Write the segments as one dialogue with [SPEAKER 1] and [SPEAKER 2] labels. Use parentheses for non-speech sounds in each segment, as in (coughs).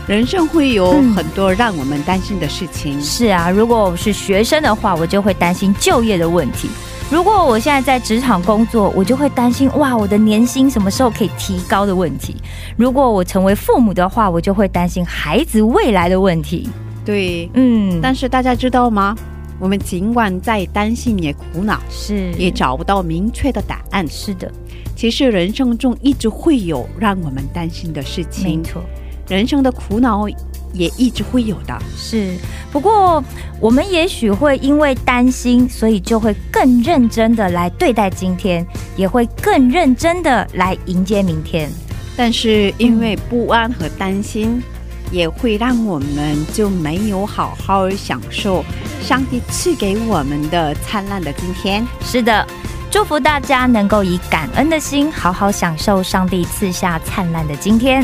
[SPEAKER 1] 人生会有
[SPEAKER 2] 嗯
[SPEAKER 1] 很多让我们担心的事情，
[SPEAKER 2] 是啊，如果我是学生的话，我就会担心就业的问题；如果我现在在职场工作，我就会担心哇，我的年薪什么时候可以提高的问题；如果我成为父母的话，我就会担心孩子未来的问题。
[SPEAKER 1] 对。
[SPEAKER 2] 嗯，
[SPEAKER 1] 但是大家知道吗？我们尽管再担心也苦恼，
[SPEAKER 2] 是
[SPEAKER 1] 也找不到明确的答案。
[SPEAKER 2] 是的，
[SPEAKER 1] 其实人生中一直会有让我们担心的事
[SPEAKER 2] 没
[SPEAKER 1] 情，
[SPEAKER 2] 错。
[SPEAKER 1] 人生的苦恼也一直会有的。
[SPEAKER 2] 是，不过我们也许会因为担心，所以就会更认真的来对待今天，也会更认真的来迎接明天。
[SPEAKER 1] 但是因为不安和担心，也会让我们就没有好好享受上帝赐给我们的灿烂的今天。
[SPEAKER 2] 是的，祝福大家能够以感恩的心，好好享受上帝赐下灿烂的今天。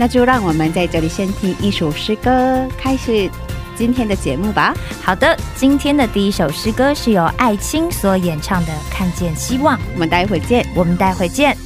[SPEAKER 1] 那就让我们在这里先听一首诗歌，开始今天的节目吧。
[SPEAKER 2] 好的，今天的第一首诗歌是由艾青所演唱的《看见希望》，
[SPEAKER 1] 我们待会儿见。
[SPEAKER 2] 我们待会见。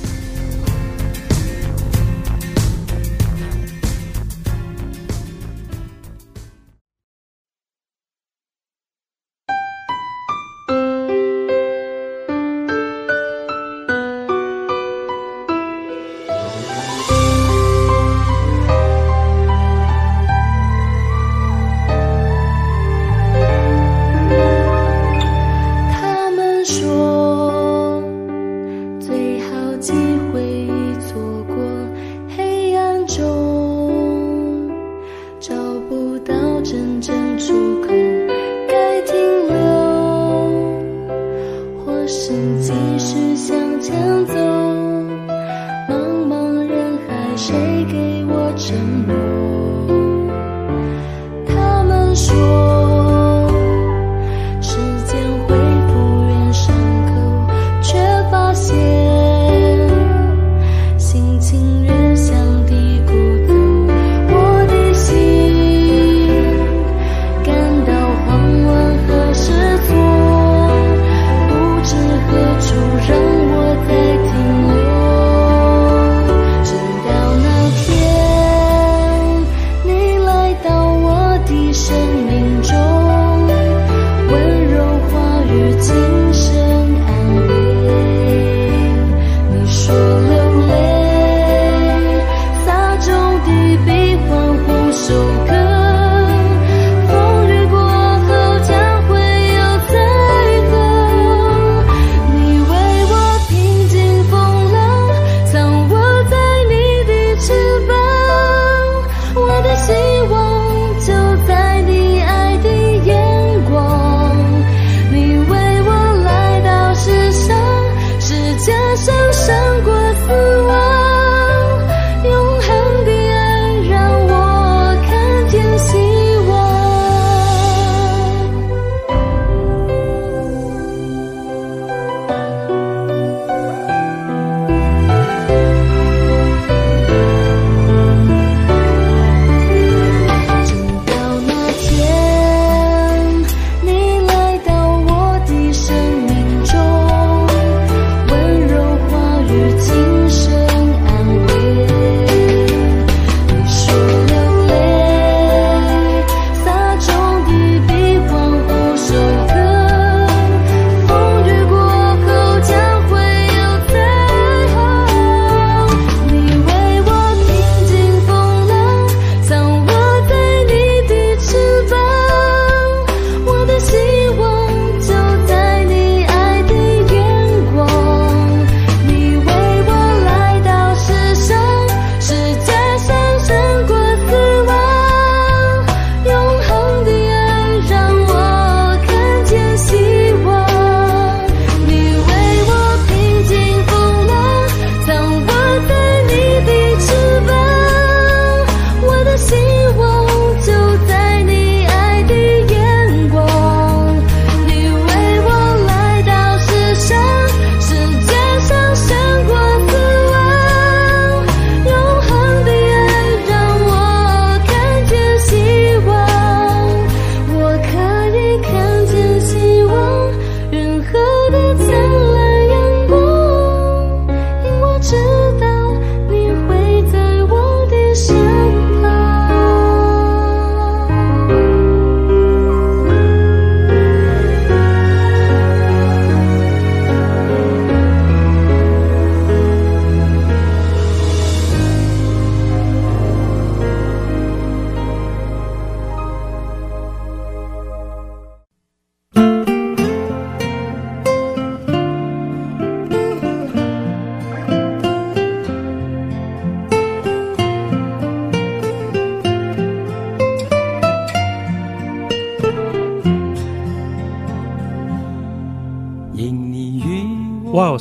[SPEAKER 3] 他们说，最好结
[SPEAKER 4] 因你与我
[SPEAKER 5] 哇哦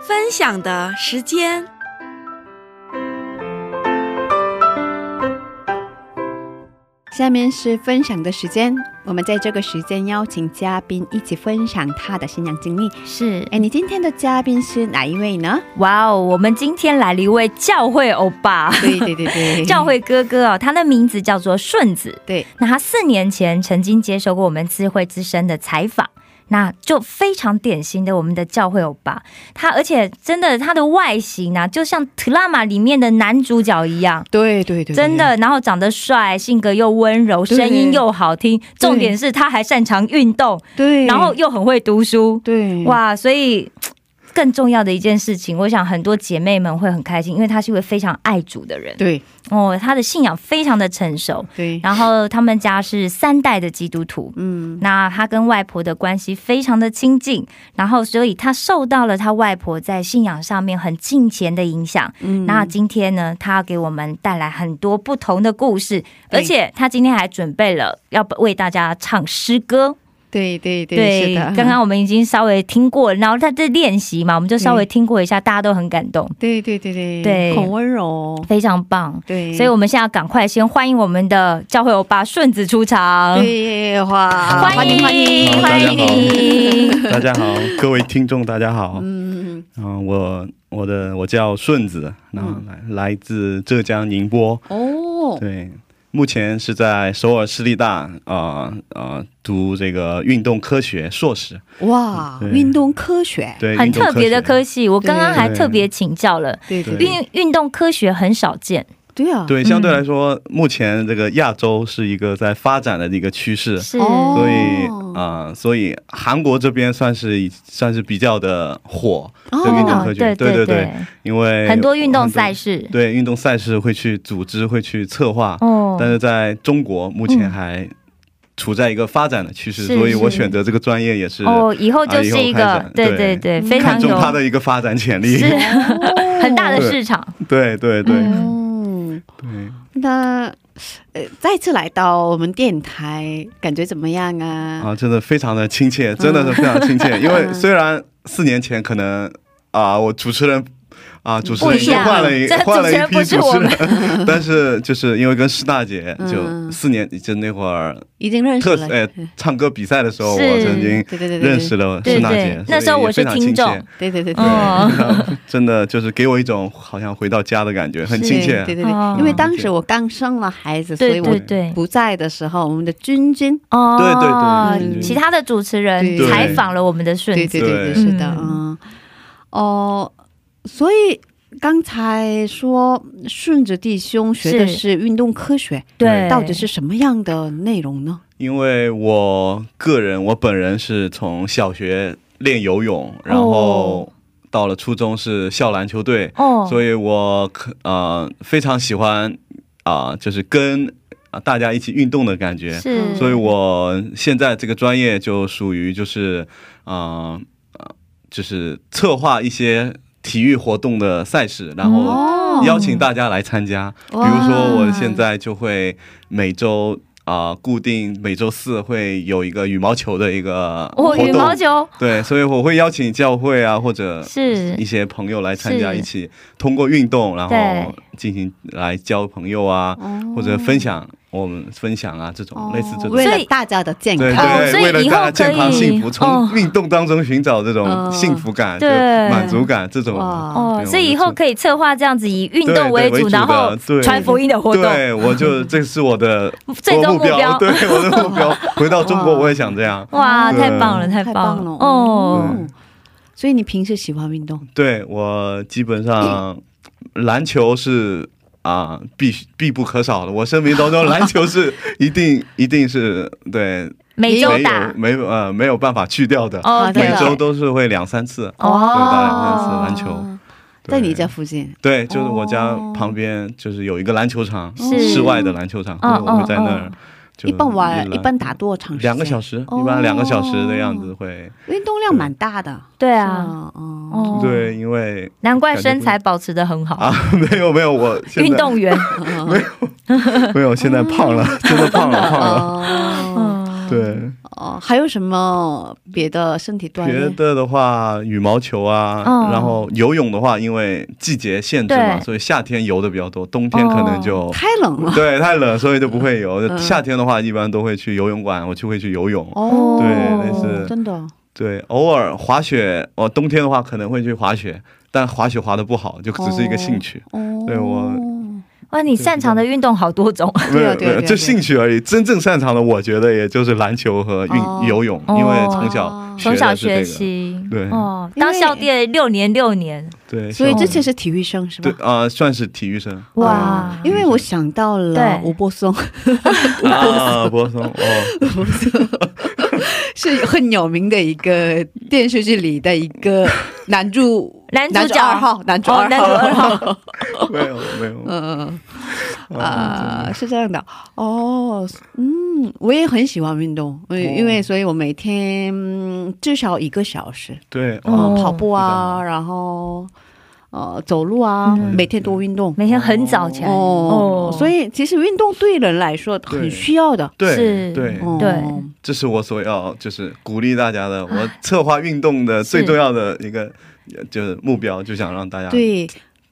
[SPEAKER 6] 分享的时间。
[SPEAKER 1] 下面是分享的时间，我们在这个时间邀请嘉宾一起分享他的新娘经历。
[SPEAKER 2] 是，
[SPEAKER 1] 哎，你今天的嘉宾是哪一位呢？
[SPEAKER 2] 哇哦，我们今天来了一位教会欧巴，
[SPEAKER 1] 对对对 (laughs) 对，
[SPEAKER 2] 教会哥哥哦，他的名字叫做顺子。
[SPEAKER 1] 对，
[SPEAKER 2] 那他四年前曾经接受过我们智慧之声的采访。那就非常典型的我们的教会欧巴，他而且真的他的外形啊，就像《特拉玛》里面的男主角一样，
[SPEAKER 1] 对对对，
[SPEAKER 2] 真的，然后长得帅，性格又温柔，
[SPEAKER 1] 对
[SPEAKER 2] 声音又好听，重点是他还擅长运动，
[SPEAKER 1] 对，嗯
[SPEAKER 2] 然后又很会读书，
[SPEAKER 1] 对
[SPEAKER 2] 哇！所以更重要的一件事情，我想很多姐妹们会很开心，因为她是一位非常爱主的人
[SPEAKER 1] 对
[SPEAKER 2] 哦，她的信仰非常的成熟。
[SPEAKER 1] 对，
[SPEAKER 2] 然后他们家是三代的基督徒，
[SPEAKER 1] 嗯，
[SPEAKER 2] 那她跟外婆的关系非常的亲近，然后所以她受到了她外婆在信仰上面很敬虔的影响，
[SPEAKER 1] 嗯
[SPEAKER 2] 那今天呢，他要给我们带来很多不同的故事，
[SPEAKER 1] 对
[SPEAKER 2] 而且他今天还准备了要为大家唱诗歌。
[SPEAKER 1] 对对对，是的，
[SPEAKER 2] 刚刚我们已经稍微听过，然后他在练习嘛，我们就稍微听过一下，大家都很感动，
[SPEAKER 1] (laughs) 对对对对
[SPEAKER 2] 对
[SPEAKER 1] 很温柔，哦
[SPEAKER 2] 非常棒。
[SPEAKER 1] 对，
[SPEAKER 2] 所以我们现在赶快先欢迎我们的教会欧巴顺子出场，
[SPEAKER 1] 对哇，
[SPEAKER 2] 欢迎
[SPEAKER 1] 欢迎
[SPEAKER 2] 欢
[SPEAKER 1] 欢
[SPEAKER 2] 迎
[SPEAKER 1] 迎
[SPEAKER 2] 你，
[SPEAKER 7] 大家好，各位听众，大家好。嗯、
[SPEAKER 1] 嗯，
[SPEAKER 7] 我我的我叫顺子，
[SPEAKER 2] 嗯
[SPEAKER 7] 然后来、来自浙江宁波，
[SPEAKER 1] 哦，
[SPEAKER 7] 对，目前是在首尔师力大啊啊、呃读这个运动科学硕士，
[SPEAKER 1] 哇，
[SPEAKER 7] 对
[SPEAKER 1] 运动科学，
[SPEAKER 7] 对，
[SPEAKER 2] 很
[SPEAKER 7] 运动
[SPEAKER 2] 特别的科
[SPEAKER 7] 科学，
[SPEAKER 2] 系，我刚刚还
[SPEAKER 7] 对
[SPEAKER 2] 特别请教了，
[SPEAKER 1] 对
[SPEAKER 7] 对
[SPEAKER 1] 对
[SPEAKER 2] 运运动科学很少见，
[SPEAKER 1] 对啊，
[SPEAKER 2] 嗯
[SPEAKER 7] 对，相对来说、目前这个亚洲是一个在发展的一个趋势。
[SPEAKER 2] 是
[SPEAKER 1] 哦
[SPEAKER 7] 所以啊、呃所以韩国这边算是算是比较的火，
[SPEAKER 1] 哦
[SPEAKER 7] 这个运动科学，
[SPEAKER 2] 对
[SPEAKER 7] 对哎
[SPEAKER 2] 对
[SPEAKER 7] 对，因为
[SPEAKER 2] 很多运动赛
[SPEAKER 7] 事。
[SPEAKER 2] 事，
[SPEAKER 7] 对运动赛事会去组织、会去策划，
[SPEAKER 2] 哦嗯
[SPEAKER 7] 但是在中国目前还处在一个发展的趋势，
[SPEAKER 2] 是
[SPEAKER 7] 所以我
[SPEAKER 2] 是
[SPEAKER 7] 选择这个专业也是
[SPEAKER 2] 哦，以后就是一个，
[SPEAKER 7] 啊以后开展
[SPEAKER 2] 对对对，
[SPEAKER 7] 对
[SPEAKER 2] 非常
[SPEAKER 7] 看中
[SPEAKER 2] 有
[SPEAKER 7] 它的一个发展潜力。 (laughs)
[SPEAKER 2] 是很大的
[SPEAKER 7] 对
[SPEAKER 2] 市场，
[SPEAKER 7] 对对对、
[SPEAKER 2] 嗯
[SPEAKER 1] 哦，
[SPEAKER 7] 对，
[SPEAKER 1] 那呃，再次来到我们电台，感觉怎么样啊？
[SPEAKER 7] 啊，真的非常的亲
[SPEAKER 2] 嗯
[SPEAKER 7] 切，真的是非常亲
[SPEAKER 2] (laughs)
[SPEAKER 7] 切。因为虽然四年前可能啊、我主持人。啊，主持
[SPEAKER 2] 不
[SPEAKER 7] 人
[SPEAKER 2] 一
[SPEAKER 7] 已经
[SPEAKER 2] 样
[SPEAKER 7] 换了一
[SPEAKER 2] 这
[SPEAKER 7] 换
[SPEAKER 2] 主
[SPEAKER 7] 了
[SPEAKER 2] 持
[SPEAKER 7] 一
[SPEAKER 2] 人
[SPEAKER 7] 批
[SPEAKER 2] 不是
[SPEAKER 7] 主
[SPEAKER 2] 我
[SPEAKER 7] 持
[SPEAKER 2] 们 (laughs)
[SPEAKER 7] 人，但是就是因为跟师大姐
[SPEAKER 1] 嗯
[SPEAKER 7] 就四年就那会儿
[SPEAKER 1] 已经认识
[SPEAKER 7] 特
[SPEAKER 1] 了，
[SPEAKER 7] 哎唱歌比赛的时候，
[SPEAKER 2] 嗯是
[SPEAKER 7] 我曾经
[SPEAKER 1] 对对对对，
[SPEAKER 7] 认识了
[SPEAKER 2] 对
[SPEAKER 7] 施娜
[SPEAKER 2] 对
[SPEAKER 7] 姐，
[SPEAKER 2] 那时候我是
[SPEAKER 7] 所以也非常
[SPEAKER 2] 听众
[SPEAKER 7] 亲切
[SPEAKER 1] 对对对对。
[SPEAKER 7] (laughs)
[SPEAKER 2] 哦，
[SPEAKER 7] 真的就是给我一种好像回到家的感觉，很
[SPEAKER 1] 对
[SPEAKER 7] 亲切。
[SPEAKER 1] 对对对
[SPEAKER 2] 哦，
[SPEAKER 1] 因为当时我刚生了孩子，所
[SPEAKER 2] 对
[SPEAKER 1] 以
[SPEAKER 2] 对
[SPEAKER 1] 我
[SPEAKER 2] 对，
[SPEAKER 1] 不在的时候，我们的君君，
[SPEAKER 2] 哦，
[SPEAKER 7] 嗯对对
[SPEAKER 1] 对
[SPEAKER 2] 其他的主持人
[SPEAKER 1] 对
[SPEAKER 2] 采访了我们的顺
[SPEAKER 1] 对
[SPEAKER 2] 子，
[SPEAKER 1] 对对对，
[SPEAKER 7] 对
[SPEAKER 1] 是的，嗯
[SPEAKER 2] 嗯，
[SPEAKER 1] 哦，所以刚才说顺着弟兄学的
[SPEAKER 2] 是
[SPEAKER 1] 是运动科学，
[SPEAKER 2] 对，
[SPEAKER 1] 到底是什么样的内容呢？
[SPEAKER 7] 因为我个人，我本人是从小学练游泳，然后到了初中是校篮球队，
[SPEAKER 2] 哦，
[SPEAKER 7] 所以我可呃非常喜欢啊、就是跟啊大家一起运动的感觉。
[SPEAKER 2] 是，
[SPEAKER 7] 所以我现在这个专业就属于就是，嗯、呃，就是策划一些体育活动的赛事，然后
[SPEAKER 1] 哦
[SPEAKER 7] 邀请大家来参加。比
[SPEAKER 1] 哇
[SPEAKER 7] 如说，我现在就会每周。啊、固定每周四会有一个羽毛球的一个活
[SPEAKER 2] 我
[SPEAKER 7] 动。
[SPEAKER 2] 哦羽毛球
[SPEAKER 7] 对，所以我会邀请教会啊，或者
[SPEAKER 2] 是
[SPEAKER 7] 一些朋友来参加，
[SPEAKER 2] 是
[SPEAKER 7] 一起通过运动，然后
[SPEAKER 2] 对哦
[SPEAKER 7] 进行来交朋友啊，或者分享我们分享啊这种类似这种。
[SPEAKER 1] 为
[SPEAKER 2] 所
[SPEAKER 1] 了
[SPEAKER 2] 以
[SPEAKER 1] 大家的健
[SPEAKER 7] 对
[SPEAKER 1] 康，
[SPEAKER 2] 哦所
[SPEAKER 7] 对，
[SPEAKER 2] 以
[SPEAKER 7] 为了
[SPEAKER 2] 以后
[SPEAKER 7] 大家健康
[SPEAKER 2] 可以
[SPEAKER 7] 幸福，
[SPEAKER 2] 哦
[SPEAKER 7] 从运动当中寻找这种
[SPEAKER 1] 哦
[SPEAKER 7] 幸福感、就
[SPEAKER 2] 对
[SPEAKER 7] 满足感这种。
[SPEAKER 1] 哇
[SPEAKER 2] 哦
[SPEAKER 7] 对，
[SPEAKER 2] 所以以
[SPEAKER 7] 我就
[SPEAKER 2] 后可以策划这样子以运
[SPEAKER 7] 对
[SPEAKER 2] 动
[SPEAKER 7] 对为
[SPEAKER 2] 主，
[SPEAKER 7] 主
[SPEAKER 2] 然
[SPEAKER 7] 的
[SPEAKER 2] 后
[SPEAKER 7] 对
[SPEAKER 2] 传福音的活动，
[SPEAKER 7] 对，我就这是我的
[SPEAKER 2] (laughs) 最终
[SPEAKER 7] 目
[SPEAKER 2] 目标
[SPEAKER 7] 对我的目
[SPEAKER 2] (laughs)
[SPEAKER 7] 标。回到中国，我也想这样。
[SPEAKER 2] 哇，
[SPEAKER 7] 对
[SPEAKER 2] 太棒了，
[SPEAKER 1] 嗯太
[SPEAKER 2] 棒
[SPEAKER 1] 棒了
[SPEAKER 2] 哦！
[SPEAKER 1] 嗯所以你平时喜欢运动？
[SPEAKER 7] 对我基本上篮球是啊、必须必不可少的。我生命当
[SPEAKER 1] (laughs)
[SPEAKER 7] 中篮球是一定一定是对
[SPEAKER 2] 每周
[SPEAKER 7] 没有
[SPEAKER 2] 打
[SPEAKER 7] 没有呃没有办法去掉的。
[SPEAKER 2] 哦，
[SPEAKER 1] 对
[SPEAKER 7] 每
[SPEAKER 1] 了
[SPEAKER 7] 周都是会两三次，对，打两三次
[SPEAKER 2] 哦，
[SPEAKER 7] 篮球。对
[SPEAKER 1] 在你家附近，
[SPEAKER 7] 对，就是我家
[SPEAKER 1] 哦
[SPEAKER 7] 旁边就是有一个篮球场，
[SPEAKER 2] 是
[SPEAKER 7] 室外的篮球场，
[SPEAKER 2] 嗯
[SPEAKER 7] 我们会在那儿
[SPEAKER 2] 嗯
[SPEAKER 7] 就
[SPEAKER 1] 一般玩
[SPEAKER 7] 篮
[SPEAKER 1] 一般打多长时间？哦
[SPEAKER 7] 两个小，时，一般两个小时的样子会。
[SPEAKER 1] 运动量蛮大的。
[SPEAKER 2] 对
[SPEAKER 1] 对
[SPEAKER 2] 啊，，
[SPEAKER 1] 哦，
[SPEAKER 7] (laughs)
[SPEAKER 2] 哦，
[SPEAKER 7] 对，因为
[SPEAKER 2] 难怪身材保持的很好
[SPEAKER 7] 啊，， (laughs) 没有没有，我啊现在
[SPEAKER 2] 运动员，
[SPEAKER 7] 没有， (laughs) 现在胖
[SPEAKER 1] (laughs)
[SPEAKER 7] 了，真的胖了，胖了。
[SPEAKER 1] 哦，
[SPEAKER 7] 对，
[SPEAKER 1] 哦，还有什么别的身体锻
[SPEAKER 7] 别
[SPEAKER 1] 炼？
[SPEAKER 7] 的的话，羽毛球啊，
[SPEAKER 1] 哦
[SPEAKER 2] 嗯
[SPEAKER 7] 然后游泳的话，因为季节限制嘛，
[SPEAKER 2] 对
[SPEAKER 7] 所以夏天游的比较多，冬天可能就。
[SPEAKER 1] 哦太冷了。嗯
[SPEAKER 7] 对，太冷，所以就不会游。夏天的话，一般都会去游泳馆，我就会去游泳。
[SPEAKER 1] 哦，
[SPEAKER 7] 对类似
[SPEAKER 1] 真的。
[SPEAKER 7] 对，偶尔滑雪，我、冬天的话可能会去滑雪，但滑雪滑的不好，就只是一个兴趣。
[SPEAKER 1] 哦，
[SPEAKER 7] 对我
[SPEAKER 2] 哇，你擅长的运动好多种，
[SPEAKER 1] (laughs)
[SPEAKER 7] 没
[SPEAKER 1] 对啊对啊
[SPEAKER 7] 有没
[SPEAKER 1] 对啊
[SPEAKER 7] 有，
[SPEAKER 1] 对啊
[SPEAKER 7] 就兴趣而已。真正擅长的，我觉得也就是篮球和运、
[SPEAKER 1] 哦
[SPEAKER 7] 游泳，
[SPEAKER 2] 哦
[SPEAKER 7] 因为从小
[SPEAKER 2] 从小
[SPEAKER 7] 学
[SPEAKER 2] 学
[SPEAKER 7] 的是这个。
[SPEAKER 2] 习，
[SPEAKER 7] 对
[SPEAKER 2] 哦，
[SPEAKER 1] 因为
[SPEAKER 2] 当校队六年六年，
[SPEAKER 7] 对，
[SPEAKER 1] 所以
[SPEAKER 7] 像
[SPEAKER 1] 之前是体育生是吧
[SPEAKER 7] 对？嗯啊、算是体育
[SPEAKER 2] (laughs)
[SPEAKER 7] 生。
[SPEAKER 2] 哇
[SPEAKER 1] 因为我想到了
[SPEAKER 2] 对
[SPEAKER 1] 吴柏松， (laughs)
[SPEAKER 7] 啊，博松哦，
[SPEAKER 1] 是很有名的一个电视剧里的一
[SPEAKER 7] (laughs)
[SPEAKER 1] 个男主
[SPEAKER 2] 男主角
[SPEAKER 1] 男主二号，男主
[SPEAKER 2] 哦
[SPEAKER 1] 二
[SPEAKER 2] 男主二
[SPEAKER 1] 号，
[SPEAKER 7] 没有没有，
[SPEAKER 1] (laughs)
[SPEAKER 2] 哦
[SPEAKER 1] 嗯嗯啊，是这样的哦，嗯，我也很喜欢运动，因
[SPEAKER 7] 哦
[SPEAKER 1] 为因为所以我每天嗯至少一个小时，
[SPEAKER 7] 对
[SPEAKER 1] 嗯，
[SPEAKER 7] 哦，
[SPEAKER 1] 跑步
[SPEAKER 7] 是
[SPEAKER 1] 啊，然后呃走路啊，
[SPEAKER 2] 嗯
[SPEAKER 1] 每天多运动。
[SPEAKER 2] 每天很早起来，
[SPEAKER 1] 哦，所
[SPEAKER 2] 以
[SPEAKER 1] 以其实运动对人来说很
[SPEAKER 7] 对
[SPEAKER 1] 需要的。
[SPEAKER 7] 对
[SPEAKER 2] 是
[SPEAKER 7] 对，
[SPEAKER 1] 哦
[SPEAKER 2] 对
[SPEAKER 7] 这是我所要就是鼓励大家的，我策划运动的最重要的一个就是目标，就想让大家
[SPEAKER 1] 对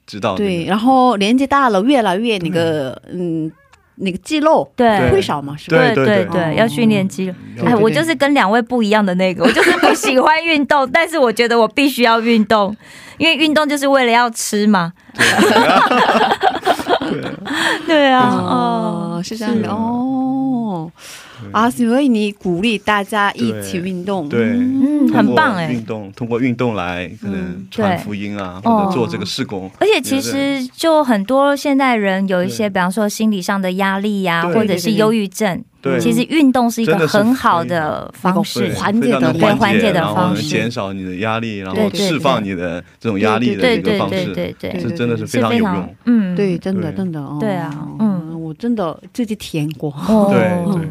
[SPEAKER 7] 知道这个
[SPEAKER 1] 对，然后年纪大了，越来越那个嗯，那个肌肉
[SPEAKER 2] 对
[SPEAKER 1] 会少嘛，是吧？
[SPEAKER 2] 对
[SPEAKER 7] 对
[SPEAKER 2] 对
[SPEAKER 7] 对
[SPEAKER 2] 对，
[SPEAKER 1] 哦
[SPEAKER 2] 要训练肌肉。
[SPEAKER 7] 要
[SPEAKER 2] 哎，
[SPEAKER 7] 训
[SPEAKER 2] 我
[SPEAKER 7] 练
[SPEAKER 2] 就是跟两位不一样的那个，我就是不喜欢运动， (laughs) 但是我觉得我必须要运动，因为运动就是为了要吃嘛。 (laughs) 对啊，哦，
[SPEAKER 1] 哦，是这样
[SPEAKER 7] 是
[SPEAKER 1] 的哦。啊，所以你鼓励大家一起运动，
[SPEAKER 7] 对。
[SPEAKER 2] 嗯，很棒
[SPEAKER 7] 通过
[SPEAKER 2] 哎
[SPEAKER 7] 运。动通过运动来可能传福音啊，
[SPEAKER 2] 对
[SPEAKER 7] 或者做
[SPEAKER 2] 哦
[SPEAKER 7] 这个事工，
[SPEAKER 2] 而且其实就很多现代人有一些，
[SPEAKER 7] 对
[SPEAKER 2] 比方说心理上的压力呀、
[SPEAKER 7] 对
[SPEAKER 2] 或者是忧郁症。
[SPEAKER 7] 对
[SPEAKER 2] 其实运动是一个
[SPEAKER 7] 真的是
[SPEAKER 2] 很好的方式
[SPEAKER 7] 对，
[SPEAKER 1] 缓解
[SPEAKER 7] 非常地
[SPEAKER 1] 的
[SPEAKER 2] 对
[SPEAKER 7] 缓
[SPEAKER 2] 缓解的
[SPEAKER 7] 然后
[SPEAKER 2] 方
[SPEAKER 7] 呢
[SPEAKER 2] 式
[SPEAKER 7] 减少你的压力，然
[SPEAKER 2] 对
[SPEAKER 7] 后
[SPEAKER 2] 对对
[SPEAKER 7] 释放你的这种压力的
[SPEAKER 2] 对
[SPEAKER 7] 一个
[SPEAKER 2] 对
[SPEAKER 7] 方
[SPEAKER 2] 对
[SPEAKER 7] 式，
[SPEAKER 2] 对对，
[SPEAKER 7] 这真的是
[SPEAKER 2] 是
[SPEAKER 7] 非常有
[SPEAKER 2] 常
[SPEAKER 7] 用。
[SPEAKER 2] 嗯
[SPEAKER 1] 对，真的
[SPEAKER 7] 对
[SPEAKER 1] 真的哦，
[SPEAKER 2] 对啊嗯，
[SPEAKER 1] 我真的自己体验过
[SPEAKER 2] 哦
[SPEAKER 7] 对
[SPEAKER 2] 嗯
[SPEAKER 7] 对。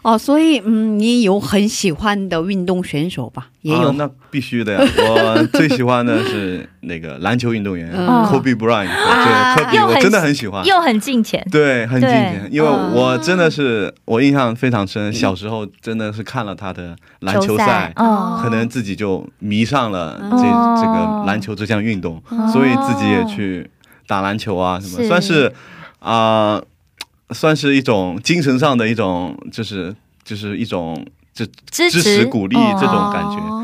[SPEAKER 1] 哦，所以嗯，你有很喜欢的运动选手吧？也有
[SPEAKER 7] 啊，那必须的呀！我最喜欢的是那个篮球运动员
[SPEAKER 1] 嗯
[SPEAKER 7] Kobe Bryant，
[SPEAKER 1] 啊
[SPEAKER 7] 对
[SPEAKER 2] 又
[SPEAKER 7] Kobe，我
[SPEAKER 2] 很
[SPEAKER 7] 真的很喜欢。
[SPEAKER 2] 又很近前，
[SPEAKER 7] 对，很经典，因为
[SPEAKER 1] 嗯
[SPEAKER 7] 我真的是我印象非常深，小时候真的是看了他的篮球赛，
[SPEAKER 2] 哦，
[SPEAKER 7] 可能自己就迷上了这
[SPEAKER 2] 哦嗯
[SPEAKER 7] 这个篮球这项运动，
[SPEAKER 1] 哦
[SPEAKER 7] 所以自己也去打篮球啊什么，
[SPEAKER 2] 是
[SPEAKER 7] 算是啊，算是一种精神上的一种，就是就是一种就
[SPEAKER 2] 支
[SPEAKER 7] 支持鼓励
[SPEAKER 2] 哦
[SPEAKER 7] 这种感觉。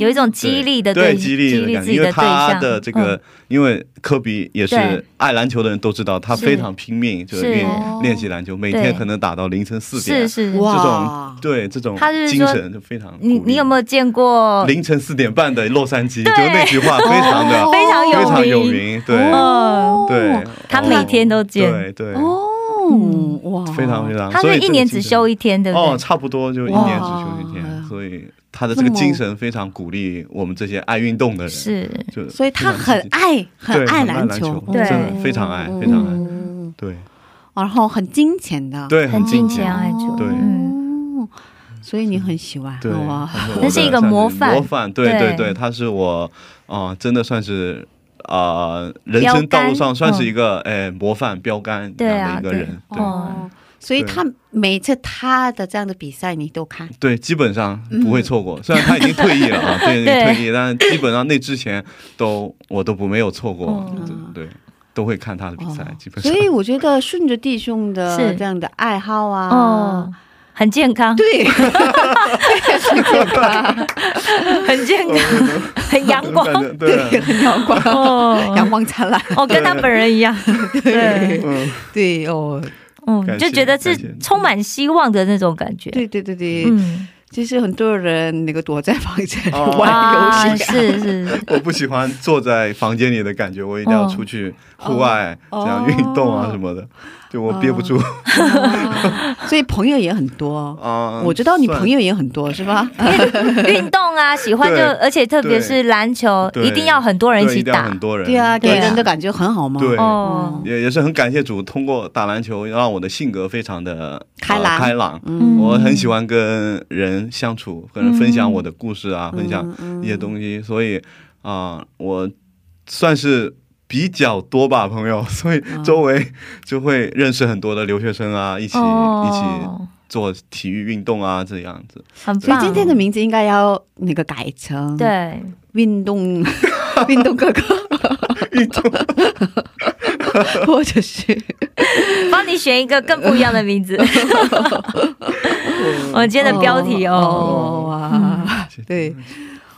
[SPEAKER 2] 有一种激励的
[SPEAKER 7] 对
[SPEAKER 2] 对
[SPEAKER 7] 激励的感
[SPEAKER 2] 自己
[SPEAKER 7] 觉，因为
[SPEAKER 2] 对
[SPEAKER 7] 他
[SPEAKER 2] 象
[SPEAKER 7] 的这个，
[SPEAKER 2] 嗯
[SPEAKER 7] 因为科比也
[SPEAKER 2] 对
[SPEAKER 7] 是爱篮球的人都知道，他非常拼命，就是
[SPEAKER 2] 是
[SPEAKER 7] 练练习篮球，每天可能打到凌晨四点
[SPEAKER 2] 是，是
[SPEAKER 7] 这
[SPEAKER 1] 哇
[SPEAKER 7] 种，对这种
[SPEAKER 2] 他就是
[SPEAKER 7] 精
[SPEAKER 2] 说
[SPEAKER 7] 神就非常鼓励。
[SPEAKER 2] 你你有没有见过？
[SPEAKER 7] 凌晨四点半的洛杉矶？就
[SPEAKER 2] 对哦
[SPEAKER 7] 那句话非常的
[SPEAKER 2] 非常有名，
[SPEAKER 7] 哦非常有名，对
[SPEAKER 2] 嗯，
[SPEAKER 7] 对，
[SPEAKER 2] 他
[SPEAKER 7] 哦
[SPEAKER 2] 每天都见
[SPEAKER 7] 对对，
[SPEAKER 1] 哦，
[SPEAKER 2] 嗯
[SPEAKER 1] 哇，
[SPEAKER 7] 非常非常，
[SPEAKER 2] 他
[SPEAKER 7] 所
[SPEAKER 2] 是
[SPEAKER 7] 以这
[SPEAKER 2] 一
[SPEAKER 7] 个
[SPEAKER 2] 年
[SPEAKER 7] 精
[SPEAKER 2] 只
[SPEAKER 7] 神
[SPEAKER 2] 休一天，对不对？
[SPEAKER 7] 哦，差不多就一年只休一
[SPEAKER 1] 哇
[SPEAKER 7] 天，所以他的这个
[SPEAKER 1] 这么
[SPEAKER 7] 精神非常鼓励我们这些爱运动的人，
[SPEAKER 2] 是
[SPEAKER 7] 就
[SPEAKER 1] 所以他很爱很
[SPEAKER 7] 对，
[SPEAKER 1] 爱
[SPEAKER 7] 篮
[SPEAKER 1] 篮球，哦
[SPEAKER 2] 对
[SPEAKER 7] 真的非常爱，非常爱，
[SPEAKER 1] 嗯，
[SPEAKER 7] 对
[SPEAKER 1] 然后很金钱的，
[SPEAKER 7] 对，
[SPEAKER 2] 很
[SPEAKER 7] 敬
[SPEAKER 2] 敬虔爱主，
[SPEAKER 7] 对
[SPEAKER 2] 嗯，
[SPEAKER 1] 哦，所以你很喜欢
[SPEAKER 7] 对，
[SPEAKER 1] 哇，(laughs)
[SPEAKER 7] 很我
[SPEAKER 2] 那是
[SPEAKER 7] 的
[SPEAKER 2] 一个
[SPEAKER 7] 算
[SPEAKER 2] 模范
[SPEAKER 7] 模范，对
[SPEAKER 2] 对
[SPEAKER 7] 对对，他是我啊，真的算是啊，人
[SPEAKER 2] 标
[SPEAKER 7] 生道
[SPEAKER 2] 杆
[SPEAKER 7] 路上算是
[SPEAKER 2] 嗯
[SPEAKER 7] 一个哎模范标杆这
[SPEAKER 2] 对
[SPEAKER 7] 样
[SPEAKER 2] 啊，
[SPEAKER 7] 的一个
[SPEAKER 2] 对
[SPEAKER 7] 人，对
[SPEAKER 2] 哦，
[SPEAKER 1] 所以
[SPEAKER 7] 对
[SPEAKER 1] 他每次他的这样的比赛你都看，
[SPEAKER 7] 对，基本上不会错过。虽然他已经退役
[SPEAKER 2] (laughs)
[SPEAKER 7] 了啊，对，已经
[SPEAKER 2] 嗯对
[SPEAKER 7] 退役，但是基本上那之前都我都不没有错过，
[SPEAKER 2] 嗯
[SPEAKER 1] 哦
[SPEAKER 7] 对，对都会看他的比赛，
[SPEAKER 2] 哦
[SPEAKER 7] 基本上
[SPEAKER 1] 所。以我觉得顺着弟兄的
[SPEAKER 2] (laughs) 是
[SPEAKER 1] 这样的爱好啊，
[SPEAKER 2] 哦，很健康，
[SPEAKER 7] (laughs)
[SPEAKER 1] 对，
[SPEAKER 2] 很健 (laughs)
[SPEAKER 7] 哦
[SPEAKER 2] 康，很阳
[SPEAKER 7] (laughs) 我感
[SPEAKER 2] 光
[SPEAKER 7] 觉对，
[SPEAKER 1] (laughs)
[SPEAKER 7] 啊
[SPEAKER 1] 很阳光，
[SPEAKER 2] 哦
[SPEAKER 1] 阳光灿烂，
[SPEAKER 2] 哦，跟他本人一样，对，
[SPEAKER 7] 嗯，
[SPEAKER 1] (laughs) 对哦，
[SPEAKER 2] 嗯，
[SPEAKER 7] 感
[SPEAKER 2] 就
[SPEAKER 7] 谢
[SPEAKER 2] 觉得是
[SPEAKER 7] 感谢
[SPEAKER 2] 充满希望的那种感觉，
[SPEAKER 1] 对对对对，
[SPEAKER 2] 嗯，
[SPEAKER 1] 其实很多人那个躲在房间里
[SPEAKER 7] 哦
[SPEAKER 1] 玩游戏、啊，(laughs)
[SPEAKER 2] 是是，
[SPEAKER 7] 我不喜欢坐在房间里的感觉，我一定要
[SPEAKER 2] 哦
[SPEAKER 7] 出去户外，
[SPEAKER 1] 哦
[SPEAKER 7] 这样运动啊什么的，就我憋不住
[SPEAKER 1] (laughs) 所以朋友也很多。
[SPEAKER 7] 啊。
[SPEAKER 1] 嗯我知道你朋
[SPEAKER 7] 友
[SPEAKER 1] 友也很多是吧？啊
[SPEAKER 2] (laughs) 运动啊，喜欢就
[SPEAKER 7] 对，
[SPEAKER 2] 而且特别是篮球，
[SPEAKER 7] 对
[SPEAKER 2] 一定要很多人一起打
[SPEAKER 7] 很，多人，
[SPEAKER 1] 对啊，给
[SPEAKER 2] 对啊
[SPEAKER 1] 人的感觉很好嘛。
[SPEAKER 7] 对
[SPEAKER 2] 哦，
[SPEAKER 7] 也也是很感谢主，通过打篮球让我的性格非常的呃
[SPEAKER 1] 开朗
[SPEAKER 7] 开朗。
[SPEAKER 2] 嗯
[SPEAKER 7] 我很喜欢跟人相处，和人分享我的故事啊，
[SPEAKER 1] 嗯
[SPEAKER 7] 分享一些东西，所以啊、我算是比较多吧朋友，所以
[SPEAKER 1] 嗯
[SPEAKER 7] 周围就会认识很多的留学生啊，一起、一起
[SPEAKER 2] 哦，
[SPEAKER 7] 做体育运动啊，这样 (laughs) 子。
[SPEAKER 2] 很
[SPEAKER 1] 所以
[SPEAKER 2] 棒，
[SPEAKER 1] 今天的名字应该要那个改成
[SPEAKER 2] 对，
[SPEAKER 1] 运动运动哥哥，运动，或者是
[SPEAKER 2] 帮你选一个更不一样的名
[SPEAKER 7] (laughs)
[SPEAKER 2] 字。我们今天的标题哦，
[SPEAKER 1] 哦哇，对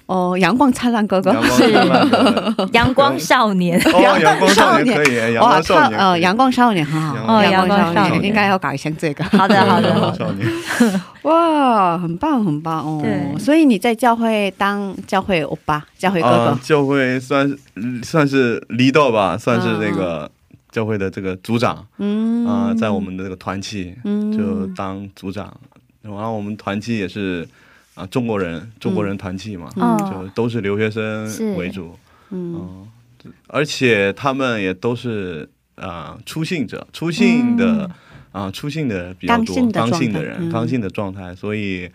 [SPEAKER 1] 哦，阳光灿烂哥哥
[SPEAKER 7] 阳。光
[SPEAKER 2] 是
[SPEAKER 7] 灿烂的
[SPEAKER 2] 阳光少年。
[SPEAKER 7] 哦，阳光少
[SPEAKER 1] 阳
[SPEAKER 7] 年
[SPEAKER 1] 光
[SPEAKER 7] 可以，啊阳
[SPEAKER 1] 哇，他
[SPEAKER 7] 光少年
[SPEAKER 1] 呃，
[SPEAKER 7] 可以
[SPEAKER 1] 阳光少年很好，
[SPEAKER 7] 哦
[SPEAKER 2] 阳光
[SPEAKER 1] 阳
[SPEAKER 2] 少
[SPEAKER 7] 年
[SPEAKER 1] 应该要改成这个。
[SPEAKER 2] 好的，
[SPEAKER 7] (laughs)
[SPEAKER 2] 好的，
[SPEAKER 7] 哦阳
[SPEAKER 2] 好
[SPEAKER 7] 光
[SPEAKER 2] 的。
[SPEAKER 7] 少年，
[SPEAKER 1] 哇，很棒，很棒哦！
[SPEAKER 2] 对
[SPEAKER 1] 所以你在教会当教会欧巴、教会哥哥
[SPEAKER 7] 啊，，教会算是算是 leader 吧，算是那个教会的这个组长
[SPEAKER 1] 嗯
[SPEAKER 7] 啊、在我们的这个团契
[SPEAKER 1] 嗯
[SPEAKER 7] 就当组长，然后我们团契也是啊、中国人，中国人团契嘛，
[SPEAKER 2] 哦
[SPEAKER 7] 就都是留学生
[SPEAKER 2] 是
[SPEAKER 7] 为主，
[SPEAKER 1] 嗯
[SPEAKER 7] 而且他们也都是啊、出信者，出信的啊、出信的比较
[SPEAKER 1] 刚性的
[SPEAKER 7] 多，刚
[SPEAKER 1] 状
[SPEAKER 7] 性
[SPEAKER 1] 态
[SPEAKER 7] 的人，
[SPEAKER 1] 嗯
[SPEAKER 7] 刚性的状态，所以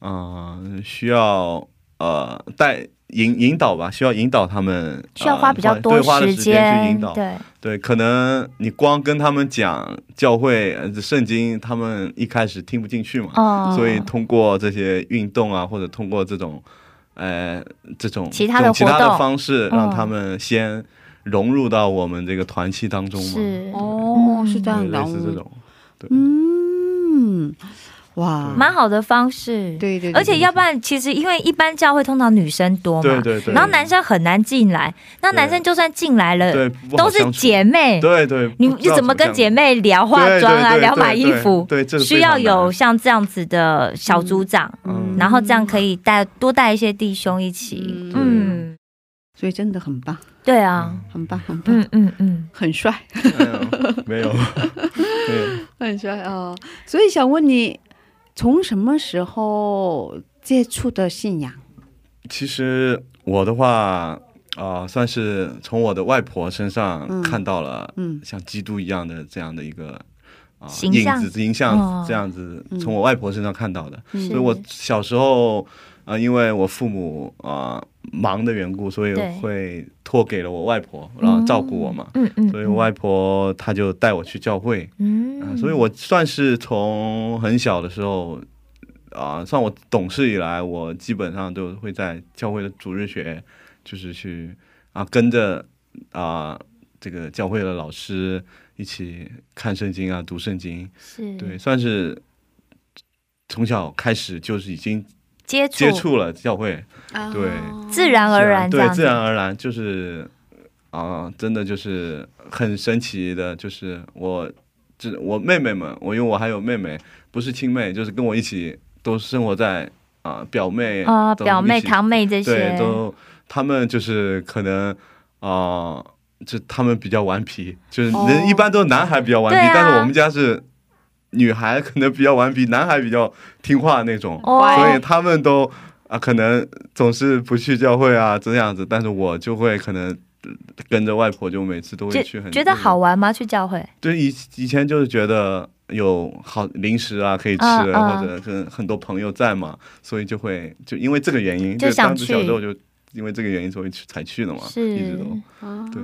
[SPEAKER 7] 嗯、呃需要呃带引引导吧，需要引导他们，
[SPEAKER 2] 需要
[SPEAKER 7] 呃
[SPEAKER 2] 花比较
[SPEAKER 7] 对
[SPEAKER 2] 多
[SPEAKER 7] 花的时间去
[SPEAKER 2] 间
[SPEAKER 7] 引，导，
[SPEAKER 2] 对，
[SPEAKER 7] 对，可能你光跟他们讲教会、呃圣经，他们一开始听不进去嘛，
[SPEAKER 2] 哦，
[SPEAKER 7] 所以通过这些运动啊，或者通过这种，呃，这种
[SPEAKER 2] 其他的
[SPEAKER 7] 这种其他
[SPEAKER 2] 活
[SPEAKER 7] 的
[SPEAKER 2] 动
[SPEAKER 7] 方式，
[SPEAKER 2] 嗯
[SPEAKER 7] 让他们先融入到我们这个团契当中嘛。
[SPEAKER 2] 是
[SPEAKER 1] 哦，是这
[SPEAKER 7] 对，
[SPEAKER 1] 样的
[SPEAKER 7] 类，似这种，
[SPEAKER 1] 嗯，哇，
[SPEAKER 2] 蛮好的方式。
[SPEAKER 1] 对对，对
[SPEAKER 2] 而且要不然，其实因为一般教会通常女生多嘛，
[SPEAKER 7] 对对对
[SPEAKER 2] 然后男生很难进来，那
[SPEAKER 7] 对
[SPEAKER 2] 男生就算进来了，
[SPEAKER 7] 对，不好
[SPEAKER 2] 都是
[SPEAKER 7] 相处
[SPEAKER 2] 姐妹。
[SPEAKER 7] 对对，
[SPEAKER 2] 你
[SPEAKER 7] 不知
[SPEAKER 2] 你
[SPEAKER 7] 道
[SPEAKER 2] 怎么跟
[SPEAKER 7] 讲
[SPEAKER 2] 姐妹聊化
[SPEAKER 7] 对对
[SPEAKER 2] 妆啊，
[SPEAKER 7] 对
[SPEAKER 2] 聊
[SPEAKER 7] 对
[SPEAKER 2] 买衣
[SPEAKER 7] 对
[SPEAKER 2] 服？
[SPEAKER 7] 对，这个
[SPEAKER 2] 需
[SPEAKER 7] 非
[SPEAKER 2] 要
[SPEAKER 7] 常
[SPEAKER 2] 有
[SPEAKER 7] 难
[SPEAKER 2] 像这样子的小组长，
[SPEAKER 7] 嗯
[SPEAKER 2] 然后这样可以带多带一些弟兄一起。嗯，
[SPEAKER 1] 所以真的很棒，
[SPEAKER 2] 对啊，
[SPEAKER 1] 很棒，很棒，
[SPEAKER 2] 嗯嗯嗯，
[SPEAKER 1] 很帅，
[SPEAKER 7] 哎
[SPEAKER 2] (laughs)
[SPEAKER 7] 呦没有没有。
[SPEAKER 1] 很帅哦。所以想问你，从什么时候接触的信仰？
[SPEAKER 7] 其实我的话啊、算是从我的外婆身上
[SPEAKER 1] 嗯
[SPEAKER 7] 看到了
[SPEAKER 1] 嗯
[SPEAKER 7] 像基督一样的这样的一个。啊、
[SPEAKER 2] 形
[SPEAKER 7] 影
[SPEAKER 2] 象
[SPEAKER 7] 子形象
[SPEAKER 2] 哦
[SPEAKER 7] 这样子
[SPEAKER 1] 嗯，
[SPEAKER 7] 从我外婆身上看到的。
[SPEAKER 1] 嗯
[SPEAKER 7] 所以我小时候，啊，因为我父母啊、忙的缘故，所以
[SPEAKER 2] 对
[SPEAKER 7] 会托给了我外婆，然后照顾我嘛。
[SPEAKER 2] 嗯嗯，
[SPEAKER 7] 所以我外婆她就带我去教会，啊，
[SPEAKER 2] 嗯，
[SPEAKER 7] 所以我算是从很小的时候啊，算我懂事以来，我基本上都会在教会的主日学，就是去啊跟着啊这个教会的老师一起看圣经啊，读圣经，
[SPEAKER 2] 是
[SPEAKER 7] 对，算是从小开始就是已经
[SPEAKER 2] 接触
[SPEAKER 7] 接触了教会，
[SPEAKER 1] 嗯啊
[SPEAKER 7] 对，
[SPEAKER 2] 自然而然这
[SPEAKER 7] 对
[SPEAKER 2] 样，子
[SPEAKER 7] 自然而然就是啊、真的就是很神奇的，就是我这我妹妹们，我因为我还有妹妹，不是亲妹，就是跟我一起都生活在啊、表妹
[SPEAKER 2] 啊，
[SPEAKER 7] 都
[SPEAKER 2] 表妹
[SPEAKER 7] 一起
[SPEAKER 2] 堂妹这些
[SPEAKER 7] 对，都他们就是可能啊。就他们比较顽皮，就是
[SPEAKER 1] 哦
[SPEAKER 7] 人一般都是男孩比较顽皮，
[SPEAKER 2] 对啊
[SPEAKER 7] 但是我们家是女孩可能比较顽皮，男孩比较听话那种。所以
[SPEAKER 2] 哦，
[SPEAKER 7] 他们都啊、可能总是不去教会啊这样子，但是我就会可能呃跟着外婆，就每次都会去
[SPEAKER 2] 觉
[SPEAKER 7] 很
[SPEAKER 2] 觉得好，玩吗？去教会？
[SPEAKER 7] 对以以前就是觉得有好零食啊可以吃，
[SPEAKER 2] 嗯嗯
[SPEAKER 7] 或者跟很多朋友在嘛，所以就会就因为这个原因，
[SPEAKER 2] 就想
[SPEAKER 7] 当时小
[SPEAKER 2] 去
[SPEAKER 7] 时候就因为这个原因所以去才去的嘛，
[SPEAKER 2] 是
[SPEAKER 7] 一直都
[SPEAKER 1] 啊
[SPEAKER 7] 对，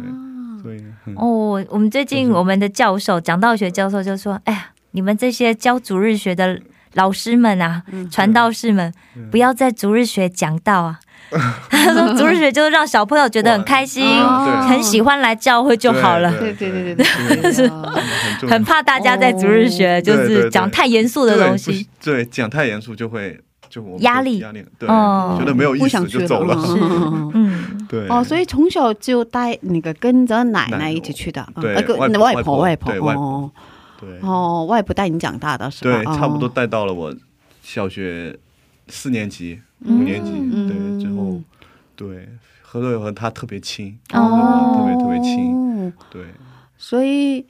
[SPEAKER 7] 所以很 (laughs)
[SPEAKER 2] 哦，我们最近
[SPEAKER 7] 嗯就是
[SPEAKER 2] 我们的教授，讲道学教授就说，哎呀。你们这些教主日学的老师们啊，
[SPEAKER 1] 嗯
[SPEAKER 2] 传道士们，
[SPEAKER 7] 嗯
[SPEAKER 2] 不要在主日学讲道啊。 (laughs) 他说主日学就是让小朋友觉得很开心，
[SPEAKER 1] 哇
[SPEAKER 7] 嗯哦对
[SPEAKER 2] 很喜欢来教会就好了。
[SPEAKER 1] 对对
[SPEAKER 7] 对
[SPEAKER 1] 对对
[SPEAKER 7] 对
[SPEAKER 1] 对， (laughs)
[SPEAKER 7] 对哦
[SPEAKER 1] 哦
[SPEAKER 7] 很重要
[SPEAKER 2] 很怕大家在主日学就是讲太严肃的东西，
[SPEAKER 7] 对不是对讲太严肃就会就我们
[SPEAKER 2] 压力
[SPEAKER 7] 压力，对，
[SPEAKER 2] 哦
[SPEAKER 7] 觉得没有意
[SPEAKER 1] 不想
[SPEAKER 7] 思
[SPEAKER 1] 学
[SPEAKER 7] 就走
[SPEAKER 1] 了
[SPEAKER 7] 了。
[SPEAKER 1] (laughs) 嗯
[SPEAKER 2] 嗯，
[SPEAKER 7] (laughs) 对，
[SPEAKER 1] 哦，所以从小就带那个跟着奶
[SPEAKER 7] 奶
[SPEAKER 1] 奶
[SPEAKER 7] 油
[SPEAKER 1] 一起去的，嗯
[SPEAKER 7] 对
[SPEAKER 1] 呃跟
[SPEAKER 7] 外婆
[SPEAKER 1] 外婆
[SPEAKER 7] 外
[SPEAKER 1] 外
[SPEAKER 7] 婆
[SPEAKER 1] 婆
[SPEAKER 7] 对外婆
[SPEAKER 1] 哦
[SPEAKER 7] 对
[SPEAKER 1] 哦，外婆带你长大的是吧？
[SPEAKER 7] 对，差不多
[SPEAKER 1] 哦
[SPEAKER 7] 带到了我小学四年级、
[SPEAKER 1] 嗯
[SPEAKER 7] 五年级，对之后
[SPEAKER 1] 嗯，
[SPEAKER 7] 对何乐友和他特别亲，
[SPEAKER 2] 哦
[SPEAKER 7] 特别特别亲，
[SPEAKER 1] 哦
[SPEAKER 7] 对。
[SPEAKER 1] 所以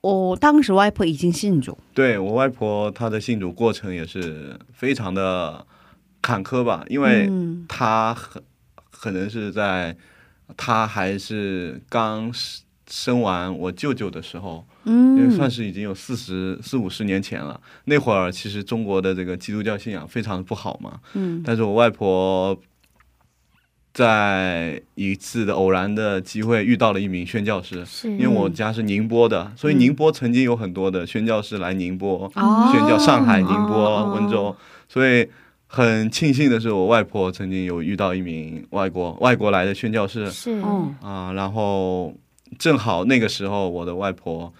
[SPEAKER 1] 我当时外婆已经信主，
[SPEAKER 7] 对我外婆，她的信主过程也是非常的坎坷吧，因为
[SPEAKER 1] 嗯
[SPEAKER 7] 她很可能是在她还是刚生生完我舅舅的时候，因为
[SPEAKER 1] 嗯
[SPEAKER 7] 算是已经有四十四五十年前了。那会儿其实中国的这个基督教信仰非常不好嘛，
[SPEAKER 1] 嗯
[SPEAKER 7] 但是我外婆在一次的偶然的机会遇到了一名宣教师，
[SPEAKER 2] 是
[SPEAKER 1] 嗯
[SPEAKER 7] 因为我家是宁波的，所以宁波曾经有很多的宣教士来宁波，
[SPEAKER 1] 哦
[SPEAKER 7] 宣教上海、宁波、
[SPEAKER 1] 哦
[SPEAKER 7] 温州，所以很庆幸的是，我外婆曾经有遇到一名外国外国来的宣教士
[SPEAKER 2] 是
[SPEAKER 1] 哦
[SPEAKER 7] 啊、然后正好那个时候我的外婆，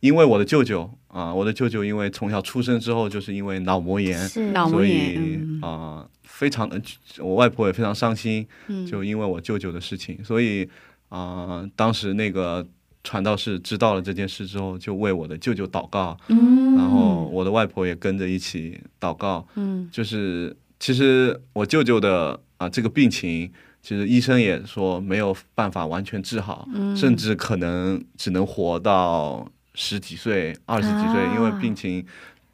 [SPEAKER 7] 因为我的舅舅啊、我的舅舅因为从小出生之后就是因为脑膜炎，
[SPEAKER 2] 是
[SPEAKER 1] 脑膜
[SPEAKER 7] 所
[SPEAKER 1] 炎
[SPEAKER 7] 以
[SPEAKER 2] 嗯
[SPEAKER 7] 啊、非常的，我外婆也非常伤心，
[SPEAKER 2] 嗯
[SPEAKER 1] 嗯
[SPEAKER 7] 就因为我舅舅的事情，所以啊、当时那个传道士知道了这件事之后，就为我的舅舅祷告，
[SPEAKER 1] 嗯
[SPEAKER 7] 然后我的外婆也跟着一起祷告。
[SPEAKER 1] 嗯
[SPEAKER 7] 就是其实我舅舅的啊、这个病情，其实医生也说没有办法完全治好，
[SPEAKER 2] 嗯
[SPEAKER 7] 甚至可能只能活到十几岁、二十几岁，因为
[SPEAKER 2] 啊
[SPEAKER 7] 病情，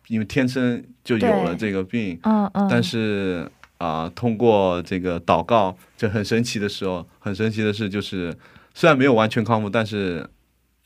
[SPEAKER 7] 因为天生就有了
[SPEAKER 2] 对
[SPEAKER 7] 这个病。
[SPEAKER 2] 嗯嗯，
[SPEAKER 7] 但是啊、通过这个祷告，就很神奇的时候，很神奇的事就是，虽然没有完全康复，但是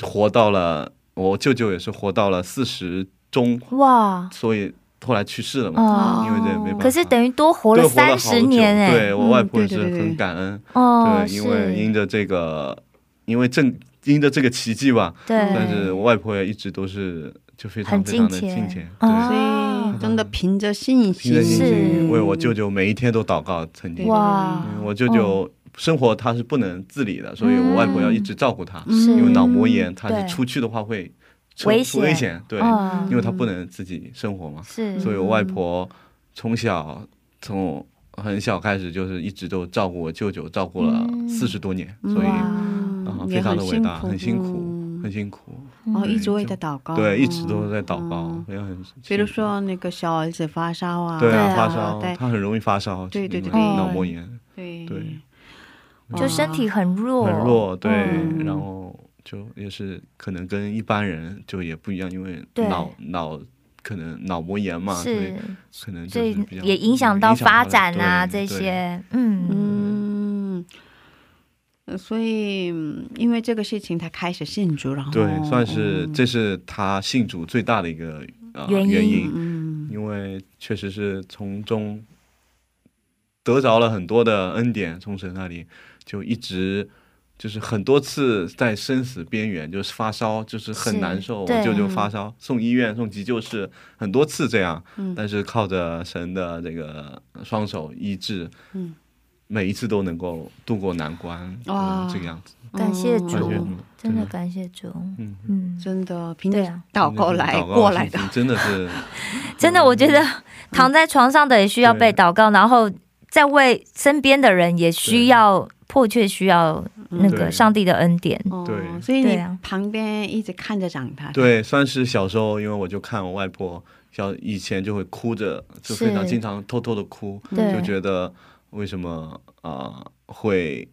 [SPEAKER 7] 活到了我舅舅也是活到了四十中，
[SPEAKER 2] 哇，
[SPEAKER 7] 所以后来去世了嘛，
[SPEAKER 2] 哦，
[SPEAKER 7] 因为这也没办法。
[SPEAKER 2] 可是等于多活了
[SPEAKER 7] 对活了
[SPEAKER 2] 三
[SPEAKER 7] 好
[SPEAKER 2] 十
[SPEAKER 7] 久
[SPEAKER 2] 年哎、
[SPEAKER 7] 对我外婆也
[SPEAKER 1] 对
[SPEAKER 7] 是
[SPEAKER 1] 对对
[SPEAKER 7] 很感恩，
[SPEAKER 2] 哦，
[SPEAKER 7] 因为因
[SPEAKER 2] 是
[SPEAKER 7] 着这个，因为正因着这个奇迹吧，但是
[SPEAKER 2] 对，
[SPEAKER 7] 我外婆也一直都是就非常
[SPEAKER 2] 很
[SPEAKER 7] 非常的
[SPEAKER 2] 敬虔
[SPEAKER 7] 敬虔，对。
[SPEAKER 2] 哦
[SPEAKER 1] 所以真的凭着信
[SPEAKER 7] 凭着信
[SPEAKER 2] 是
[SPEAKER 7] 心为我舅舅每一天都祷告，曾经。
[SPEAKER 2] 哇，
[SPEAKER 7] 嗯我舅舅生活他是不能自理的，所以我外婆要一直照顾他，
[SPEAKER 1] 嗯
[SPEAKER 2] 是
[SPEAKER 7] 因为脑膜炎，他
[SPEAKER 2] 对
[SPEAKER 7] 是出去的话会出
[SPEAKER 2] 危险
[SPEAKER 7] 危险，对，
[SPEAKER 2] 嗯
[SPEAKER 7] 因为他不能自己生活嘛，
[SPEAKER 2] 是，
[SPEAKER 7] 所以我外婆从小从很小开始就是一直都照顾我舅舅，照顾了
[SPEAKER 2] 嗯
[SPEAKER 7] 四十多年，所以啊、
[SPEAKER 1] 嗯
[SPEAKER 7] 非
[SPEAKER 1] 也
[SPEAKER 7] 常
[SPEAKER 1] 很
[SPEAKER 7] 的伟
[SPEAKER 1] 幸
[SPEAKER 7] 大，
[SPEAKER 1] 福
[SPEAKER 7] 很辛苦
[SPEAKER 1] 嗯，
[SPEAKER 7] 很辛苦，
[SPEAKER 1] 哦，
[SPEAKER 7] 对
[SPEAKER 1] 一直为
[SPEAKER 7] 嗯就
[SPEAKER 1] 他祷告，
[SPEAKER 7] 对，一直
[SPEAKER 1] 嗯
[SPEAKER 7] 都在祷告
[SPEAKER 1] 嗯，
[SPEAKER 7] 非常很辛苦。
[SPEAKER 1] 比如说那个小儿子发烧啊，
[SPEAKER 7] 对啊，
[SPEAKER 2] 对
[SPEAKER 7] 发
[SPEAKER 2] 啊
[SPEAKER 7] 烧，
[SPEAKER 1] 对
[SPEAKER 7] 他很容易发烧，
[SPEAKER 1] 对对对
[SPEAKER 7] 因为
[SPEAKER 2] 对
[SPEAKER 7] 脑膜炎
[SPEAKER 1] 对
[SPEAKER 7] 对
[SPEAKER 2] 就身体很弱，
[SPEAKER 7] 嗯很弱，对，
[SPEAKER 1] 嗯
[SPEAKER 7] 然后就也是可能跟一般人就也不一样，因为
[SPEAKER 2] 对
[SPEAKER 7] 脑脑可能脑膜炎嘛，所以
[SPEAKER 2] 是，
[SPEAKER 7] 可能
[SPEAKER 2] 所
[SPEAKER 7] 就
[SPEAKER 2] 以
[SPEAKER 7] 是比较
[SPEAKER 2] 也影响到发展啊
[SPEAKER 7] 影响到
[SPEAKER 2] 这
[SPEAKER 7] 对
[SPEAKER 2] 些，嗯，
[SPEAKER 1] 嗯，呃所以嗯因为这个事情，他开始信主，然后
[SPEAKER 7] 对，
[SPEAKER 2] 哦
[SPEAKER 7] 对算是
[SPEAKER 1] 嗯
[SPEAKER 7] 这是他信主最大的一个啊
[SPEAKER 2] 原因
[SPEAKER 7] 原因，
[SPEAKER 1] 嗯
[SPEAKER 7] 因为确实是从中得着了很多的恩典，从神那里就一直就是很多次在生死边缘，就是发烧，就是
[SPEAKER 2] 是
[SPEAKER 7] 很难受，
[SPEAKER 2] 对
[SPEAKER 7] 我舅舅
[SPEAKER 1] 嗯
[SPEAKER 7] 发烧，送医院送急救室，很多次这样，
[SPEAKER 1] 嗯
[SPEAKER 7] 但是靠着神的这个双手医治，
[SPEAKER 1] 嗯
[SPEAKER 7] 每一次都能够渡过难关，
[SPEAKER 1] 哇
[SPEAKER 7] 嗯这个样子，嗯
[SPEAKER 2] 感谢
[SPEAKER 7] 感觉
[SPEAKER 2] 主，真的感谢主，
[SPEAKER 7] 嗯
[SPEAKER 2] 嗯，
[SPEAKER 1] 嗯真的凭
[SPEAKER 2] 对
[SPEAKER 1] 着
[SPEAKER 2] 啊
[SPEAKER 1] 祷告来
[SPEAKER 7] 祷告
[SPEAKER 1] 过来的
[SPEAKER 7] 信，心真的是
[SPEAKER 2] 真的，我觉得
[SPEAKER 7] 嗯
[SPEAKER 2] 躺在床上的也需要被祷告，然后再为身边的人也需要迫切需要那个
[SPEAKER 7] 对
[SPEAKER 2] 上帝的恩典，
[SPEAKER 1] 哦
[SPEAKER 7] 对
[SPEAKER 1] 所以
[SPEAKER 2] 对
[SPEAKER 1] 你
[SPEAKER 2] 啊
[SPEAKER 1] 旁边一直看着长
[SPEAKER 2] (laughs)
[SPEAKER 1] 大，，
[SPEAKER 7] 对，算是小时候，因为我就看我外婆小以前就会哭着，就非常
[SPEAKER 2] 是
[SPEAKER 7] 经常偷偷的哭，
[SPEAKER 2] 对
[SPEAKER 7] 就觉得为什么啊、会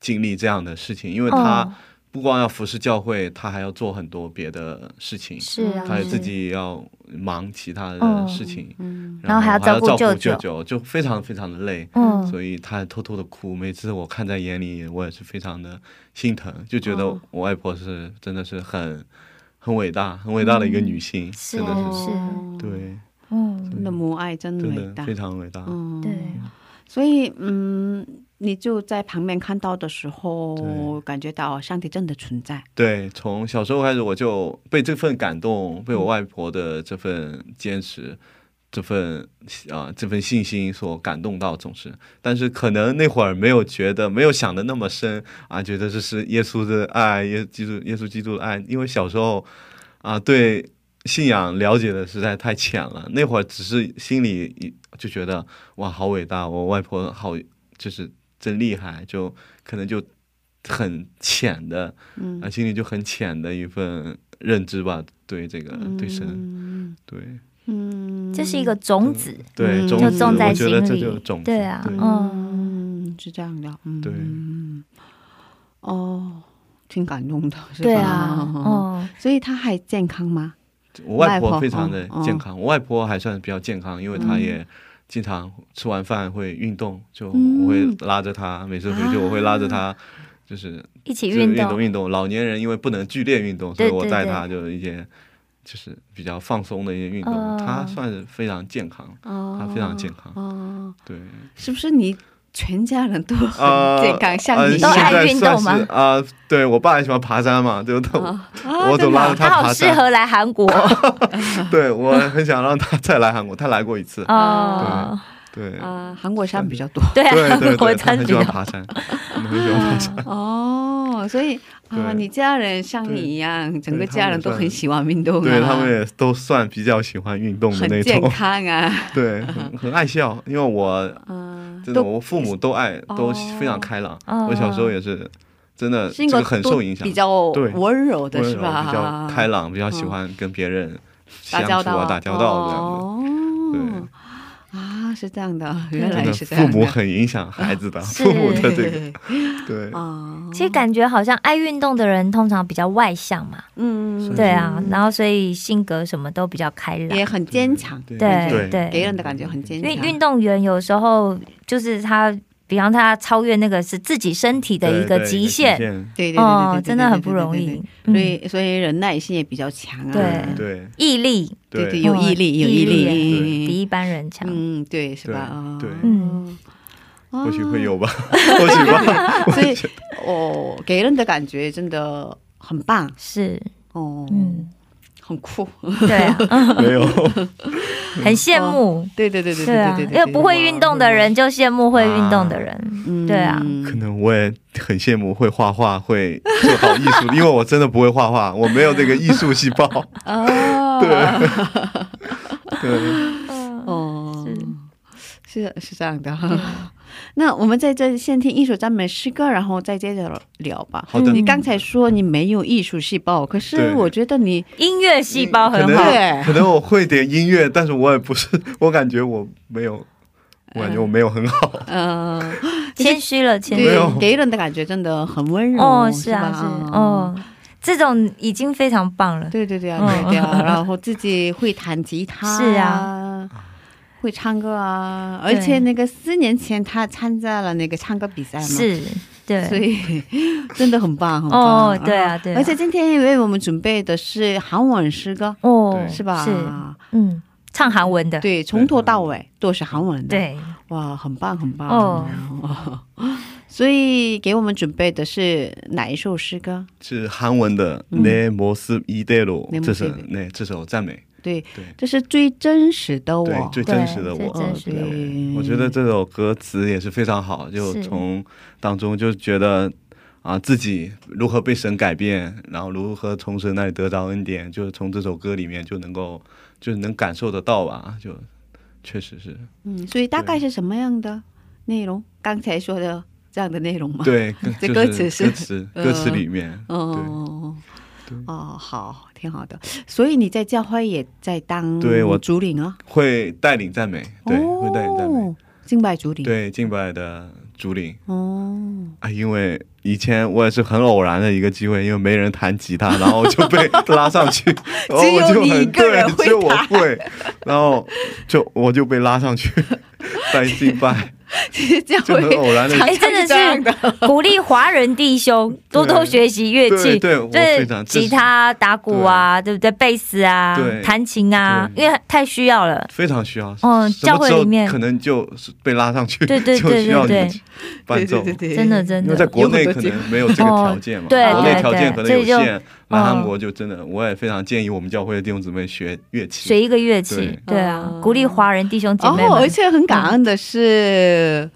[SPEAKER 7] 经历这样的事情？因为
[SPEAKER 2] 哦
[SPEAKER 7] 她不光要服侍教会，她还要做很多别的事情，
[SPEAKER 2] 是啊，
[SPEAKER 7] 她也
[SPEAKER 2] 是
[SPEAKER 7] 自己要忙其他
[SPEAKER 2] 哦
[SPEAKER 7] 的事情，
[SPEAKER 1] 嗯，
[SPEAKER 2] 然后还
[SPEAKER 7] 还
[SPEAKER 2] 要照
[SPEAKER 7] 照
[SPEAKER 2] 顾舅舅
[SPEAKER 7] 舅舅，就非常非常的累。
[SPEAKER 2] 嗯
[SPEAKER 7] 所以她偷偷的哭，每次我看在眼里，我也是非常的心疼，就觉得
[SPEAKER 1] 哦
[SPEAKER 7] 我外婆是真的是很很伟大、很伟大的一个女性，
[SPEAKER 2] 是
[SPEAKER 7] 真的是
[SPEAKER 2] 是啊
[SPEAKER 1] 哦，
[SPEAKER 7] 对，
[SPEAKER 2] 嗯，
[SPEAKER 1] 真的母爱真
[SPEAKER 7] 真
[SPEAKER 1] 伟
[SPEAKER 7] 的
[SPEAKER 1] 大
[SPEAKER 7] 啊非，常伟大。
[SPEAKER 1] 嗯
[SPEAKER 2] 对，
[SPEAKER 1] 所以嗯，你就在旁边看到的时候
[SPEAKER 7] 对，
[SPEAKER 1] 感觉到上帝真的存在。
[SPEAKER 7] 对，从小时候开始我就被这份感动，被我外婆的这份坚持，这份啊、这份信心所感动到，总是。但是可能那会儿没有觉得，没有想的那么深啊，觉得这是耶稣的爱，耶基督耶稣基督的爱，因为小时候啊对信仰了解的实在太浅了，那会儿只是心里一就觉得哇好伟大，我外婆好就是真厉害，就可能就很浅的。
[SPEAKER 1] 嗯
[SPEAKER 7] 啊，心里就很浅的一份认知吧，对这个对神，
[SPEAKER 1] 嗯
[SPEAKER 7] 对
[SPEAKER 1] 嗯
[SPEAKER 2] 这是一个种子，
[SPEAKER 7] 对，
[SPEAKER 1] 嗯
[SPEAKER 7] 种
[SPEAKER 2] 就
[SPEAKER 7] 子，
[SPEAKER 2] 种在
[SPEAKER 7] 我觉得
[SPEAKER 2] 心
[SPEAKER 7] 这
[SPEAKER 2] 里
[SPEAKER 7] 就是种子，
[SPEAKER 2] 对啊
[SPEAKER 7] 对
[SPEAKER 2] 哦
[SPEAKER 1] 嗯，是这样的，嗯，
[SPEAKER 7] 对
[SPEAKER 1] 嗯哦，挺感动的，是吧
[SPEAKER 2] 对啊，
[SPEAKER 1] 嗯
[SPEAKER 2] 哦，
[SPEAKER 1] 所以他还健康吗？
[SPEAKER 7] 我外
[SPEAKER 1] 外
[SPEAKER 7] 婆
[SPEAKER 1] 婆
[SPEAKER 7] 非常的
[SPEAKER 1] 哦
[SPEAKER 2] 嗯
[SPEAKER 1] 哦
[SPEAKER 7] 健康，我外婆还算比较健康，因为她也经常吃完饭会运动，就我会
[SPEAKER 2] 嗯
[SPEAKER 7] 拉着她，每次回去我会拉着她，就是
[SPEAKER 2] 啊一起
[SPEAKER 7] 就是
[SPEAKER 2] 运动
[SPEAKER 7] 动，运动。老年人因为不能剧烈运动，所以
[SPEAKER 2] 对
[SPEAKER 7] 我
[SPEAKER 2] 对
[SPEAKER 7] 带
[SPEAKER 2] 对
[SPEAKER 7] 她就一些就是比较放松的一些运
[SPEAKER 2] 哦
[SPEAKER 7] 动，她算是非常健康，
[SPEAKER 1] 哦，
[SPEAKER 7] 她非常健康，
[SPEAKER 1] 哦，
[SPEAKER 7] 对。
[SPEAKER 1] 是不是你全家人都 (laughs)
[SPEAKER 7] 啊，
[SPEAKER 1] 很健康，像
[SPEAKER 7] 呃
[SPEAKER 1] 你一
[SPEAKER 2] 都
[SPEAKER 7] 现
[SPEAKER 1] 样？
[SPEAKER 2] 爱
[SPEAKER 7] 在
[SPEAKER 2] 运
[SPEAKER 7] 算
[SPEAKER 2] 动吗
[SPEAKER 7] 是啊、对我爸还喜欢爬山嘛，对不对？
[SPEAKER 1] 哦
[SPEAKER 7] (laughs) 我总拉着
[SPEAKER 1] 啊
[SPEAKER 2] 他好
[SPEAKER 7] 爬
[SPEAKER 2] 适
[SPEAKER 7] 山。
[SPEAKER 2] 合来韩国
[SPEAKER 7] 对我很想让他再来韩国，他来过一次。
[SPEAKER 2] 哦，
[SPEAKER 7] 对
[SPEAKER 1] 啊，韩国山比较多
[SPEAKER 2] 对
[SPEAKER 7] 对
[SPEAKER 2] 啊，
[SPEAKER 7] 对
[SPEAKER 2] 我
[SPEAKER 7] 对，他
[SPEAKER 2] 真
[SPEAKER 7] 很喜欢
[SPEAKER 2] 的
[SPEAKER 7] 爬山，我们很喜欢爬
[SPEAKER 1] (laughs)
[SPEAKER 7] 山。
[SPEAKER 1] 哦，所以啊，
[SPEAKER 7] 对
[SPEAKER 1] 你家人像你一样，整个家人都很喜欢运动啊，
[SPEAKER 7] 对他们也都算比较喜欢运动的那
[SPEAKER 1] 很健
[SPEAKER 7] 种，
[SPEAKER 1] 康啊，
[SPEAKER 7] (laughs) 对，很很爱笑，因为我呃
[SPEAKER 1] 嗯，
[SPEAKER 7] 真的
[SPEAKER 1] 都
[SPEAKER 7] 我父母都爱，都
[SPEAKER 1] 哦
[SPEAKER 7] 非常开朗。
[SPEAKER 2] 哦
[SPEAKER 7] 我小时候也是，真的
[SPEAKER 1] 是一
[SPEAKER 7] 这
[SPEAKER 1] 个
[SPEAKER 7] 个很
[SPEAKER 1] 都
[SPEAKER 7] 受影响，
[SPEAKER 1] 比较
[SPEAKER 7] 对
[SPEAKER 1] 温柔的
[SPEAKER 7] 温
[SPEAKER 1] 是
[SPEAKER 7] 柔
[SPEAKER 1] 吧？嗯
[SPEAKER 7] 比较开朗，比较喜欢跟别人相
[SPEAKER 1] 打
[SPEAKER 7] 处
[SPEAKER 1] 交道
[SPEAKER 7] 啊、
[SPEAKER 1] 啊，
[SPEAKER 7] 打交道这样子。
[SPEAKER 1] 어. 哦，啊，是这样的，原
[SPEAKER 7] 真
[SPEAKER 1] 来
[SPEAKER 7] 的
[SPEAKER 1] 是这样
[SPEAKER 7] 父
[SPEAKER 1] 的。
[SPEAKER 7] 母很影响孩子的，
[SPEAKER 2] 是
[SPEAKER 7] (laughs) 父
[SPEAKER 1] 네.
[SPEAKER 7] 母的这个对，
[SPEAKER 1] 啊，
[SPEAKER 2] 其实感觉好像爱运动的人通常比较外向嘛，
[SPEAKER 1] 嗯，
[SPEAKER 2] 对啊，然后所以性格什么都比较开朗，
[SPEAKER 1] 也很坚强，
[SPEAKER 7] 对
[SPEAKER 2] 对
[SPEAKER 7] 对
[SPEAKER 2] 对
[SPEAKER 1] 给人的感觉很坚
[SPEAKER 2] 因为
[SPEAKER 1] 强。
[SPEAKER 2] 运动员有时候就是他，比方他超越那个是自己身体的一个极限，
[SPEAKER 7] 限，
[SPEAKER 1] 对对对对
[SPEAKER 2] 哦
[SPEAKER 1] 对，
[SPEAKER 2] 真的很不容
[SPEAKER 1] 对对
[SPEAKER 2] 易
[SPEAKER 1] 对。
[SPEAKER 2] 嗯
[SPEAKER 1] 所以所以忍耐性也比较强啊。
[SPEAKER 2] 对
[SPEAKER 7] 对
[SPEAKER 2] 毅力
[SPEAKER 1] (laughs) 对对，
[SPEAKER 7] 对
[SPEAKER 1] 有毅力，有毅
[SPEAKER 7] 对
[SPEAKER 1] 力。
[SPEAKER 2] 比一般人强。
[SPEAKER 1] 嗯，对，是吧？啊，
[SPEAKER 7] 对对
[SPEAKER 2] 嗯，
[SPEAKER 1] 哦
[SPEAKER 7] 或许会。有吧， (laughs) 或许吧，
[SPEAKER 1] (laughs) 所以哦，给人的感觉真的很棒
[SPEAKER 2] 是，
[SPEAKER 1] 哦，
[SPEAKER 2] 嗯，
[SPEAKER 1] 很酷。 (laughs)
[SPEAKER 2] 对啊，
[SPEAKER 7] 没有，
[SPEAKER 2] 很羡慕，
[SPEAKER 1] 对对对对
[SPEAKER 2] 对啊
[SPEAKER 1] 对，
[SPEAKER 2] 因为不会运动的人就羡慕会运动的
[SPEAKER 1] 对
[SPEAKER 2] 人，
[SPEAKER 1] 对对
[SPEAKER 2] 对啊
[SPEAKER 1] 嗯
[SPEAKER 7] 可能我也很羡慕会画画、会做好艺术，因为我真的不会画画，我没有那个艺术细胞，
[SPEAKER 1] 哦，
[SPEAKER 7] 对，
[SPEAKER 1] 哦，是是这样的。 (laughs) 那我们在这先听一首赞美诗歌，然后再接着聊吧。
[SPEAKER 7] 好的
[SPEAKER 1] 你刚才说你没有艺术细胞，可是
[SPEAKER 7] 对哎
[SPEAKER 1] 我觉得你
[SPEAKER 2] 音乐细胞
[SPEAKER 7] 可
[SPEAKER 2] 很
[SPEAKER 7] 能
[SPEAKER 2] 好，
[SPEAKER 1] 对
[SPEAKER 7] 可能我会点音乐，但是我也不是，我感觉我没有，我感觉我没有很好，
[SPEAKER 1] 呃，
[SPEAKER 2] 谦虚了，谦虚
[SPEAKER 7] 没
[SPEAKER 2] 了。
[SPEAKER 7] 有
[SPEAKER 1] 对，给人的感觉真的很温柔。
[SPEAKER 2] 哦，是
[SPEAKER 1] 是
[SPEAKER 2] 啊，
[SPEAKER 1] 吧嗯
[SPEAKER 2] 是，哦，
[SPEAKER 7] 嗯
[SPEAKER 2] 这种已经非常棒了。
[SPEAKER 1] (laughs) 对对对啊，对对啊， (laughs) 然后自己会弹吉他，
[SPEAKER 2] 嗯是
[SPEAKER 1] 啊。会唱歌啊，而且那个四年前他参加了那个唱歌比赛嘛，
[SPEAKER 2] 是，
[SPEAKER 1] 所
[SPEAKER 2] 对，
[SPEAKER 1] 以 (laughs) 真的很棒，很棒。嗯
[SPEAKER 2] 哦，对啊，对啊，
[SPEAKER 1] 而且今天为我们准备的是韩文诗歌，
[SPEAKER 2] 哦，
[SPEAKER 1] 是吧？
[SPEAKER 2] 是，嗯，唱韩文的，
[SPEAKER 1] 对，从头到尾都是韩文的。，
[SPEAKER 2] 对，
[SPEAKER 1] 哇，很棒，很棒。
[SPEAKER 2] 哦，
[SPEAKER 1] 所以给我们准备的是哪一首诗歌？
[SPEAKER 7] 是韩文的《내모습이대로
[SPEAKER 1] 嗯 내》
[SPEAKER 7] 这首
[SPEAKER 1] 모습이
[SPEAKER 7] 那这首赞美。
[SPEAKER 1] 对
[SPEAKER 7] 对，
[SPEAKER 1] 这是最真实的我。嗯
[SPEAKER 7] 对，最
[SPEAKER 2] 对
[SPEAKER 7] 真实的
[SPEAKER 2] 最
[SPEAKER 7] 我。嗯
[SPEAKER 2] 真实的
[SPEAKER 7] 对
[SPEAKER 1] 我
[SPEAKER 7] 我觉得这首歌词也是非常好，就是从当中就觉得啊，自己如何被神改变，然后如何从神那里得到恩典，就是从这首歌里面就能够，就是能感受得到吧，就确实是
[SPEAKER 1] 嗯，所以大概是什么样的内容？刚才说的这样的内容吗？，
[SPEAKER 7] 对，跟
[SPEAKER 1] 这
[SPEAKER 7] 就
[SPEAKER 1] 歌词是
[SPEAKER 7] 歌词歌词里面，
[SPEAKER 1] 哦。
[SPEAKER 7] 对
[SPEAKER 1] 哦，好，挺好的。所以你在教会也在当
[SPEAKER 7] 对我
[SPEAKER 1] 主领啊，
[SPEAKER 7] 会带领赞美，对，会带领赞美
[SPEAKER 1] 哦，，敬拜主领，，
[SPEAKER 7] 对敬拜的主领。
[SPEAKER 1] 哦， (laughs)
[SPEAKER 7] 啊，因为以前我也是很偶然的一个机会，因为没人弹吉他，然后我就
[SPEAKER 2] (laughs)
[SPEAKER 7] 被拉上去，然后
[SPEAKER 1] 只有
[SPEAKER 7] 我就
[SPEAKER 1] 你一
[SPEAKER 7] 很
[SPEAKER 1] 个人
[SPEAKER 7] 对，
[SPEAKER 1] 会
[SPEAKER 7] 只有我
[SPEAKER 1] 弹
[SPEAKER 2] (laughs)
[SPEAKER 7] 会，然后就我就被拉上去在敬拜，
[SPEAKER 1] 是这样
[SPEAKER 7] 哎就很
[SPEAKER 1] 会 (laughs)
[SPEAKER 7] 偶然的
[SPEAKER 1] 常
[SPEAKER 2] 哎
[SPEAKER 1] 常
[SPEAKER 2] 真的是
[SPEAKER 1] 这样的。
[SPEAKER 2] 鼓励华人弟兄多多学习乐器，
[SPEAKER 7] 对对，我非常这
[SPEAKER 2] 吉
[SPEAKER 7] 是
[SPEAKER 2] 他、打鼓啊，对不对？贝斯啊
[SPEAKER 7] 对，
[SPEAKER 2] 弹琴啊，
[SPEAKER 7] 对
[SPEAKER 2] 因为太需要了。
[SPEAKER 7] 非常需要。
[SPEAKER 2] 嗯
[SPEAKER 7] 什么
[SPEAKER 2] 教会
[SPEAKER 7] 时候
[SPEAKER 2] 里面
[SPEAKER 7] 可能就是被拉上去，
[SPEAKER 2] 对对
[SPEAKER 7] 就
[SPEAKER 2] 对
[SPEAKER 7] 需要
[SPEAKER 2] 对
[SPEAKER 7] 你伴奏。
[SPEAKER 1] 对对对，
[SPEAKER 2] 真的真
[SPEAKER 7] 因
[SPEAKER 2] 的
[SPEAKER 7] 为在国内
[SPEAKER 1] 有很
[SPEAKER 7] 可
[SPEAKER 1] 多节
[SPEAKER 7] 能没有这个条件嘛，
[SPEAKER 2] 哦对
[SPEAKER 7] 国内条件可
[SPEAKER 2] 对
[SPEAKER 7] 能有
[SPEAKER 2] 对所以嗯
[SPEAKER 7] 限，来韩国就真的，我也非常建议我们教会的弟兄姊妹学乐器。
[SPEAKER 2] 学一个乐器，
[SPEAKER 1] 对
[SPEAKER 2] 对啊
[SPEAKER 1] 嗯，
[SPEAKER 2] 鼓励华人弟兄姐妹
[SPEAKER 1] 哦，而
[SPEAKER 2] 们。
[SPEAKER 1] 且很感恩的是，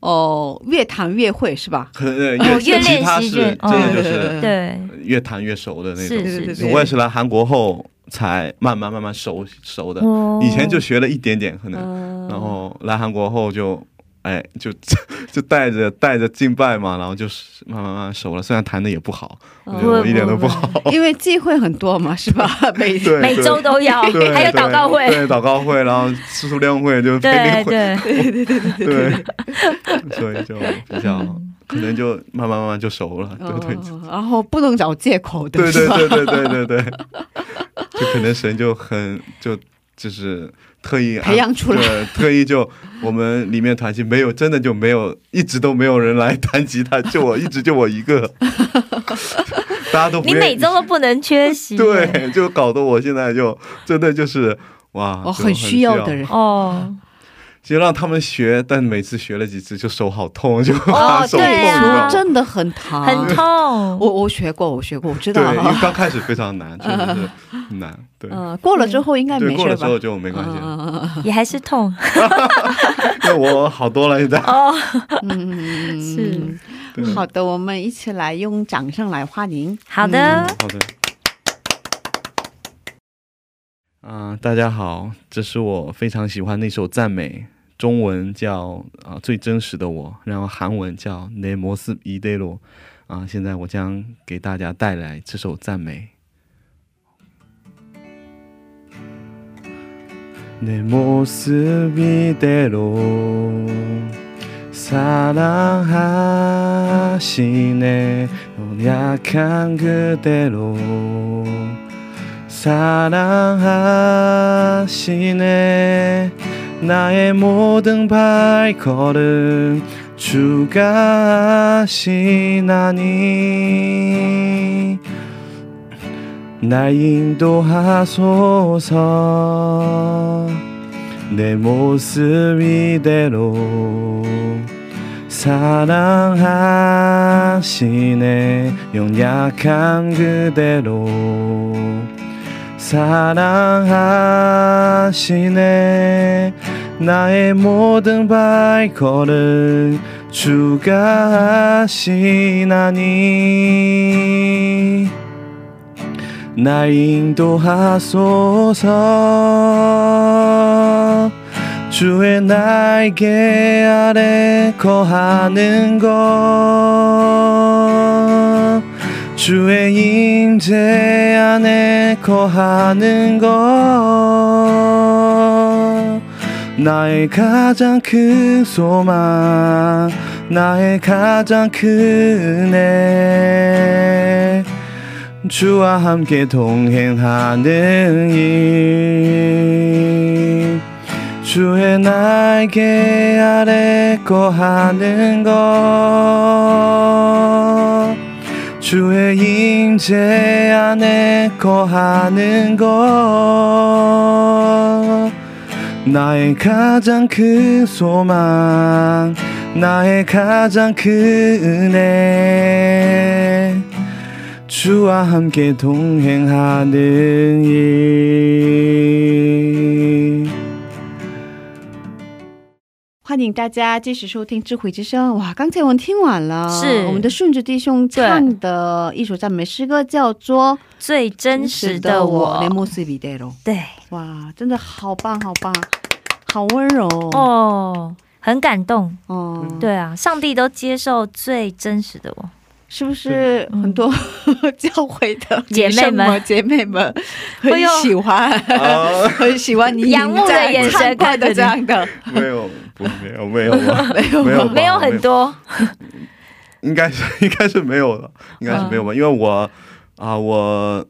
[SPEAKER 1] 哦，越谈越会是吧？
[SPEAKER 7] 可能呃
[SPEAKER 2] 哦越
[SPEAKER 7] 乐吉他
[SPEAKER 2] 练习
[SPEAKER 7] 是
[SPEAKER 2] 越
[SPEAKER 7] 真的就
[SPEAKER 1] 嗯
[SPEAKER 7] 是
[SPEAKER 2] 对，
[SPEAKER 7] 越弹越熟的那
[SPEAKER 2] 是
[SPEAKER 7] 种。
[SPEAKER 1] 对对
[SPEAKER 2] 是
[SPEAKER 1] 对
[SPEAKER 7] 我也是来韩国后才慢慢慢慢熟熟的，
[SPEAKER 2] 哦
[SPEAKER 7] 以前就学了一点点可能，
[SPEAKER 1] 嗯，
[SPEAKER 7] 然后来韩国后就。哎，就 (laughs) 就带着带着敬拜嘛，然后就是慢慢慢慢熟了。虽然弹的也不好，
[SPEAKER 2] 哦
[SPEAKER 7] 我觉得我一点都不好。
[SPEAKER 1] 因为机会很多嘛，是吧？每
[SPEAKER 7] (laughs) 对，
[SPEAKER 2] 每
[SPEAKER 7] 对
[SPEAKER 2] 周都要，
[SPEAKER 7] 对，
[SPEAKER 2] 还有
[SPEAKER 7] 对
[SPEAKER 2] 祷告会。
[SPEAKER 7] 对祷告会，然后师徒联会就培灵
[SPEAKER 2] 对
[SPEAKER 7] 会，
[SPEAKER 2] 对，嗯
[SPEAKER 7] 对， (laughs) 所以就比较可能就慢慢慢慢就熟了，对对
[SPEAKER 1] 哦然后不能找借口的，
[SPEAKER 7] 对
[SPEAKER 1] 是吧？
[SPEAKER 7] 对对对对对对，就可能神就很就就是特意安
[SPEAKER 1] (laughs)
[SPEAKER 7] 啊
[SPEAKER 1] 培养出来
[SPEAKER 7] 对特意就我们里面团契没有真的就没有，一直都没有人来弹吉他，就我一直就我
[SPEAKER 1] (laughs)
[SPEAKER 7] 一个，大家都不
[SPEAKER 2] 你
[SPEAKER 7] 愿
[SPEAKER 2] 每
[SPEAKER 7] 意，
[SPEAKER 2] 周都不能缺席。
[SPEAKER 7] (laughs) 对，就搞得我现在就真的就是。哇，
[SPEAKER 1] 我
[SPEAKER 7] 啊就
[SPEAKER 1] 哦很需要的人，
[SPEAKER 2] 哦
[SPEAKER 7] 就让他们学，但每次学了几次就手好痛，就
[SPEAKER 2] 哦
[SPEAKER 7] (laughs) 手痛，
[SPEAKER 2] 对啊
[SPEAKER 7] 你知道吗
[SPEAKER 1] 真的很疼，
[SPEAKER 2] 很
[SPEAKER 7] (laughs)
[SPEAKER 2] 痛。
[SPEAKER 1] 我我学过，我学过，我知道。
[SPEAKER 7] 对，因
[SPEAKER 1] (laughs)
[SPEAKER 7] 为刚开始非常难，确实是很难。对，
[SPEAKER 1] 嗯，过了之后应该
[SPEAKER 7] 对，
[SPEAKER 1] 没
[SPEAKER 7] 过
[SPEAKER 1] 事
[SPEAKER 7] 了之
[SPEAKER 1] 吧？
[SPEAKER 7] 后就没关系了，
[SPEAKER 1] 嗯嗯
[SPEAKER 2] 也还是痛
[SPEAKER 7] 因为我好多了现在。
[SPEAKER 2] 哦，
[SPEAKER 1] 嗯，
[SPEAKER 2] 是
[SPEAKER 7] 对
[SPEAKER 1] 嗯好的，我们一起来用掌声来欢迎。
[SPEAKER 2] 好的，
[SPEAKER 7] 嗯好的。啊、大家好，这是我非常喜欢那首赞美，中文叫啊、最真实的我，然后韩文叫《내摩斯一对罗》啊，现在我将给大家带来这首赞美。내모습이대로사랑하시네 연약한 그대로 사랑하시네 나의 모든 발걸음 주가 하시나니 날 인도하소서 내 모습 이대로 사랑하시네 연약한 그대로 사랑하시네 나의 모든 발걸음 주가 하시나니 날 인도하소서 주의 날개 아래 거하는 것 주의 임재 안에 거하는 것 나의 가장 큰 소망 나의 가장 큰 애. 주와 함께 동행하는 일 주의 날개 아래 거하는 것 주의 임재 안에 거하는 것 나의 가장 큰 소망 나의 가장 큰 은혜 주와 함께 동행하는 일
[SPEAKER 1] 欢迎大家继续收听智慧之声。哇，刚才我们听完了，
[SPEAKER 2] 是
[SPEAKER 1] 我们的顺治弟兄唱的一首赞美诗歌，叫做《
[SPEAKER 2] 最真实的
[SPEAKER 1] 连
[SPEAKER 2] 我。
[SPEAKER 1] 莫斯比戴罗》。
[SPEAKER 2] 对
[SPEAKER 1] 哇，真的好棒，好棒，好温柔哦。
[SPEAKER 2] 哦，很感动。
[SPEAKER 1] 哦，，
[SPEAKER 2] 对啊，上帝都接受最真实的我。
[SPEAKER 1] 是不是很多 (laughs) 教会的
[SPEAKER 2] 嗯 (laughs) 姐妹们
[SPEAKER 1] 女生姐妹
[SPEAKER 2] (laughs)
[SPEAKER 1] 们
[SPEAKER 2] 哎
[SPEAKER 1] 很
[SPEAKER 2] 呦
[SPEAKER 1] 喜欢，
[SPEAKER 7] 啊
[SPEAKER 1] (laughs) 很喜欢你
[SPEAKER 2] 仰慕的
[SPEAKER 1] 在
[SPEAKER 2] 眼神
[SPEAKER 1] 参观
[SPEAKER 2] 看着
[SPEAKER 1] 的
[SPEAKER 2] 你
[SPEAKER 1] 这样的，
[SPEAKER 7] 没有不没有没有吧没有吧
[SPEAKER 2] 没有很多，
[SPEAKER 7] 应该是应该是没有的，应该是没有吧？因为我啊、我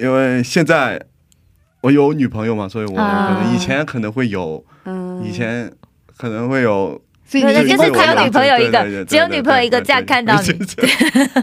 [SPEAKER 7] 因为现在我有女朋友嘛，所以我可
[SPEAKER 2] 啊
[SPEAKER 7] 能以前可能会有，
[SPEAKER 1] 嗯，
[SPEAKER 7] 以前可能会有
[SPEAKER 1] 所以
[SPEAKER 2] 对
[SPEAKER 1] 你
[SPEAKER 2] 对，
[SPEAKER 1] 已经
[SPEAKER 2] 就是
[SPEAKER 1] 公
[SPEAKER 2] 只
[SPEAKER 1] 开
[SPEAKER 2] 有女
[SPEAKER 1] 了
[SPEAKER 2] 朋友一
[SPEAKER 7] 对对
[SPEAKER 2] 个
[SPEAKER 7] 对，
[SPEAKER 2] 只有女朋友一个，
[SPEAKER 7] 对对对
[SPEAKER 2] 这样看到
[SPEAKER 7] 对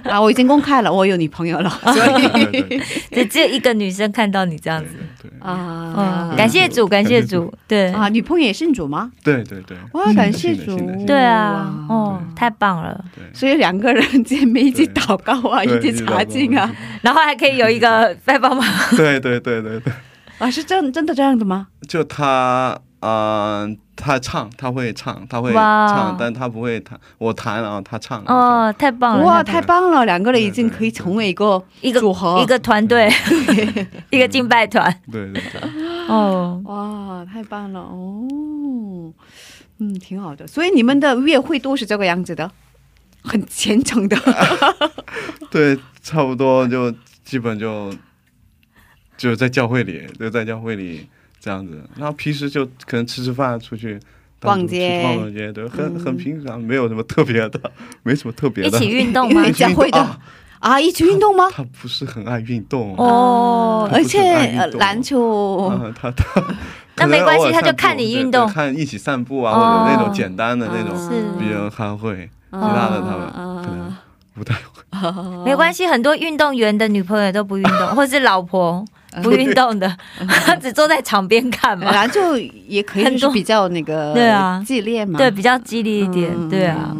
[SPEAKER 2] 你，
[SPEAKER 1] 啊！我已经公开了，我有女朋友了，
[SPEAKER 2] 啊
[SPEAKER 1] 所以
[SPEAKER 7] 对对对
[SPEAKER 2] 只只有一个女生看到你这样子。
[SPEAKER 7] 对
[SPEAKER 1] (laughs) 啊
[SPEAKER 2] 嗯，，哎感谢主，感谢
[SPEAKER 7] 感谢主
[SPEAKER 2] 主，对
[SPEAKER 1] 啊，女朋友也是主吗？
[SPEAKER 7] 对对对，
[SPEAKER 1] 哇，感谢
[SPEAKER 7] 是的
[SPEAKER 1] 主
[SPEAKER 7] 是的是，的
[SPEAKER 2] 对啊，
[SPEAKER 1] 哇
[SPEAKER 2] 哦，太棒了！
[SPEAKER 1] 所以两个人 (laughs) 见面一起祷告啊，
[SPEAKER 7] 对
[SPEAKER 1] 一起查经啊，，
[SPEAKER 7] 嗯
[SPEAKER 2] 然后还可以有一 (laughs) 个在帮忙，
[SPEAKER 7] 对对对对对，
[SPEAKER 1] 啊，是真真的这样的吗？
[SPEAKER 7] 就他嗯、他唱，他会唱，他会
[SPEAKER 2] 哇
[SPEAKER 7] 唱，但他不会弹，我弹然后他唱，
[SPEAKER 2] 哦，太棒了！
[SPEAKER 1] 哇，
[SPEAKER 2] 太
[SPEAKER 1] 太棒了，两个人已经可以成为一个
[SPEAKER 2] 一个
[SPEAKER 1] 组合，
[SPEAKER 2] 一个团 (laughs) 队，一个敬拜 (laughs) 团，
[SPEAKER 7] 对对对，
[SPEAKER 2] 哦，
[SPEAKER 1] 哇，太棒了哦，嗯，挺好的。所以你们的约会都是这个样子的，很虔诚
[SPEAKER 2] (laughs)
[SPEAKER 1] 的，
[SPEAKER 2] 哦
[SPEAKER 7] 对，差不多就基本就就在教会里，就在教会里这样子。然后平时就可能吃吃饭，出去单独
[SPEAKER 1] 逛街
[SPEAKER 7] 去逛逛街，对，很很平常，没有什么特别的，没什么特别
[SPEAKER 2] 一
[SPEAKER 7] 的。
[SPEAKER 2] 起运动哦
[SPEAKER 1] 因
[SPEAKER 2] 吗
[SPEAKER 1] 为？教会的
[SPEAKER 7] 啊
[SPEAKER 1] 啊，一起运动吗？
[SPEAKER 7] 他不是很爱运动，
[SPEAKER 2] (laughs) 哦，
[SPEAKER 1] 而且
[SPEAKER 7] 不是很爱运动
[SPEAKER 1] 呃篮球，
[SPEAKER 7] 啊，他他
[SPEAKER 2] 那
[SPEAKER 7] 可能
[SPEAKER 2] 没关系
[SPEAKER 7] 偶尔
[SPEAKER 2] 他就
[SPEAKER 7] 散步
[SPEAKER 2] 看你
[SPEAKER 7] 对
[SPEAKER 2] 运动
[SPEAKER 7] 对看一起散步啊，
[SPEAKER 2] 哦
[SPEAKER 7] 或者那种简单的那
[SPEAKER 1] 啊
[SPEAKER 2] 是
[SPEAKER 7] 种，比较他会，其他的他们可能不太会。
[SPEAKER 2] 没关系，很多运动员的女朋友都不运 (laughs) 动，或是老婆不运动的， (laughs) 只坐在场边看嘛。
[SPEAKER 1] 篮球也可以
[SPEAKER 2] (laughs) 很
[SPEAKER 1] 就是
[SPEAKER 2] 多
[SPEAKER 1] 比较那个
[SPEAKER 2] 对啊
[SPEAKER 1] 激烈嘛，
[SPEAKER 2] 对，比较激烈一点，
[SPEAKER 1] 嗯
[SPEAKER 2] 对啊，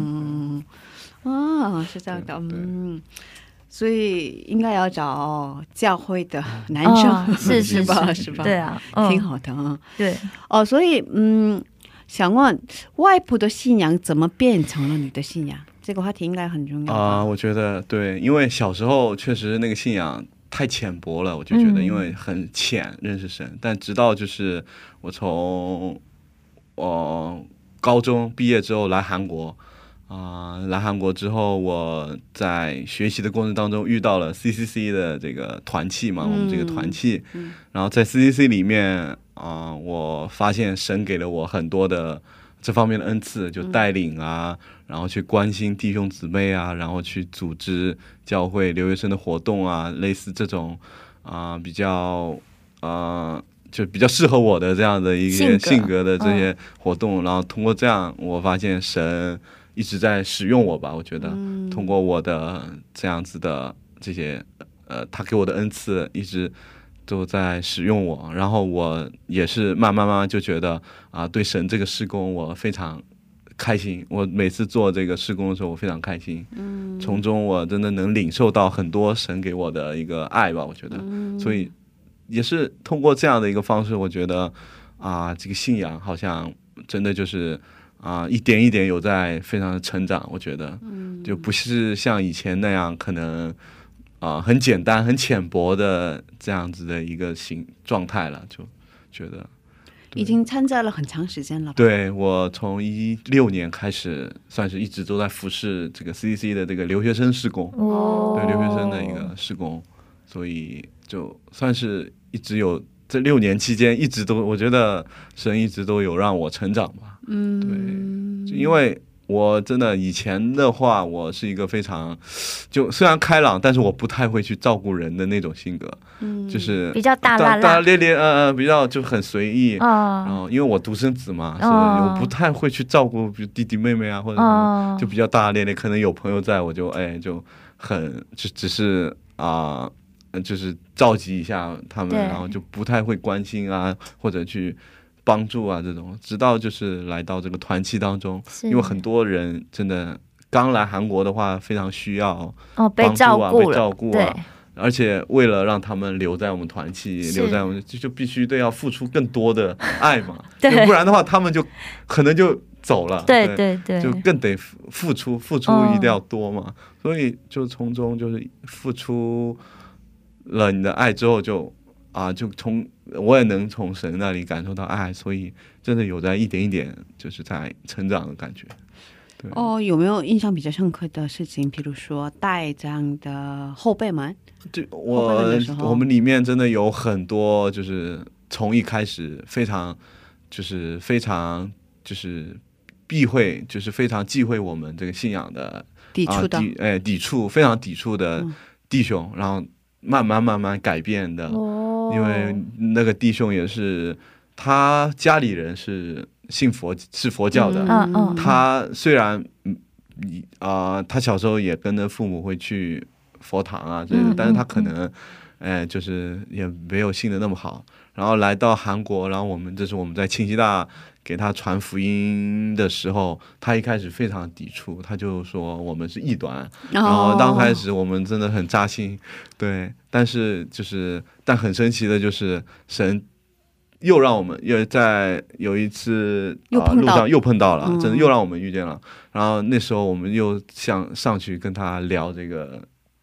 [SPEAKER 1] 嗯，啊，是这样的，
[SPEAKER 7] 对对
[SPEAKER 1] 嗯，所以应该要找教会的男
[SPEAKER 2] 哦
[SPEAKER 1] 生，
[SPEAKER 2] (laughs) 是是
[SPEAKER 1] 吧？(laughs)
[SPEAKER 7] 是
[SPEAKER 1] 是吧？
[SPEAKER 2] 对啊，嗯
[SPEAKER 1] 挺，好的啊。
[SPEAKER 2] 对，
[SPEAKER 1] 哦，所以嗯，想问外婆的信仰怎么变成了你的信仰？这个话题应该很重要吧
[SPEAKER 7] 啊，我觉得对，因为小时候确实那个信仰太浅薄了，我就觉得
[SPEAKER 2] 嗯
[SPEAKER 7] 因为很浅认识神，但直到就是我从呃我高中毕业之后来韩国。啊、来韩国之后，我在学习的过程当中遇到了 CCC 的这个团契嘛，我们这个团契，然后在 CCC 里面啊、我发现神给了我很多的这方面的恩赐，就带领啊，然后去关心弟兄姊妹啊，然后去组织教会留学生的活动啊，类似这种啊、比较啊就比较适合我的这样的一
[SPEAKER 2] 性
[SPEAKER 7] 些
[SPEAKER 2] 格嗯
[SPEAKER 7] 性格的这些活动，然后通过这样，我发现神一直在使用我吧，我觉得、
[SPEAKER 2] 嗯
[SPEAKER 7] 通过我的这样子的这些呃，他给我的恩赐一直。都在使用我，然后我也是慢慢慢慢就觉得啊、对神这个施工我非常开心。我每次做这个施工的时候，我非常开心。嗯，从中我真的能领受到很多神给我的一个爱吧，我觉得。
[SPEAKER 2] 嗯
[SPEAKER 7] 所以也是通过这样的一个方式，我觉得啊、这个信仰好像真的就是啊、一点一点有在非常的成长。我觉得，就不是像以前那样可能啊、很简单、很浅薄的这样子的一个形状态了，就觉得。
[SPEAKER 1] 已经参加了很长时间了吧？
[SPEAKER 7] 对我从一六年开始，算是一直都在服侍这个 CCC 的这个留学生施工，
[SPEAKER 2] 哦
[SPEAKER 7] 对留学生的一个施工，所以就算是一直有这六年期间，一直都我觉得神一直都有让我成长吧。嗯，对，就因为我真的以前的话，我是一个非常就虽然开朗，但是我不太会去照顾人的那种性格，嗯，就是
[SPEAKER 2] 比较大辣
[SPEAKER 7] 大
[SPEAKER 2] 辣
[SPEAKER 7] 大咧咧，呃呃，比较就很随意，然
[SPEAKER 2] 啊，
[SPEAKER 7] 后因为我独生子嘛，所
[SPEAKER 2] 哦
[SPEAKER 7] 以我不太会去照顾比如弟弟妹妹啊，或者什么
[SPEAKER 2] 哦，
[SPEAKER 7] 就比较大大咧咧。可能有朋友在，我就哎就很就只是啊、呃就是召集一下他们，
[SPEAKER 2] 对
[SPEAKER 7] 然后就不太会关心啊，或者去帮助啊这种。直到就是来到这个团契当中，
[SPEAKER 2] 是
[SPEAKER 7] 因为很多人真的刚来韩国的话，非常需要
[SPEAKER 2] 哦被
[SPEAKER 7] 帮助
[SPEAKER 2] 照
[SPEAKER 7] 啊，被
[SPEAKER 2] 顾了，
[SPEAKER 7] 照顾
[SPEAKER 2] 对
[SPEAKER 7] 啊。而且为了让他们留在我们团契，
[SPEAKER 2] 是，
[SPEAKER 7] 留在我们就就必须对要付出更多的爱嘛
[SPEAKER 2] (laughs) 对
[SPEAKER 7] 就不然的话他们就可能就走了，
[SPEAKER 2] 对对对，
[SPEAKER 7] 啊就更得付付出，付出
[SPEAKER 2] 嗯
[SPEAKER 7] 一定要多嘛，所以就从中就是付出了你的爱之后就。啊，就从我也能从神那里感受到爱，所以真的有在一点一点就是在成长的感觉。对，
[SPEAKER 1] 哦，有没有印象比较深刻的事情？比如说带这样的后辈们，
[SPEAKER 7] 对
[SPEAKER 1] 后半
[SPEAKER 7] 我
[SPEAKER 1] 段的时候
[SPEAKER 7] 我们里面真的有很多，就是从一开始非常，就是非常就是避讳，就是非常忌讳我们这个信仰的
[SPEAKER 1] 抵触的哦嗯
[SPEAKER 7] 啊、抵哎抵触非常抵触的弟兄，然后慢慢慢慢改变的，
[SPEAKER 2] 哦
[SPEAKER 7] 因为那个弟兄也是他家里人是信佛是佛教的，
[SPEAKER 2] 嗯嗯
[SPEAKER 7] 他虽然嗯以啊、他小时候也跟着父母会去佛堂啊之类的，
[SPEAKER 2] 嗯
[SPEAKER 7] 但是他可能，哎、就是也没有信的那么好。然后来到韩国，然后我们这是我们在庆熙大给他传福音的时候，他一开始非常抵触，他就说我们是异端。
[SPEAKER 1] 然
[SPEAKER 7] 然后刚开始我们真的很扎心，对，但是就是但很神奇的就是神又让我们又在有一次
[SPEAKER 1] 又
[SPEAKER 7] 啊、
[SPEAKER 1] 碰
[SPEAKER 7] 路
[SPEAKER 1] 到
[SPEAKER 7] 上又碰到了，
[SPEAKER 1] 嗯
[SPEAKER 7] 真的又让我们遇见了。然后那时候我们又想上去跟他聊这个。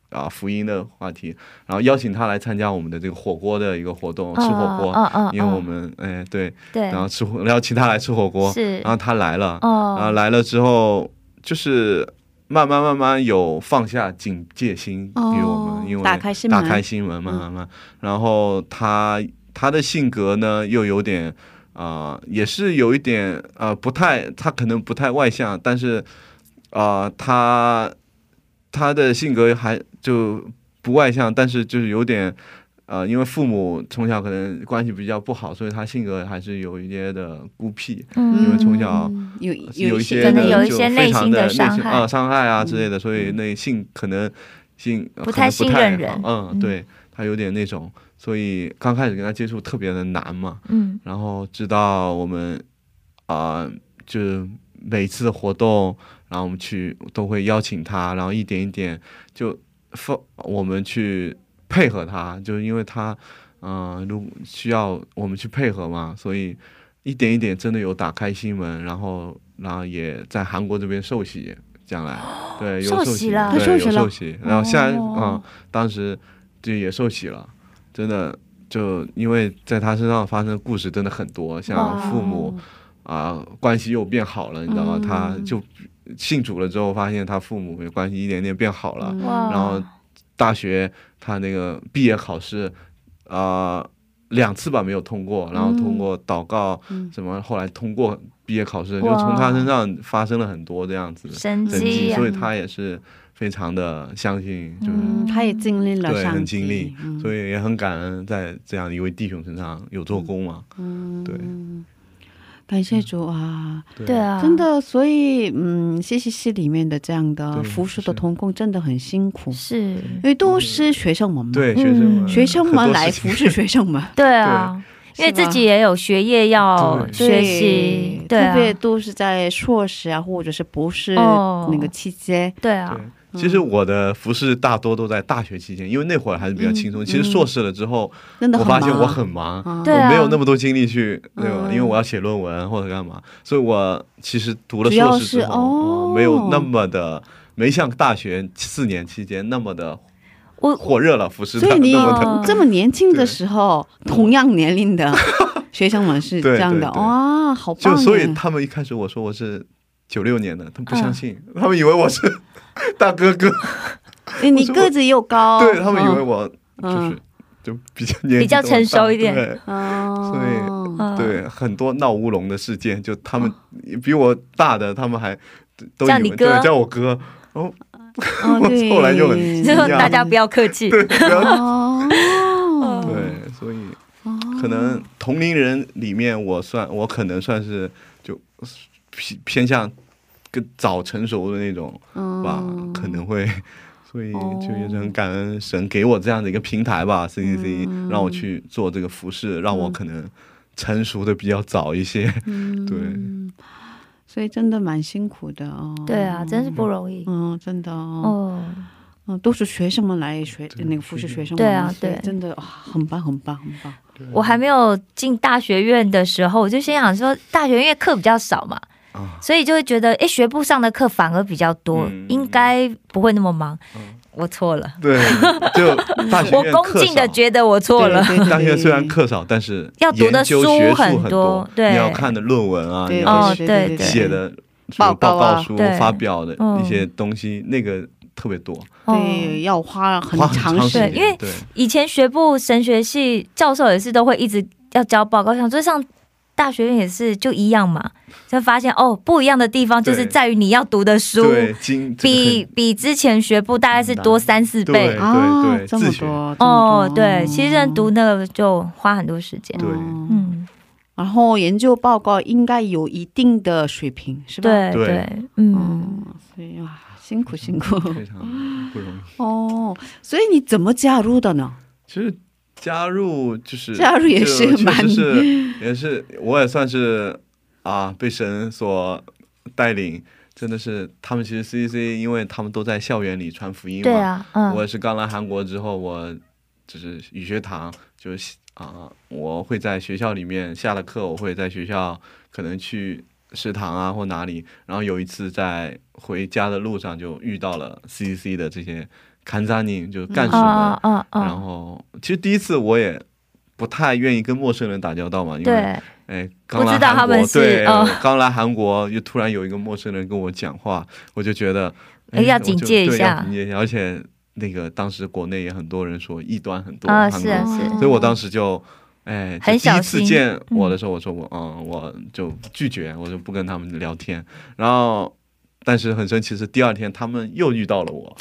[SPEAKER 7] 啊，福音的话题，然后邀请他来参加我们的这个火锅的一个活动，吃
[SPEAKER 1] 哦
[SPEAKER 7] 火锅，
[SPEAKER 2] 嗯嗯，
[SPEAKER 7] 因为我们哎对，
[SPEAKER 2] 对，
[SPEAKER 7] 然后吃啊火，邀请他来吃火锅，
[SPEAKER 2] 是
[SPEAKER 7] 然后他来了，然后
[SPEAKER 2] 哦，
[SPEAKER 7] 来了之后，就是慢慢慢慢有放下警戒心给
[SPEAKER 1] 哦
[SPEAKER 7] 我们，因为
[SPEAKER 1] 打开心门嗯
[SPEAKER 7] 打开心门嘛，慢慢。然后他他的性格呢，又有点啊、呃也是有一点呃，不太他可能不太外向，但是啊、呃他他的性格还就不外向，但是就是有点。呃，因为父母从小可能关系比较不好，所以他性格还是有一些的孤僻。因为从小
[SPEAKER 1] 嗯有
[SPEAKER 7] 有
[SPEAKER 1] 一
[SPEAKER 7] 一些
[SPEAKER 2] 可
[SPEAKER 1] 真
[SPEAKER 2] 能
[SPEAKER 1] 的
[SPEAKER 2] 有一
[SPEAKER 7] 就
[SPEAKER 2] 些
[SPEAKER 7] 非
[SPEAKER 2] 内
[SPEAKER 7] 常
[SPEAKER 2] 心的
[SPEAKER 7] 的
[SPEAKER 2] 伤
[SPEAKER 7] 内心
[SPEAKER 2] 害嗯
[SPEAKER 7] 啊、伤害啊之类的，所以内性可能性呃
[SPEAKER 2] 不
[SPEAKER 7] 可
[SPEAKER 2] 太
[SPEAKER 7] 能
[SPEAKER 2] 信
[SPEAKER 7] 太
[SPEAKER 2] 任人
[SPEAKER 7] 好嗯，对他有点那种，所以刚开始跟他接触特别的难嘛，
[SPEAKER 2] 嗯
[SPEAKER 7] 然后直到我们啊、就是每次的活动，然后我们去都会邀请他，然后一点一点就放我们去配合他，就是因为他嗯、呃如需要我们去配合嘛，所以一点一点真的有打开心门，然后然后也在韩国这边受洗，将来对有
[SPEAKER 2] 受洗
[SPEAKER 7] 洗
[SPEAKER 2] 了
[SPEAKER 7] 对
[SPEAKER 1] 他受洗
[SPEAKER 7] 有
[SPEAKER 1] 了
[SPEAKER 7] 受洗，然后现在啊、
[SPEAKER 1] 哦
[SPEAKER 7] 当时就也受洗了，真的就因为在他身上发生的故事真的很多，像父母啊、关系又变好了，你知道吗？他
[SPEAKER 1] 嗯
[SPEAKER 7] 就信主了之后，发现他父母关系一点点变好了，
[SPEAKER 1] 嗯
[SPEAKER 2] 哇，
[SPEAKER 7] 然后大学他那个毕业考试啊、两次吧没有通过，然后通过祷告、
[SPEAKER 1] 嗯
[SPEAKER 7] 什么，后来通过毕业考试，就
[SPEAKER 2] 哇
[SPEAKER 7] 从他身上发生了很多这样子的
[SPEAKER 2] 神
[SPEAKER 7] 神迹，
[SPEAKER 2] 迹啊
[SPEAKER 7] 所以他也是非常的相信，就是。
[SPEAKER 1] 嗯，他也经历了
[SPEAKER 7] 对，
[SPEAKER 1] 上
[SPEAKER 7] 很
[SPEAKER 1] 帝
[SPEAKER 7] 经历，
[SPEAKER 1] 嗯
[SPEAKER 7] 所以也很感恩，在这样一位弟兄身上有做工嘛。嗯，对，
[SPEAKER 1] 感谢主啊！
[SPEAKER 2] 对啊，
[SPEAKER 1] 真的，所以嗯，CCC 里面的这样的
[SPEAKER 7] 对
[SPEAKER 1] 服侍的
[SPEAKER 7] 是
[SPEAKER 1] 童工真的很辛苦，
[SPEAKER 2] 是，
[SPEAKER 1] 因为都是学生们嘛，
[SPEAKER 7] 对学生们，
[SPEAKER 1] 嗯学生们
[SPEAKER 7] 很多
[SPEAKER 1] 来
[SPEAKER 7] 事情
[SPEAKER 1] 服侍学生们，
[SPEAKER 2] 对啊，因为
[SPEAKER 1] 是吧
[SPEAKER 2] 自己也有学业要
[SPEAKER 7] 对
[SPEAKER 2] 学习，对
[SPEAKER 1] 特
[SPEAKER 2] 啊，
[SPEAKER 1] 别都是在硕士啊或者是博士
[SPEAKER 2] 哦
[SPEAKER 1] 那个期间，
[SPEAKER 2] 对啊，
[SPEAKER 7] 对，其实
[SPEAKER 1] 嗯
[SPEAKER 7] 我的服饰大多都在大学期间，因为那会儿还是
[SPEAKER 1] 嗯
[SPEAKER 7] 比较轻松。其实硕士了之后，
[SPEAKER 1] 真的
[SPEAKER 7] 我
[SPEAKER 1] 很
[SPEAKER 7] 发现
[SPEAKER 1] 忙啊
[SPEAKER 7] 我很忙，
[SPEAKER 2] 对
[SPEAKER 7] 我
[SPEAKER 2] 啊，
[SPEAKER 7] 没有那么多精力去那个，
[SPEAKER 1] 嗯
[SPEAKER 7] 因为我要写论文或者干嘛，所以我其实读了
[SPEAKER 1] 主要
[SPEAKER 7] 硕士之
[SPEAKER 1] 是
[SPEAKER 7] 后，
[SPEAKER 1] 哦
[SPEAKER 7] 嗯没有那么的，没像大学四年期间那么的
[SPEAKER 2] 我
[SPEAKER 7] 火热了，服饰
[SPEAKER 1] 所以你
[SPEAKER 7] 那么的
[SPEAKER 2] 哦
[SPEAKER 1] 这么年轻的
[SPEAKER 7] 对
[SPEAKER 1] 时候，同样年龄的学生们是
[SPEAKER 7] 对
[SPEAKER 1] 这样的，
[SPEAKER 7] 对对
[SPEAKER 1] 哇，好棒
[SPEAKER 7] 就
[SPEAKER 1] 耶！
[SPEAKER 7] 所以他们一开始我说我是九六年的，他们不相信，
[SPEAKER 1] 啊
[SPEAKER 7] 他们以为我是
[SPEAKER 1] (laughs)
[SPEAKER 7] 大哥哥，
[SPEAKER 1] 哎你个子又高，
[SPEAKER 7] 对他们以为
[SPEAKER 1] 嗯
[SPEAKER 7] 我就是、就比较年纪
[SPEAKER 2] 比较
[SPEAKER 7] 都很
[SPEAKER 2] 成熟
[SPEAKER 7] 大
[SPEAKER 2] 一点
[SPEAKER 7] 对
[SPEAKER 1] 哦，
[SPEAKER 7] 所以
[SPEAKER 2] 嗯，
[SPEAKER 7] 对，很多闹乌龙的事件，就他们比我大的，他们还都
[SPEAKER 2] 叫
[SPEAKER 7] 以
[SPEAKER 2] 你
[SPEAKER 7] 为
[SPEAKER 2] 哥
[SPEAKER 7] 对叫我哥，
[SPEAKER 1] 哦
[SPEAKER 7] (laughs) 我
[SPEAKER 1] 对
[SPEAKER 7] 后来就很
[SPEAKER 2] 就 (laughs)
[SPEAKER 7] 惊讶
[SPEAKER 2] 大家不要客气，
[SPEAKER 1] (laughs) 哦，
[SPEAKER 7] 对，所以可能同龄人里面，我算我可能算是就偏偏向更早成熟的那种吧，
[SPEAKER 2] 哦
[SPEAKER 7] 可能会。所以就也是很感恩神给我这样的一个平台吧，CCC、让
[SPEAKER 2] 哦
[SPEAKER 7] 我去做这个服饰，让
[SPEAKER 2] 嗯
[SPEAKER 7] 我可能成熟的比较早一些。 (laughs) 对，
[SPEAKER 1] 所以真的蛮辛苦的哦。
[SPEAKER 2] 对啊，真是不容易
[SPEAKER 1] 嗯，真的哦，
[SPEAKER 2] 哦，
[SPEAKER 1] 嗯，都是学生们来学那个服侍学生们，
[SPEAKER 2] 对啊
[SPEAKER 1] 所以
[SPEAKER 2] 对
[SPEAKER 1] 真的哇，很棒，很棒，很棒。
[SPEAKER 2] 我还没有进大学院的时候，我就心想说，大学因为课比较少嘛，
[SPEAKER 7] 啊
[SPEAKER 2] 所以就会觉得，哎，学部上的课反而比较多，
[SPEAKER 7] 嗯
[SPEAKER 2] 应该不会那么忙。我错了，
[SPEAKER 7] 对，就大学
[SPEAKER 2] 我
[SPEAKER 7] 院
[SPEAKER 2] 恭
[SPEAKER 7] 课
[SPEAKER 2] 敬的
[SPEAKER 7] 少。
[SPEAKER 2] 觉得我错了。
[SPEAKER 1] 哎对对对
[SPEAKER 7] 大学虽然课少，但是
[SPEAKER 2] 要读的
[SPEAKER 7] 研究
[SPEAKER 2] 书
[SPEAKER 7] 学术
[SPEAKER 2] 很
[SPEAKER 7] 很
[SPEAKER 2] 多对
[SPEAKER 7] 你要看的论文啊，
[SPEAKER 1] 对
[SPEAKER 7] 你
[SPEAKER 2] 哦
[SPEAKER 7] 要
[SPEAKER 1] 对
[SPEAKER 2] 对
[SPEAKER 1] 对
[SPEAKER 2] 对
[SPEAKER 7] 写的什
[SPEAKER 1] 报
[SPEAKER 7] 么
[SPEAKER 1] 告
[SPEAKER 7] 报
[SPEAKER 1] 啊
[SPEAKER 7] 告书
[SPEAKER 2] 对
[SPEAKER 7] 发表的
[SPEAKER 2] 嗯
[SPEAKER 7] 一些东西，那个特别多，
[SPEAKER 2] 哦
[SPEAKER 1] 对，要花很
[SPEAKER 7] 花很
[SPEAKER 1] 长
[SPEAKER 7] 长
[SPEAKER 1] 时
[SPEAKER 7] 时
[SPEAKER 2] 间
[SPEAKER 7] 间。
[SPEAKER 2] 因为
[SPEAKER 7] 对
[SPEAKER 2] 以前学部神学系教授也是都会一直要交报告，想说上大学院也是就一样嘛，就发现哦，不一样的地方就是
[SPEAKER 7] 对
[SPEAKER 2] 在于你要读的书
[SPEAKER 7] 对，经这个
[SPEAKER 2] 比
[SPEAKER 7] 很
[SPEAKER 2] 比之前学部大概是多
[SPEAKER 7] 很难
[SPEAKER 2] 三四
[SPEAKER 7] 对
[SPEAKER 2] 倍
[SPEAKER 7] 对
[SPEAKER 1] 啊，
[SPEAKER 7] 对
[SPEAKER 1] 这么
[SPEAKER 7] 自学
[SPEAKER 1] 多
[SPEAKER 2] 哦。对，
[SPEAKER 1] 嗯
[SPEAKER 2] 其实读那个就花很多时间。
[SPEAKER 7] 对
[SPEAKER 1] 嗯
[SPEAKER 2] 嗯，
[SPEAKER 1] 然后研究报告应该有一定的水平，是吧？，
[SPEAKER 2] 对
[SPEAKER 7] 对
[SPEAKER 2] 对，嗯，
[SPEAKER 1] 嗯，所以哇，辛苦辛苦
[SPEAKER 7] 非常
[SPEAKER 1] 嗯
[SPEAKER 7] 不容易。
[SPEAKER 1] 哦。所以你怎么加入的呢？
[SPEAKER 7] 其实加入就是
[SPEAKER 1] 加入也是
[SPEAKER 7] 就确实
[SPEAKER 1] 蛮 (laughs)
[SPEAKER 7] 是也是我也算是啊被神所带领，真的是他们其实 CCC，因为他们都在校园里传福音嘛。
[SPEAKER 2] 对啊，
[SPEAKER 7] 我
[SPEAKER 2] 嗯，
[SPEAKER 7] 也是刚来韩国之后，我就是语学堂，就是啊，我会在学校里面下了课，我会在学校可能去食堂啊或哪里，然后有一次在回家的路上就遇到了 CCC 的这些看扎宁，就干什么。
[SPEAKER 2] 啊啊
[SPEAKER 7] 嗯然
[SPEAKER 2] 啊，
[SPEAKER 7] 后其实第一次我也不太愿意跟陌生人打交道嘛，因为
[SPEAKER 2] 对，
[SPEAKER 7] 哎，刚
[SPEAKER 2] 不
[SPEAKER 7] 来
[SPEAKER 2] 知道
[SPEAKER 7] 韩
[SPEAKER 2] 他们
[SPEAKER 7] 国，
[SPEAKER 2] 是
[SPEAKER 7] 对，
[SPEAKER 2] 嗯
[SPEAKER 7] 我刚来韩国又突然有一个陌生人跟我讲话，我就觉得
[SPEAKER 2] 哎要警戒一下
[SPEAKER 7] 我就对要警戒一下，而且那个当时国内也很多人说异端很多，
[SPEAKER 2] 啊
[SPEAKER 7] 韩国
[SPEAKER 2] 是啊
[SPEAKER 1] 国
[SPEAKER 2] 是，
[SPEAKER 7] 所以我当时就。哎，
[SPEAKER 2] 很
[SPEAKER 7] 就第
[SPEAKER 2] 小
[SPEAKER 7] 一
[SPEAKER 2] 心
[SPEAKER 7] 次见我的时候，我说我嗯，我就拒绝，我就不跟他们聊天。然后，但是很神奇是，第二天他们又遇到了我，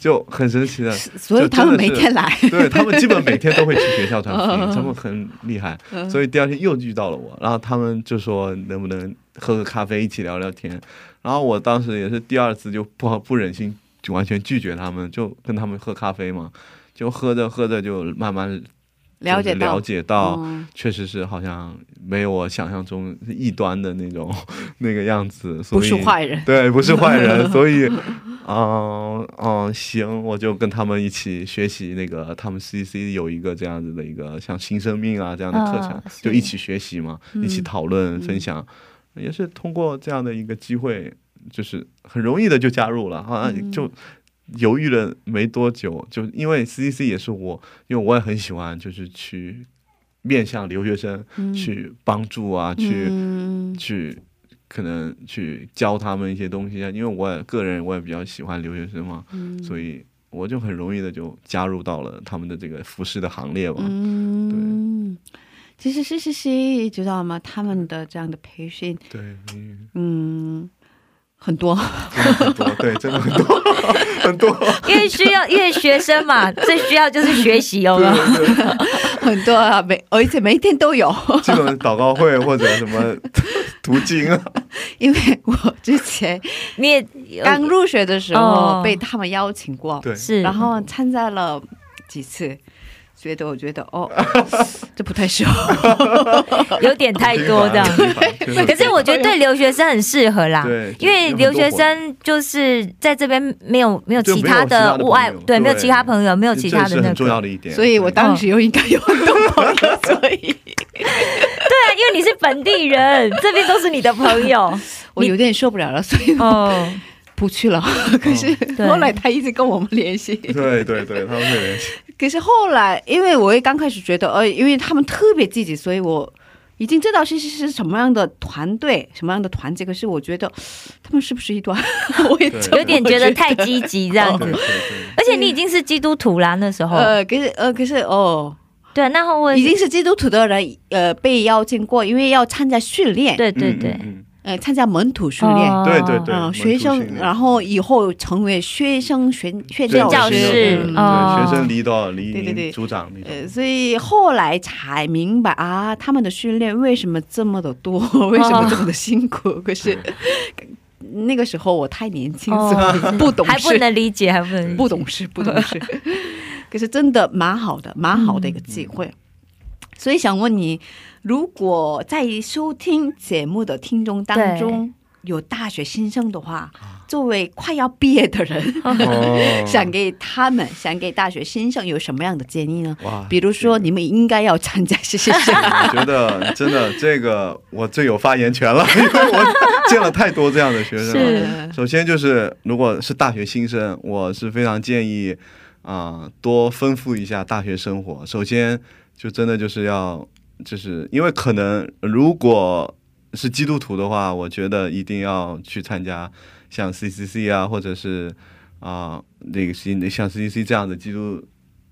[SPEAKER 7] 就很神奇的，
[SPEAKER 1] 所以他们每天来，
[SPEAKER 7] 对他们基本
[SPEAKER 1] (laughs)
[SPEAKER 7] 每天都会去学校传福
[SPEAKER 1] 嗯
[SPEAKER 7] 音，他们很厉害，所以第二天又遇到了我，然后他们就说能不能喝个咖啡一起聊聊天，然后我当时也是第二次就不好不忍心就完全拒绝他们，就跟他们喝咖啡嘛，就喝着喝着就慢慢
[SPEAKER 1] 了解
[SPEAKER 7] 就是
[SPEAKER 1] 到
[SPEAKER 7] 了解到，
[SPEAKER 1] 嗯
[SPEAKER 7] 确实是好像没有我想象中异端的那种 (laughs) 那个样子，所
[SPEAKER 1] 不
[SPEAKER 7] 以
[SPEAKER 1] 是坏人。
[SPEAKER 7] 对，不是坏人，
[SPEAKER 2] (laughs)
[SPEAKER 7] 所以，嗯、嗯、行，我就跟他们一起学习那个，他们 CC 有一个这样子的一个像新生命啊这样的课程，
[SPEAKER 2] 啊是嗯
[SPEAKER 7] 就一起学习嘛，一起讨论、分享，也是通过这样的一个机会，就是很容易的就加入了，好像
[SPEAKER 2] 嗯
[SPEAKER 7] 就。犹豫了没多久，就因为 CCC 也是我，因为我也很喜欢，就是去面向留学生、
[SPEAKER 2] 嗯
[SPEAKER 7] 去帮助啊，去
[SPEAKER 1] 嗯，
[SPEAKER 7] 去可能去教他们一些东西啊，因为我也个人我也比较喜欢留学生嘛，
[SPEAKER 2] 嗯
[SPEAKER 7] 所以我就很容易的就加入到了他们的这个服饰的行列吧。
[SPEAKER 1] 嗯，其实是是是，知道吗？他们的这样的培训，
[SPEAKER 7] 对，嗯
[SPEAKER 1] 嗯，很多。 (laughs)
[SPEAKER 7] 真的很多，对，真的很多很多，
[SPEAKER 2] 越需要越学生
[SPEAKER 7] (laughs)
[SPEAKER 2] 嘛，最需要 (laughs) 就是学习，有没有？
[SPEAKER 7] 对对对，
[SPEAKER 1] 很多啊，每而且每一天都有， (laughs)
[SPEAKER 7] 这种祷告会或者什么途径
[SPEAKER 2] (laughs)
[SPEAKER 7] 啊，
[SPEAKER 1] 因为我之前
[SPEAKER 2] 你也呃
[SPEAKER 1] 刚入学的时
[SPEAKER 2] 哦
[SPEAKER 1] 候被他们邀请过，
[SPEAKER 7] 呃对，
[SPEAKER 2] 是，
[SPEAKER 1] 然后参加了几次，觉得我觉得
[SPEAKER 7] (laughs)
[SPEAKER 1] 哦，这不太适合，
[SPEAKER 2] (laughs) 有点太多这样。可
[SPEAKER 7] (laughs) 可
[SPEAKER 2] 是我觉得对留学生很适合啦，
[SPEAKER 7] 对
[SPEAKER 2] 因为留学生就是在这边没有没有
[SPEAKER 7] 就没
[SPEAKER 2] 其
[SPEAKER 7] 有
[SPEAKER 2] 他的
[SPEAKER 7] 其他的
[SPEAKER 2] 物外
[SPEAKER 7] 朋，友
[SPEAKER 2] 对，
[SPEAKER 7] 对
[SPEAKER 2] 没有其他朋友，没
[SPEAKER 7] 没
[SPEAKER 2] 有其他的
[SPEAKER 7] 是
[SPEAKER 2] 那
[SPEAKER 7] 很重要
[SPEAKER 2] 个，
[SPEAKER 7] 的一点，
[SPEAKER 1] 所以我
[SPEAKER 7] 对
[SPEAKER 1] 当
[SPEAKER 2] 哦
[SPEAKER 1] 时又应该有很多朋友， (laughs) 所以
[SPEAKER 2] 对，啊因为你是本地
[SPEAKER 7] (laughs)
[SPEAKER 2] 人，这边都是你的朋友，
[SPEAKER 1] 我有点受不了了，所以我
[SPEAKER 2] 哦，
[SPEAKER 1] 不去
[SPEAKER 7] (laughs)
[SPEAKER 1] 了。可
[SPEAKER 7] 哦
[SPEAKER 1] 是
[SPEAKER 2] 对
[SPEAKER 1] 后来他一直跟我们联系，
[SPEAKER 7] 对对对，他们会联系，
[SPEAKER 1] 可是后来因为我也刚开始觉得，呃，因为他们特别积极，所以我。已经知道是是是什么样的团队，什么样的团结。可是我觉得他们是不是一段，
[SPEAKER 7] (laughs)
[SPEAKER 1] 我也
[SPEAKER 7] 对
[SPEAKER 1] 这么
[SPEAKER 2] 有点觉得太积极这样
[SPEAKER 7] 对对
[SPEAKER 2] 子。
[SPEAKER 7] 对。
[SPEAKER 2] 而且你已经是基督徒啦，那时候，
[SPEAKER 7] 嗯
[SPEAKER 1] 呃，可是呃，可是哦，
[SPEAKER 2] 对，啊那后我
[SPEAKER 1] 已经是基督徒的人，呃，被邀请过，因为要参加训练，，
[SPEAKER 2] 对对对，
[SPEAKER 7] 嗯，
[SPEAKER 1] 呃，参加门徒训练，
[SPEAKER 2] 哦
[SPEAKER 7] 对对对
[SPEAKER 1] 嗯、
[SPEAKER 7] 门徒
[SPEAKER 1] 学生
[SPEAKER 7] 训，练
[SPEAKER 1] 然后以后成为学生宣宣
[SPEAKER 7] 对
[SPEAKER 1] 教
[SPEAKER 7] 嗯
[SPEAKER 2] 教
[SPEAKER 1] 师，嗯
[SPEAKER 2] 师
[SPEAKER 7] 对
[SPEAKER 2] 哦
[SPEAKER 7] 学生离到离
[SPEAKER 1] 对对对
[SPEAKER 7] 您组长那
[SPEAKER 1] 呃，
[SPEAKER 7] 种，
[SPEAKER 1] 所以后来才明白啊，他们的训练为什么这么的多，为什么这么的辛苦？可是那个时候我太年轻，
[SPEAKER 2] 哦
[SPEAKER 1] 所以不
[SPEAKER 7] 嗯
[SPEAKER 1] 懂
[SPEAKER 2] 还不
[SPEAKER 1] 事，
[SPEAKER 2] 能理解，还不能理解
[SPEAKER 1] 不懂事，不懂事。 (laughs) 可是真的蛮好的，蛮好的
[SPEAKER 2] 嗯
[SPEAKER 1] 一个机会。所以想问你，如果在收听节目的听众当中有大学新生的话，
[SPEAKER 2] 啊
[SPEAKER 1] 作为快要毕业的人，
[SPEAKER 7] 哦
[SPEAKER 1] 呃 (laughs) 想给他们，想给大学新生有什么样的建议呢？
[SPEAKER 7] 哇
[SPEAKER 1] 比如说，你们应该要参加谢谢 (laughs) 谢
[SPEAKER 7] 我觉得真的这个我最有发言权了，因为我见了太多这样的学生了。
[SPEAKER 1] 是
[SPEAKER 7] (laughs) 首先就是，如果是大学新生，我是非常建议啊、多丰富一下大学生活。首先就真的就是要，就是因为可能如果是基督徒的话，我觉得一定要去参加像 CCC 啊，或者是啊那个是像 CCC 这样的基督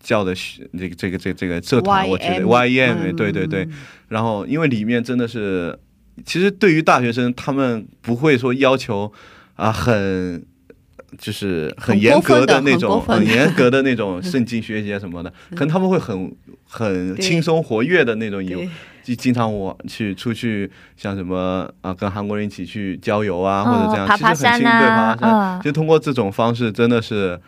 [SPEAKER 7] 教的学这个这个这个这个社团，我觉得 YEM，、对
[SPEAKER 1] 嗯
[SPEAKER 7] 对对，，然后因为里面真的是，其实对于大学生，他们不会说要求啊很。就是很严格那
[SPEAKER 1] 很过分
[SPEAKER 7] 种，
[SPEAKER 1] 的很过分
[SPEAKER 7] 很
[SPEAKER 1] 的 (laughs) 嗯
[SPEAKER 7] 严格的那种圣经学习啊什么的，可能他们会很很
[SPEAKER 1] 对
[SPEAKER 7] 轻松活跃的那种游
[SPEAKER 1] 对，
[SPEAKER 7] 就经常我去出去，像什么啊，跟韩国人一起去郊游啊，
[SPEAKER 2] 哦
[SPEAKER 7] 或者这样，
[SPEAKER 2] 爬
[SPEAKER 7] 其实
[SPEAKER 2] 爬
[SPEAKER 7] 很
[SPEAKER 2] 山
[SPEAKER 7] 兴奋，对，
[SPEAKER 2] 啊
[SPEAKER 7] 爬爬山，
[SPEAKER 2] 嗯
[SPEAKER 7] 就通过这种方式，真的是。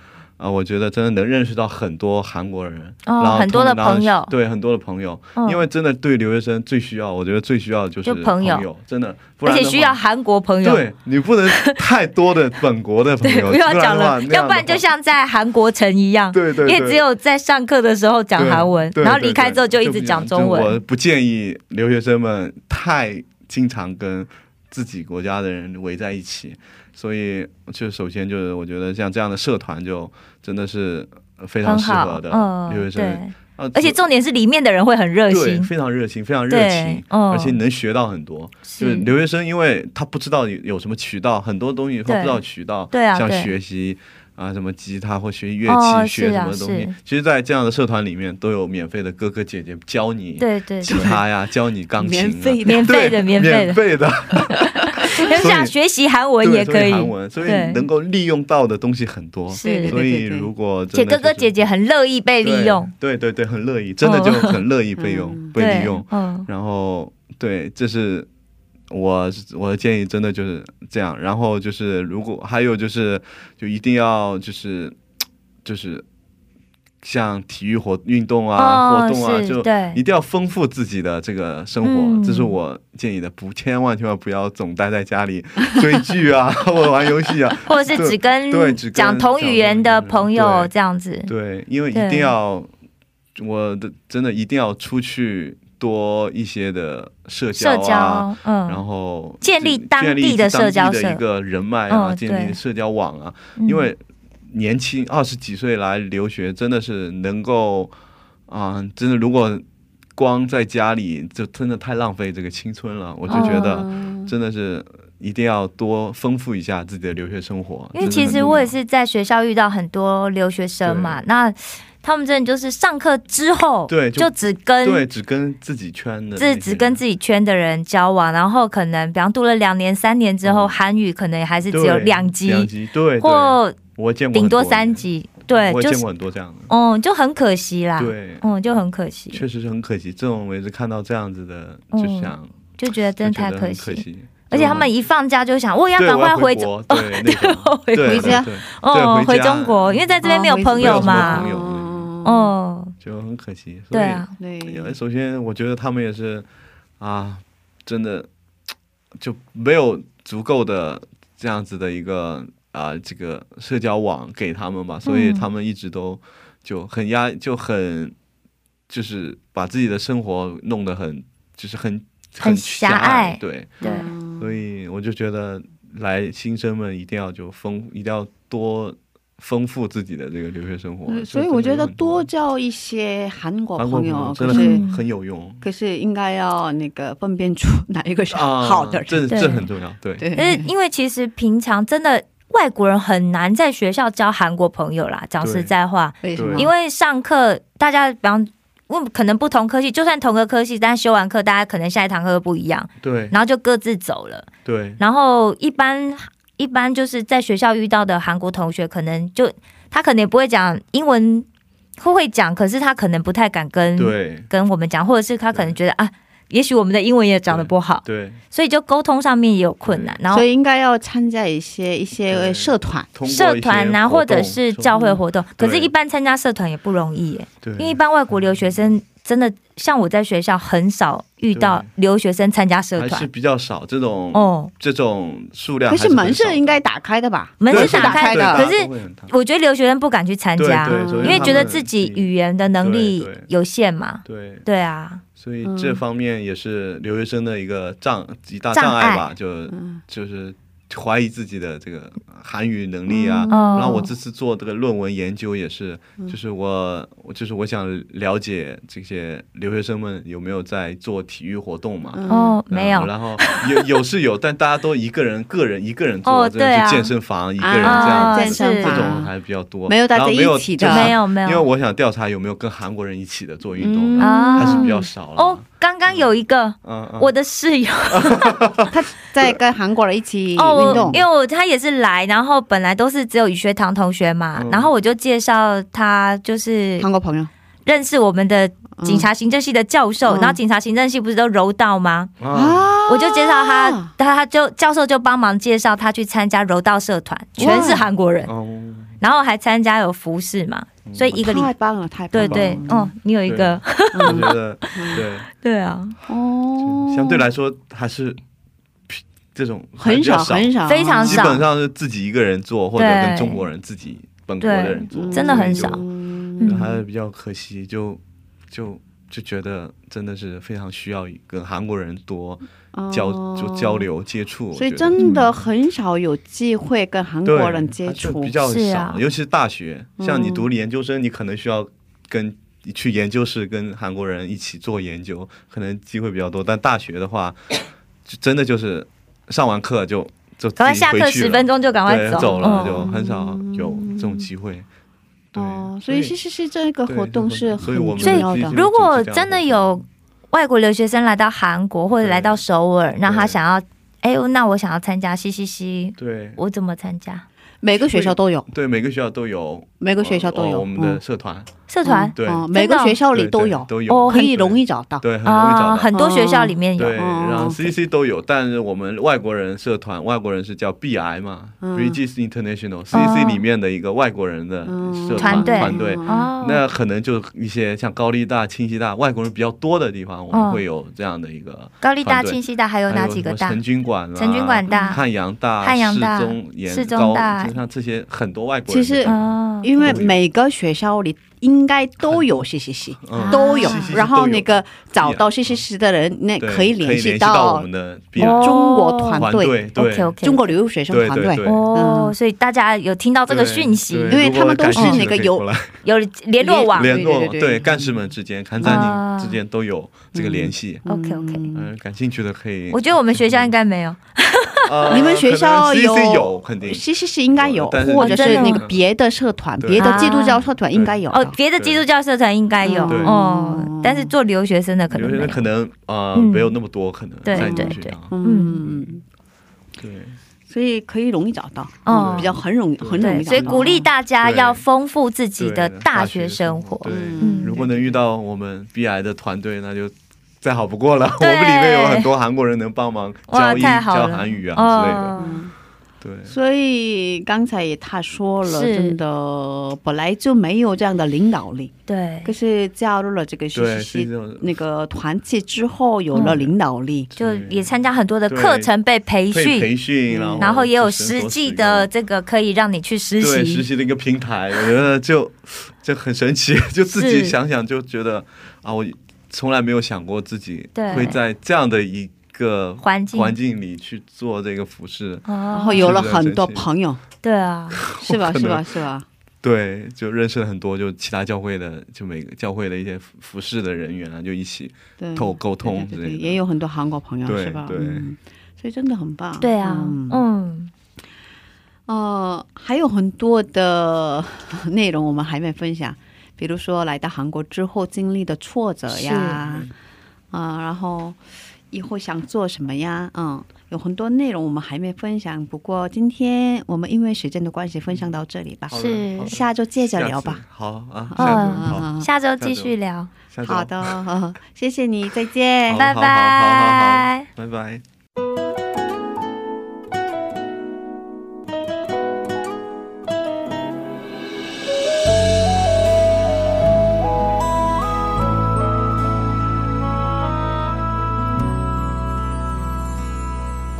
[SPEAKER 7] 啊，我觉得真的能认识到很多韩国人，
[SPEAKER 2] 哦
[SPEAKER 7] 然后
[SPEAKER 2] 很多的
[SPEAKER 7] 通然后
[SPEAKER 2] 朋友
[SPEAKER 7] 对很多的朋友，
[SPEAKER 2] 嗯
[SPEAKER 7] 因为真的对留学生最需要，我觉得最需要的就是
[SPEAKER 2] 就朋友
[SPEAKER 7] 真的，不
[SPEAKER 2] 而
[SPEAKER 7] 然
[SPEAKER 2] 且
[SPEAKER 7] 的话
[SPEAKER 2] 需要韩国朋友。
[SPEAKER 7] 对你不能太多的本国的朋
[SPEAKER 2] 对，
[SPEAKER 7] 友，
[SPEAKER 2] (laughs) 不要讲
[SPEAKER 7] 然的话
[SPEAKER 2] 了，
[SPEAKER 7] 那样的话
[SPEAKER 2] 要不然就像在韩国城一样，
[SPEAKER 7] 对对对
[SPEAKER 2] 因为只有在上课的时候讲韩文，
[SPEAKER 7] 对对
[SPEAKER 2] 然后
[SPEAKER 7] 对
[SPEAKER 2] 离开之后就一
[SPEAKER 7] 不
[SPEAKER 2] 直
[SPEAKER 7] 样
[SPEAKER 2] 讲中
[SPEAKER 7] 就我
[SPEAKER 2] 文。
[SPEAKER 7] 不建议留学生们太经常跟自己国家的人围在一起，所以就首先就是我觉得像这样的社团就真的是呃非常
[SPEAKER 2] 很
[SPEAKER 7] 适
[SPEAKER 2] 好
[SPEAKER 7] 合，的留
[SPEAKER 2] 嗯，
[SPEAKER 7] 学生，
[SPEAKER 2] 对，
[SPEAKER 7] 啊
[SPEAKER 2] 而且重点是里面的人会很热
[SPEAKER 7] 对
[SPEAKER 2] 心，
[SPEAKER 7] 非常热情，非常热情
[SPEAKER 2] 对，，嗯，
[SPEAKER 7] 而且你能学到很多。就是留学生，因为他不知道有有什么渠道，很多东西他
[SPEAKER 2] 对
[SPEAKER 7] 不知道渠道，
[SPEAKER 2] 对啊
[SPEAKER 7] 像
[SPEAKER 2] 对
[SPEAKER 7] 学习啊什么吉他或学乐器、
[SPEAKER 2] 哦
[SPEAKER 7] 学
[SPEAKER 2] 是
[SPEAKER 7] 什
[SPEAKER 2] 啊
[SPEAKER 7] 么东西
[SPEAKER 2] 是，
[SPEAKER 7] 其实，在这样的社团里面都有免费的哥哥姐姐教你
[SPEAKER 2] 对对 (laughs)
[SPEAKER 7] 吉
[SPEAKER 2] 对，
[SPEAKER 7] 他呀，教你钢琴、啊，
[SPEAKER 1] 免费的，
[SPEAKER 2] 免费
[SPEAKER 7] 对
[SPEAKER 2] 的免
[SPEAKER 7] 免
[SPEAKER 2] 费的，
[SPEAKER 7] 费的，
[SPEAKER 2] 很想学习韩文
[SPEAKER 7] 对
[SPEAKER 2] 也
[SPEAKER 7] 所
[SPEAKER 2] 可以，
[SPEAKER 7] 韩文，所以
[SPEAKER 2] 对
[SPEAKER 7] 能够利用到的东西很多。
[SPEAKER 2] 是
[SPEAKER 7] 所
[SPEAKER 1] 对
[SPEAKER 7] 以
[SPEAKER 1] 对对
[SPEAKER 7] 如果
[SPEAKER 2] 且
[SPEAKER 7] 真的
[SPEAKER 2] 哥哥
[SPEAKER 7] 就是
[SPEAKER 2] 姐姐很乐意被利用，
[SPEAKER 7] 对对对对，很乐意，真的就很乐意被用、
[SPEAKER 1] 嗯
[SPEAKER 7] 被
[SPEAKER 2] 对
[SPEAKER 7] 利用。
[SPEAKER 2] 嗯，
[SPEAKER 7] 然后对，这是我我的建议，真的就是这样。然后就是如果还有就是，就一定要就是就是像体育活运动啊、
[SPEAKER 2] 哦
[SPEAKER 7] 活动啊，
[SPEAKER 2] 是
[SPEAKER 7] 就
[SPEAKER 2] 对
[SPEAKER 7] 一定要丰富自己的这个生活，
[SPEAKER 2] 嗯
[SPEAKER 7] 这是我建议的。不，千万千万不要总待在家里追剧啊 (laughs) 或者玩游戏啊。
[SPEAKER 2] 或者是只跟
[SPEAKER 7] 对只跟
[SPEAKER 2] 讲同语言的朋友
[SPEAKER 7] 对
[SPEAKER 2] 这样子，
[SPEAKER 7] 对，因为一
[SPEAKER 2] 对
[SPEAKER 7] 定要，我的真的一定要出去多一些的社交
[SPEAKER 2] 社
[SPEAKER 7] 啊，
[SPEAKER 2] 交，嗯，
[SPEAKER 7] 然后
[SPEAKER 2] 建立
[SPEAKER 7] 自
[SPEAKER 2] 当
[SPEAKER 7] 建立
[SPEAKER 2] 地的
[SPEAKER 7] 自当
[SPEAKER 2] 社交
[SPEAKER 7] 的
[SPEAKER 2] 社
[SPEAKER 7] 一个人脉啊，
[SPEAKER 2] 嗯
[SPEAKER 7] 建
[SPEAKER 2] 对
[SPEAKER 7] 立社交网啊。
[SPEAKER 2] 嗯
[SPEAKER 7] 因为年轻二十几岁来留学，真的是能够啊、真的如果光在家里，就真的太浪费这个青春了。我就觉得
[SPEAKER 1] 嗯
[SPEAKER 7] 真的是一定要多丰富一下自己的留学生活。
[SPEAKER 2] 因为
[SPEAKER 7] 真的
[SPEAKER 2] 其实
[SPEAKER 7] 很重
[SPEAKER 2] 我也
[SPEAKER 7] 要
[SPEAKER 2] 是在学校遇到很多留学生嘛，那他们真的就是上课之后，
[SPEAKER 7] 对就
[SPEAKER 2] 就只跟
[SPEAKER 7] 对，只跟自己圈的那些
[SPEAKER 2] 自
[SPEAKER 7] 人，
[SPEAKER 2] 只跟自己圈的人交往，然后可能比方读了两年、三年之后，
[SPEAKER 7] 嗯
[SPEAKER 2] 韩语可能也还是
[SPEAKER 7] 对
[SPEAKER 2] 只有两级
[SPEAKER 7] 两级对，对
[SPEAKER 2] 或
[SPEAKER 7] 我见过
[SPEAKER 2] 顶
[SPEAKER 7] 很
[SPEAKER 2] 多
[SPEAKER 7] 人
[SPEAKER 2] 三，级，对，就
[SPEAKER 7] 我也见
[SPEAKER 2] 是
[SPEAKER 7] 过很多这样的，
[SPEAKER 2] 嗯，就很可惜啦，
[SPEAKER 7] 对。
[SPEAKER 2] 嗯，就很可惜，
[SPEAKER 7] 确实是很可惜，这种我也是看到这样子的，
[SPEAKER 2] 嗯
[SPEAKER 7] 就想
[SPEAKER 2] 就觉得真的
[SPEAKER 7] 就觉
[SPEAKER 2] 太
[SPEAKER 7] 得
[SPEAKER 2] 可
[SPEAKER 7] 很
[SPEAKER 2] 惜。
[SPEAKER 7] 可惜。
[SPEAKER 2] 而且他们一放假就想，我也要
[SPEAKER 7] 对
[SPEAKER 2] 赶
[SPEAKER 7] 我
[SPEAKER 2] 快
[SPEAKER 7] 要回
[SPEAKER 2] 中，
[SPEAKER 7] 国，
[SPEAKER 2] (laughs)
[SPEAKER 7] 对那种，
[SPEAKER 2] 回
[SPEAKER 7] 对
[SPEAKER 1] 回家
[SPEAKER 7] 对
[SPEAKER 2] 哦，
[SPEAKER 7] 对
[SPEAKER 2] 回
[SPEAKER 7] 回家
[SPEAKER 2] 中国，因为在这边没有朋友
[SPEAKER 7] 嗯没有什么朋
[SPEAKER 2] 嘛，
[SPEAKER 7] 友
[SPEAKER 1] 哦，
[SPEAKER 2] 哦，
[SPEAKER 7] 就很可惜。所
[SPEAKER 2] 对
[SPEAKER 7] 以
[SPEAKER 2] 啊，
[SPEAKER 7] 呃
[SPEAKER 1] 对，
[SPEAKER 7] 首先我觉得他们也是啊，真的就没有足够的这样子的一个啊这个社交网给他们吧，所以
[SPEAKER 2] 嗯
[SPEAKER 7] 他们一直都就很压，就很就是把自己的生活弄得很就是很
[SPEAKER 2] 很狭
[SPEAKER 7] 狭
[SPEAKER 2] 隘
[SPEAKER 7] 对，嗯
[SPEAKER 2] 对。
[SPEAKER 7] 所以我就觉得来新生们一定要就丰，一定要多丰富自己的这个留学生活。
[SPEAKER 1] 嗯
[SPEAKER 7] 就
[SPEAKER 1] 所以
[SPEAKER 7] 真的
[SPEAKER 1] 我觉
[SPEAKER 7] 有
[SPEAKER 1] 得
[SPEAKER 7] 很
[SPEAKER 1] 多交一些韩国
[SPEAKER 7] 韩国
[SPEAKER 1] 朋
[SPEAKER 7] 朋
[SPEAKER 1] 友
[SPEAKER 2] 啊
[SPEAKER 7] 友，真的
[SPEAKER 1] 可是
[SPEAKER 7] 很很有用
[SPEAKER 1] 可是应该要那个分辨出哪一个是
[SPEAKER 7] 啊，
[SPEAKER 1] 好的人，
[SPEAKER 7] 这
[SPEAKER 2] 对
[SPEAKER 7] 这很重要，对。
[SPEAKER 1] 对，
[SPEAKER 2] 但是因为其实平常真的外国人很难在学校交韩国朋友啦，讲实在话，
[SPEAKER 1] 为什
[SPEAKER 7] 对
[SPEAKER 1] 么？
[SPEAKER 2] 因为上课大家比方。问可能不同科系，就算同个科系，但修完课大家可能下一堂课不一样，
[SPEAKER 7] 对
[SPEAKER 2] 然后就各自走了。
[SPEAKER 7] 对
[SPEAKER 2] 然后一般一般就是在学校遇到的韩国同学，可能就他可能也不会讲英文，会会讲，可是他可能不太敢跟
[SPEAKER 7] 对
[SPEAKER 2] 跟我们讲，或者是他可能觉得啊，也许我们的英文也讲的不好，
[SPEAKER 7] 对，
[SPEAKER 2] 所以就沟通上面也有困难。然后
[SPEAKER 1] 所以应该要参加一些一些呃
[SPEAKER 7] 对
[SPEAKER 1] 社团，
[SPEAKER 7] 通过
[SPEAKER 2] 社
[SPEAKER 7] 一些
[SPEAKER 2] 团啊，
[SPEAKER 7] 活
[SPEAKER 2] 或者
[SPEAKER 7] 动
[SPEAKER 2] 是
[SPEAKER 7] 说
[SPEAKER 2] 教会活动，可是，
[SPEAKER 7] 对
[SPEAKER 2] 一般参加社团也不容易耶，
[SPEAKER 7] 对，
[SPEAKER 2] 因为一般外国留学生真的像我在学校很少遇到
[SPEAKER 7] 对
[SPEAKER 2] 留学生参加社
[SPEAKER 7] 还是
[SPEAKER 2] 团
[SPEAKER 7] 比较少这种
[SPEAKER 2] 哦。
[SPEAKER 7] 这种数量
[SPEAKER 1] 可
[SPEAKER 7] 还
[SPEAKER 1] 是
[SPEAKER 7] 很
[SPEAKER 1] 门
[SPEAKER 7] 少
[SPEAKER 1] 是应该打开的吧？
[SPEAKER 2] 门
[SPEAKER 7] 对
[SPEAKER 2] 是
[SPEAKER 1] 是
[SPEAKER 2] 打
[SPEAKER 1] 打
[SPEAKER 2] 开
[SPEAKER 1] 开
[SPEAKER 7] 对
[SPEAKER 1] 的
[SPEAKER 2] 的，可
[SPEAKER 7] 大家
[SPEAKER 2] 是
[SPEAKER 7] 都会很大
[SPEAKER 2] 我觉得留学生不敢去参
[SPEAKER 7] 对
[SPEAKER 2] 加，
[SPEAKER 7] 对，所以
[SPEAKER 2] 因为
[SPEAKER 7] 他
[SPEAKER 2] 觉得
[SPEAKER 7] 们
[SPEAKER 2] 自己语言的能力
[SPEAKER 7] 对对
[SPEAKER 2] 有限嘛。
[SPEAKER 7] 对
[SPEAKER 2] 对啊，
[SPEAKER 7] 所以这方面也是留学生的一个障一大
[SPEAKER 2] 障
[SPEAKER 7] 障碍
[SPEAKER 2] 碍
[SPEAKER 7] 吧，就
[SPEAKER 1] 嗯
[SPEAKER 7] 就是怀疑自己的这个韩语能力啊。
[SPEAKER 2] 哦，
[SPEAKER 7] 然后我这次做这个论文研究也是，
[SPEAKER 2] 嗯
[SPEAKER 7] 就是我我就是我想了解这些留学生们有没有在做体育活动嘛。
[SPEAKER 2] 哦
[SPEAKER 7] 嗯
[SPEAKER 2] 没有，
[SPEAKER 7] 然后有 (laughs) 有是有，但大家都一个人个人一个人做，
[SPEAKER 2] 哦
[SPEAKER 7] 真的
[SPEAKER 2] 对啊
[SPEAKER 7] 去健身房一个人这
[SPEAKER 2] 啊
[SPEAKER 7] 样
[SPEAKER 1] 健
[SPEAKER 7] 子，
[SPEAKER 1] 身
[SPEAKER 2] 是
[SPEAKER 7] 这
[SPEAKER 1] 房
[SPEAKER 7] 种还比较多。
[SPEAKER 1] 没有大家
[SPEAKER 7] 然后没有
[SPEAKER 1] 一起
[SPEAKER 7] 就
[SPEAKER 1] 的
[SPEAKER 7] 是
[SPEAKER 2] 没有没有，
[SPEAKER 7] 因为我想调查有没有跟韩国人一起的做运动的，
[SPEAKER 1] 嗯
[SPEAKER 2] 啊
[SPEAKER 7] 还是比较少了。
[SPEAKER 2] 哦，刚刚有一个
[SPEAKER 7] 嗯，嗯
[SPEAKER 2] 我的室友
[SPEAKER 1] 他在跟韩国人一嗯起运
[SPEAKER 2] 哦，我
[SPEAKER 1] 动，
[SPEAKER 2] 因为我他也是来，然后本来都是只有语学堂同学嘛，
[SPEAKER 7] 嗯
[SPEAKER 2] 然后我就介绍他就是
[SPEAKER 1] 韩国朋友
[SPEAKER 2] 认识我们的警察行政系的教授，
[SPEAKER 1] 嗯
[SPEAKER 2] 然后警察行政系不是都柔道吗？嗯
[SPEAKER 7] 啊，
[SPEAKER 2] 我就介绍他，
[SPEAKER 1] 哦
[SPEAKER 2] 他他就教授就帮忙介绍他去参加柔道社团，全是韩国人，
[SPEAKER 7] 哦，
[SPEAKER 2] 然后还参加有服饰嘛，所以一个礼
[SPEAKER 1] 太棒了，太棒
[SPEAKER 2] 对
[SPEAKER 1] 了，
[SPEAKER 2] 对嗯
[SPEAKER 1] 嗯，
[SPEAKER 2] 哦，你有一个，
[SPEAKER 7] 我觉得对，
[SPEAKER 2] (laughs) 对啊，
[SPEAKER 1] 哦，
[SPEAKER 7] 相对来说还是这种还
[SPEAKER 1] 很
[SPEAKER 7] 比较
[SPEAKER 1] 少很少，
[SPEAKER 2] 非常
[SPEAKER 7] 基
[SPEAKER 2] 少
[SPEAKER 7] 本上是自己一个人做，或者
[SPEAKER 2] 对
[SPEAKER 7] 跟中国人自己本国的人做，
[SPEAKER 2] 真的很少
[SPEAKER 1] 嗯
[SPEAKER 7] 就
[SPEAKER 2] 嗯
[SPEAKER 7] 还是比较可惜，就就就觉得真的是非常需要跟韩国人多
[SPEAKER 2] 哦
[SPEAKER 7] 交、就交。流接触，
[SPEAKER 1] 哦所以
[SPEAKER 7] 我觉得
[SPEAKER 1] 真的很少有机会跟韩
[SPEAKER 7] 对
[SPEAKER 1] 国人接
[SPEAKER 7] 还是
[SPEAKER 1] 触
[SPEAKER 7] 比，较
[SPEAKER 2] 是
[SPEAKER 7] 少，
[SPEAKER 2] 啊
[SPEAKER 7] 尤其是大学，像你
[SPEAKER 1] 嗯
[SPEAKER 7] 读了研究生，你可能需要跟。去研究室跟韩国人一起做研究，可能机会比较多。但大学的话， (coughs) 就真的就是上完课就就自
[SPEAKER 2] 赶快
[SPEAKER 7] 己
[SPEAKER 2] 下
[SPEAKER 7] 回
[SPEAKER 2] 课
[SPEAKER 7] 去
[SPEAKER 2] 十
[SPEAKER 7] 了
[SPEAKER 2] 分钟就赶快
[SPEAKER 7] 对
[SPEAKER 2] 走
[SPEAKER 7] 走了，就
[SPEAKER 2] 嗯
[SPEAKER 7] 很少有这种机会。对
[SPEAKER 1] 哦，所以其实是这个
[SPEAKER 7] 对
[SPEAKER 1] 活动
[SPEAKER 7] 所以
[SPEAKER 1] 是
[SPEAKER 7] 所
[SPEAKER 1] 很
[SPEAKER 7] 以我们
[SPEAKER 1] 重要
[SPEAKER 7] 必须
[SPEAKER 1] 的
[SPEAKER 7] 就。
[SPEAKER 2] 如果真的有外国留学生来到韩国或者来到首尔，那他想要，哎，那我想要参加，嘻嘻嘻，
[SPEAKER 7] 对
[SPEAKER 2] 我怎么参加？
[SPEAKER 1] 每个学校都有，
[SPEAKER 7] 对，每个学校都有，
[SPEAKER 1] 每个学校都
[SPEAKER 7] 哦
[SPEAKER 1] 有，
[SPEAKER 7] 我们的
[SPEAKER 1] 嗯
[SPEAKER 7] 社团，
[SPEAKER 2] 社团
[SPEAKER 1] 嗯
[SPEAKER 7] 对
[SPEAKER 1] 嗯每个
[SPEAKER 2] 真的哦
[SPEAKER 1] 学校里
[SPEAKER 7] 对
[SPEAKER 1] 都
[SPEAKER 7] 对
[SPEAKER 1] 有，
[SPEAKER 7] 都有
[SPEAKER 2] 哦
[SPEAKER 1] 可以容
[SPEAKER 7] 易
[SPEAKER 1] 易找到。
[SPEAKER 7] 嗯对，很容易找到。
[SPEAKER 2] 很多学校里面有
[SPEAKER 7] 对，然后
[SPEAKER 1] 哦
[SPEAKER 7] CC 都有，但是我们外国人社团，外国人是叫 BI 嘛、
[SPEAKER 1] 嗯
[SPEAKER 7] b r i d g e s International，CC 里面的一个外国人的
[SPEAKER 2] 哦嗯
[SPEAKER 7] 社团、
[SPEAKER 2] 团队
[SPEAKER 7] 团队，
[SPEAKER 2] 哦，
[SPEAKER 7] 那可能就一些像高丽大、清溪大外国人比较多的地方，我
[SPEAKER 2] 哦
[SPEAKER 7] 们会有这样的一个
[SPEAKER 2] 高丽大、
[SPEAKER 7] 团队
[SPEAKER 2] 庆熙大还有哪几个大
[SPEAKER 7] 还有什么？陈军馆、啊、
[SPEAKER 2] 陈军馆大
[SPEAKER 7] 汉阳大、
[SPEAKER 2] 汉阳大
[SPEAKER 7] 世宗、延
[SPEAKER 2] 世宗
[SPEAKER 7] 高
[SPEAKER 2] 大
[SPEAKER 7] 就像这些很多外国
[SPEAKER 1] 其
[SPEAKER 7] 人。
[SPEAKER 1] 实
[SPEAKER 2] 哦，
[SPEAKER 1] 因为
[SPEAKER 7] 都有
[SPEAKER 1] 每个学校里应该都有 CCC，
[SPEAKER 7] 嗯
[SPEAKER 1] 都有
[SPEAKER 7] 是是。是
[SPEAKER 1] 然
[SPEAKER 7] 都
[SPEAKER 1] 后
[SPEAKER 7] 有
[SPEAKER 1] 那个找到
[SPEAKER 7] 一样
[SPEAKER 1] CCC 的人，那
[SPEAKER 7] 对
[SPEAKER 1] 可以联系
[SPEAKER 7] 系我
[SPEAKER 1] 到
[SPEAKER 7] 们的 B
[SPEAKER 2] 哦
[SPEAKER 1] 中国团队、
[SPEAKER 7] 队，对
[SPEAKER 2] OK OK，
[SPEAKER 1] 中国留学生
[SPEAKER 7] 对
[SPEAKER 1] 团
[SPEAKER 7] 对
[SPEAKER 1] 队
[SPEAKER 7] 对。
[SPEAKER 2] 哦，
[SPEAKER 1] 嗯
[SPEAKER 2] 所以大家有听到这个讯息
[SPEAKER 7] 对，
[SPEAKER 1] 因为
[SPEAKER 7] 如果
[SPEAKER 1] 他们都
[SPEAKER 7] 感
[SPEAKER 1] 是
[SPEAKER 7] 兴趣
[SPEAKER 1] 那
[SPEAKER 7] 的
[SPEAKER 1] 个
[SPEAKER 7] 可以
[SPEAKER 1] 有
[SPEAKER 7] 过来
[SPEAKER 2] 有联络网。
[SPEAKER 1] 对
[SPEAKER 7] 联络
[SPEAKER 1] 对对对
[SPEAKER 7] 干事们之间、看
[SPEAKER 2] 嗯啊
[SPEAKER 7] 战警之间都有这个联系。
[SPEAKER 2] OK OK，
[SPEAKER 7] 嗯，感兴趣的可以。
[SPEAKER 2] 我觉得我们学校应该没有， (laughs)
[SPEAKER 7] 呃
[SPEAKER 1] 你们学校
[SPEAKER 7] 可能
[SPEAKER 1] 有
[SPEAKER 7] CC 有肯定
[SPEAKER 1] CCC 应该有，
[SPEAKER 7] 但是
[SPEAKER 1] 或者是
[SPEAKER 2] 哦真的
[SPEAKER 1] 那个别的社团、
[SPEAKER 7] 对
[SPEAKER 1] 别的基督教社团应该有
[SPEAKER 2] 哦
[SPEAKER 1] 的。，
[SPEAKER 2] 别的基督教社团应该有
[SPEAKER 7] 对
[SPEAKER 2] 哦，但是做留学生的可
[SPEAKER 7] 有
[SPEAKER 2] 能没
[SPEAKER 7] 些
[SPEAKER 2] 有
[SPEAKER 7] 人。可能呃
[SPEAKER 2] 嗯
[SPEAKER 7] 没有那么多，可能
[SPEAKER 2] 对
[SPEAKER 7] 在你
[SPEAKER 2] 对
[SPEAKER 7] 们学
[SPEAKER 2] 对
[SPEAKER 7] 校。
[SPEAKER 1] 嗯，
[SPEAKER 7] 对，
[SPEAKER 1] 所以可以容易找到，
[SPEAKER 2] 哦
[SPEAKER 1] 嗯比较很容易，很容易
[SPEAKER 2] 对，
[SPEAKER 1] 找到。
[SPEAKER 2] 所以鼓励大家
[SPEAKER 7] 对
[SPEAKER 2] 要丰富自己的
[SPEAKER 7] 对
[SPEAKER 2] 大学生活。
[SPEAKER 7] 对，
[SPEAKER 1] 嗯
[SPEAKER 7] 如果能遇到我们 BI 的团队，那就再好不过了。我
[SPEAKER 2] 对
[SPEAKER 7] 们里面有很多韩国人能帮忙
[SPEAKER 2] 哇
[SPEAKER 7] 教译、
[SPEAKER 2] 太好
[SPEAKER 7] 教
[SPEAKER 2] 了
[SPEAKER 7] 韩语啊
[SPEAKER 2] 哦，
[SPEAKER 7] 之类的。对，
[SPEAKER 1] 所以刚才也他说了，
[SPEAKER 2] 是
[SPEAKER 1] 真的本来就没有这样的领导力，
[SPEAKER 2] 对
[SPEAKER 1] 可，是加入了这个
[SPEAKER 7] 对
[SPEAKER 1] 学
[SPEAKER 7] 是
[SPEAKER 1] 习
[SPEAKER 7] 这种
[SPEAKER 1] 那个团体之后，有
[SPEAKER 2] 嗯
[SPEAKER 1] 了领导力。
[SPEAKER 2] 就也参加很多的课程被培
[SPEAKER 7] 可以
[SPEAKER 2] 训，
[SPEAKER 7] 培训，然后
[SPEAKER 2] 嗯然后也有
[SPEAKER 7] 就生
[SPEAKER 2] 实
[SPEAKER 7] 活
[SPEAKER 2] 际
[SPEAKER 7] 使
[SPEAKER 2] 的
[SPEAKER 7] 用
[SPEAKER 2] 这个可以让你去实
[SPEAKER 7] 对实
[SPEAKER 2] 习。
[SPEAKER 7] 习的一个平台，我觉得就就很神奇，就自己
[SPEAKER 2] 是
[SPEAKER 7] 想想就觉得啊，我从来没有想过自己
[SPEAKER 2] 对
[SPEAKER 7] 会在这样的一个
[SPEAKER 2] 环境
[SPEAKER 7] 环境里去做这个服饰，
[SPEAKER 1] 然
[SPEAKER 2] 哦，
[SPEAKER 1] 后有了很多朋
[SPEAKER 7] (laughs)
[SPEAKER 1] 友，
[SPEAKER 2] 对啊，
[SPEAKER 1] 是吧？
[SPEAKER 7] 可
[SPEAKER 1] 是
[SPEAKER 7] 能
[SPEAKER 1] 吧？是吧？
[SPEAKER 7] 对，就认识了很多就其他教会的，就每个教会的一些服服饰的人员啊，就一起
[SPEAKER 1] 对，
[SPEAKER 7] 透沟通之
[SPEAKER 1] 对对
[SPEAKER 7] 类
[SPEAKER 1] 对，
[SPEAKER 7] 的，
[SPEAKER 1] 也有很多韩国朋友，
[SPEAKER 7] 对
[SPEAKER 1] 是吧？
[SPEAKER 7] 对
[SPEAKER 1] 嗯，所以真的很棒。
[SPEAKER 2] 对啊，
[SPEAKER 1] 嗯
[SPEAKER 2] 嗯，
[SPEAKER 1] 呃，还有很多的内容我们还没分享，比如说来到韩国之后经历的挫折呀，啊、然后以后想做什么呀，嗯，有很多内容我们还没分享。不过今天我们因为时间的关系，分享到这里吧，
[SPEAKER 7] 好的
[SPEAKER 2] 是
[SPEAKER 7] 好的
[SPEAKER 1] 下周接着
[SPEAKER 7] 下
[SPEAKER 1] 聊
[SPEAKER 7] 次
[SPEAKER 1] 吧。
[SPEAKER 7] 好啊，
[SPEAKER 2] 嗯
[SPEAKER 7] 下次好，
[SPEAKER 1] 嗯，
[SPEAKER 2] 下周继续聊，
[SPEAKER 7] 下次
[SPEAKER 1] 好的，好谢谢你，再见
[SPEAKER 7] 好，
[SPEAKER 2] 拜
[SPEAKER 7] 好好好
[SPEAKER 2] 拜
[SPEAKER 7] 好。拜拜。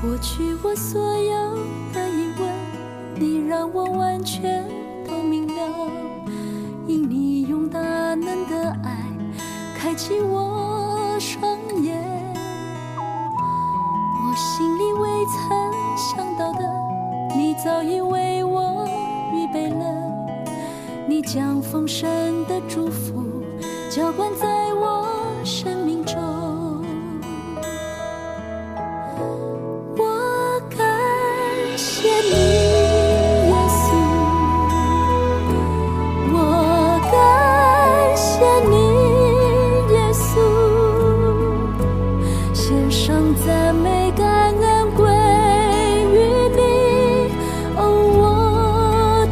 [SPEAKER 3] 过去我所有的疑问，你让我完全都明了。因你用大能的爱开启我双眼，我心里未曾想到的，你早已为我预备了。你将丰盛的祝福浇灌在我生命中。我感谢你，耶稣，我感谢你，耶稣，献上赞美感恩归于你，哦，我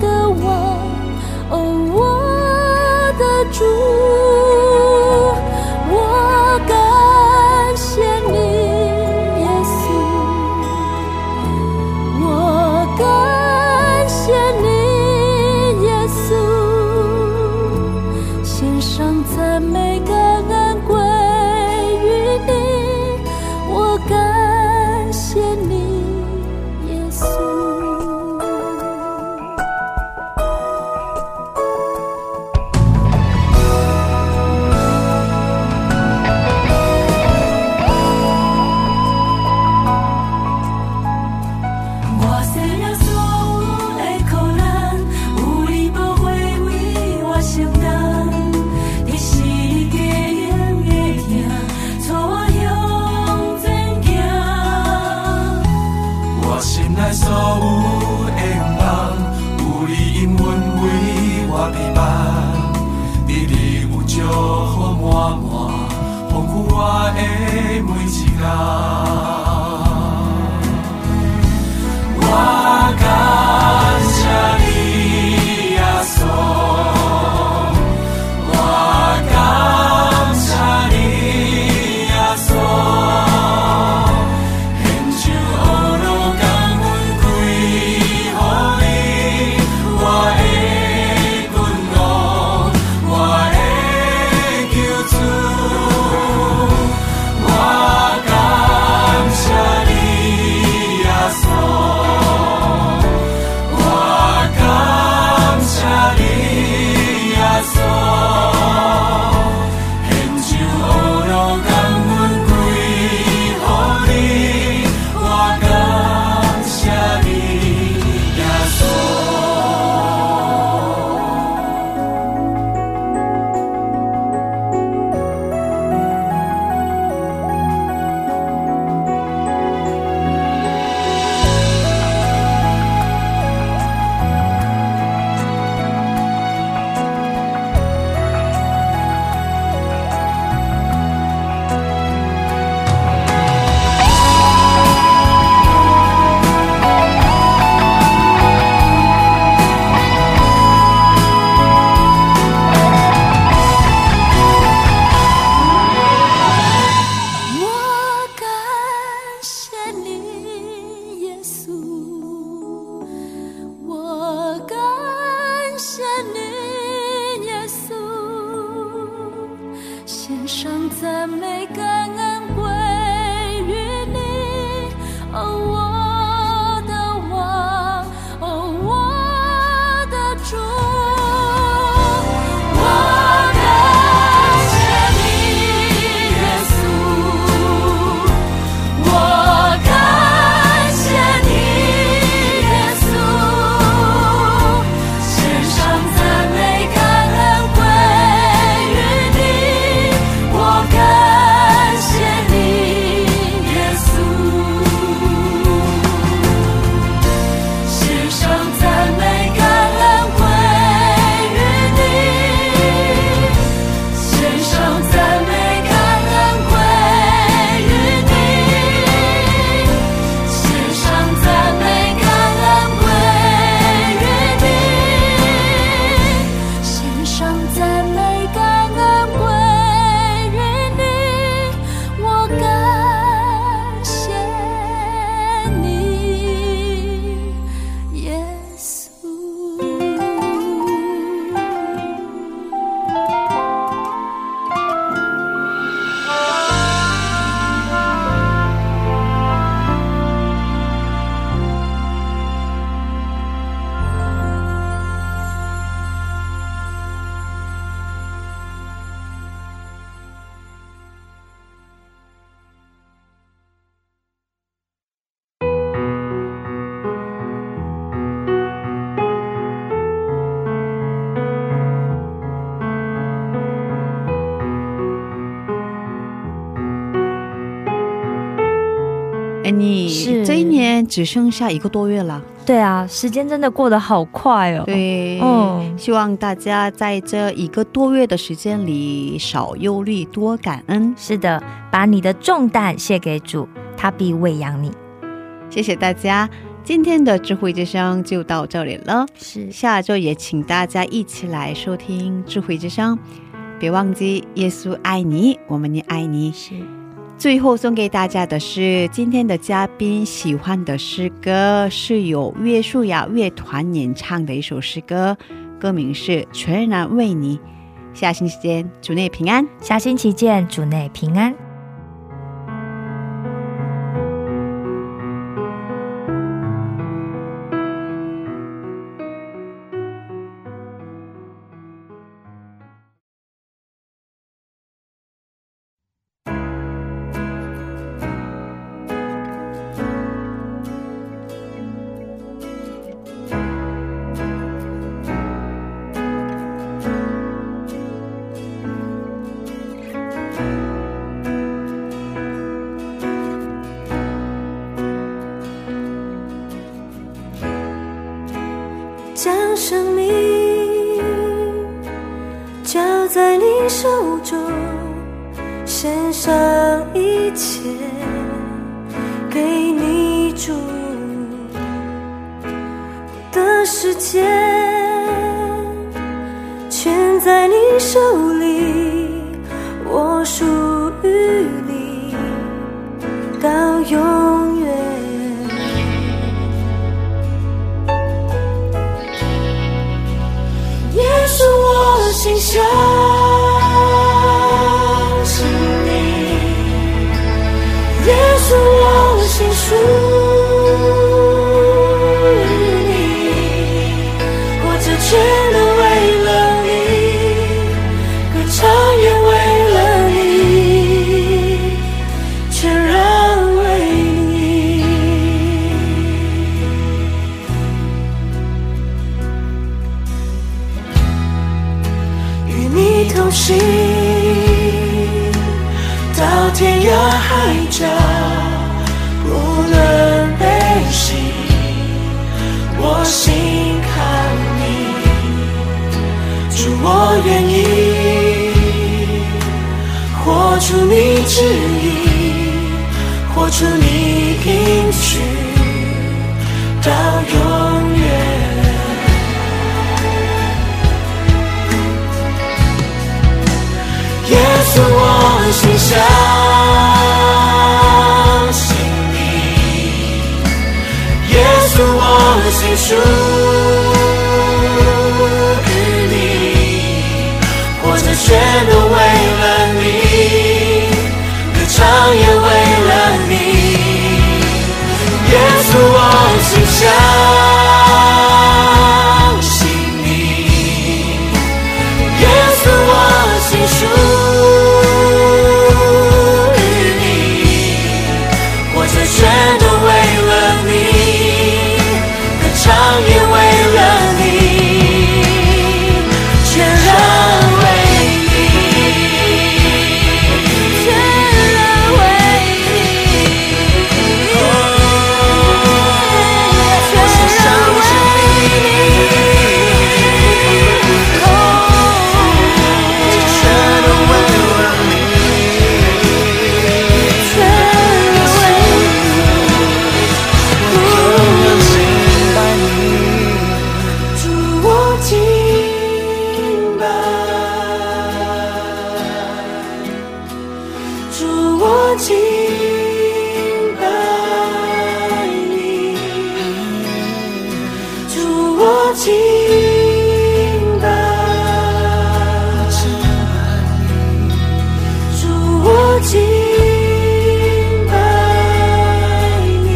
[SPEAKER 3] 的王，哦，我的主。
[SPEAKER 4] 我，放弃我的每一天。我感谢你，耶稣，我感谢你，耶稣，献上恶路感恩归乎你，我的君王，我的救主，我感谢你，耶稣。我感谢你，耶稣，献上恶路感恩归乎你，我感谢你，耶稣。
[SPEAKER 3] 我感谢你，耶稣，我感谢你，耶稣，献上赞美感恩归于你，哦，我的王，哦，我的主，我感谢你，耶稣。我感谢你，耶稣，献上赞美感恩归于你。我感谢你，耶稣，献上赞美感恩归于你。献上赞美感恩归于你，献上赞美感恩归于你，献上赞美感恩归于你，我感谢你，耶稣。
[SPEAKER 1] 哎，你
[SPEAKER 2] 是
[SPEAKER 1] 这一年只剩下一个多月了，
[SPEAKER 2] 对啊，时间真的过得好快哦。
[SPEAKER 1] 对，
[SPEAKER 2] 嗯
[SPEAKER 1] 希望大家在这一个多月的时间里少忧虑，多感恩。
[SPEAKER 2] 是的，把你的重担卸给主，他必喂养你。
[SPEAKER 1] 谢谢大家，今天的智慧之声就到这里了。
[SPEAKER 2] 是
[SPEAKER 1] 下周也请大家一起来收听智慧之声，别忘记耶稣爱你，我们也爱你。
[SPEAKER 2] 是，
[SPEAKER 1] 最后送给大家的是今天的嘉宾喜欢的诗歌，是由约书亚乐团演唱的一首诗歌，歌名是《全然为你》。下星期见，主内平安。
[SPEAKER 2] 下星期见，主内平安。
[SPEAKER 3] 将生命交在你手中，献上一切给你主我的世界，全在你手里，我属于你到永远。也是我心相信你，也是我心属于你，我这全都为了你，歌唱也为了你，全然为你。与你同行到天涯海角，不论悲喜，我心靠你，主我愿意活出你旨意，活出你应许到永远。也是我心相信你，也是我心属于你，活着全都为了你，歌唱也为了你，也是我心相信你。耶稣，我心属于你，活着全都为了你，歌唱也为了你，全然为你，全然为你，我是相信你。敬拜你，主我敬拜，主我敬拜你，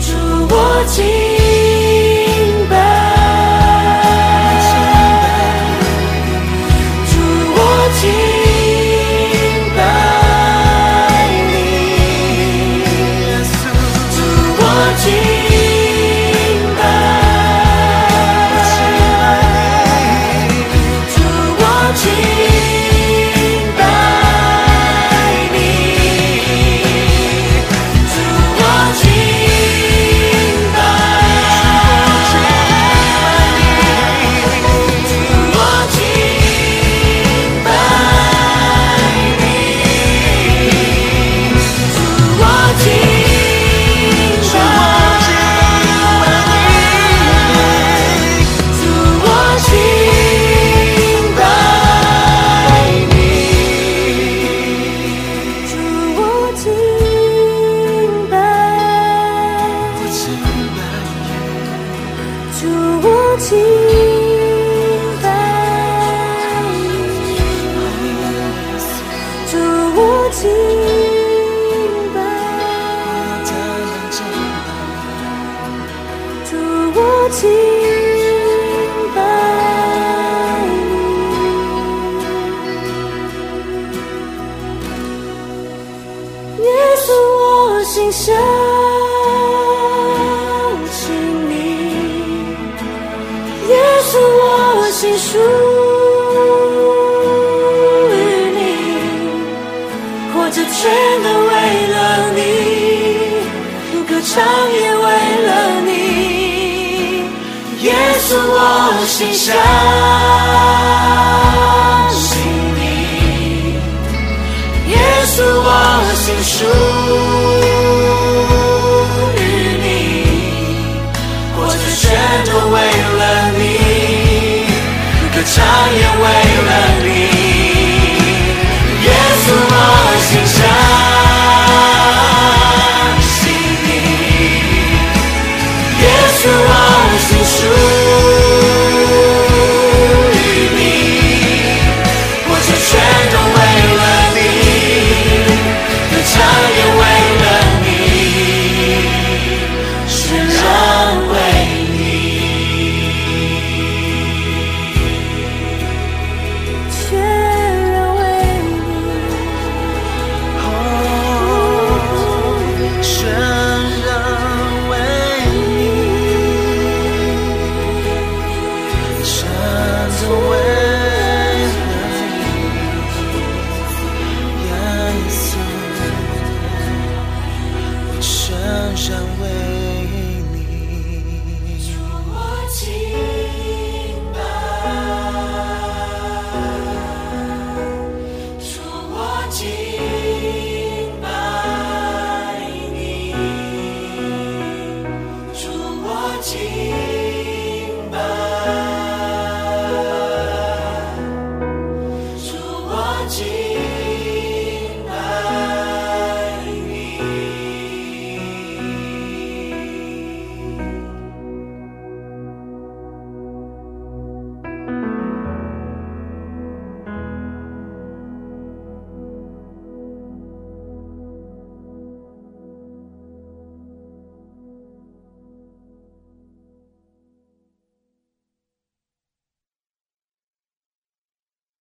[SPEAKER 3] 主我敬拜，主我敬拜你，主我敬拜你，主我敬拜你，主我敬拜你，主我敬拜你，主我敬拜你。主，我敬拜你，主，我敬拜，我敬拜你，主，我敬拜你，主，我敬拜。主，我敬拜你，耶稣，我心相信你，耶稣，我心属于你。活着全都为了你，歌唱也为了你，耶稣，我心相信你，
[SPEAKER 4] 书。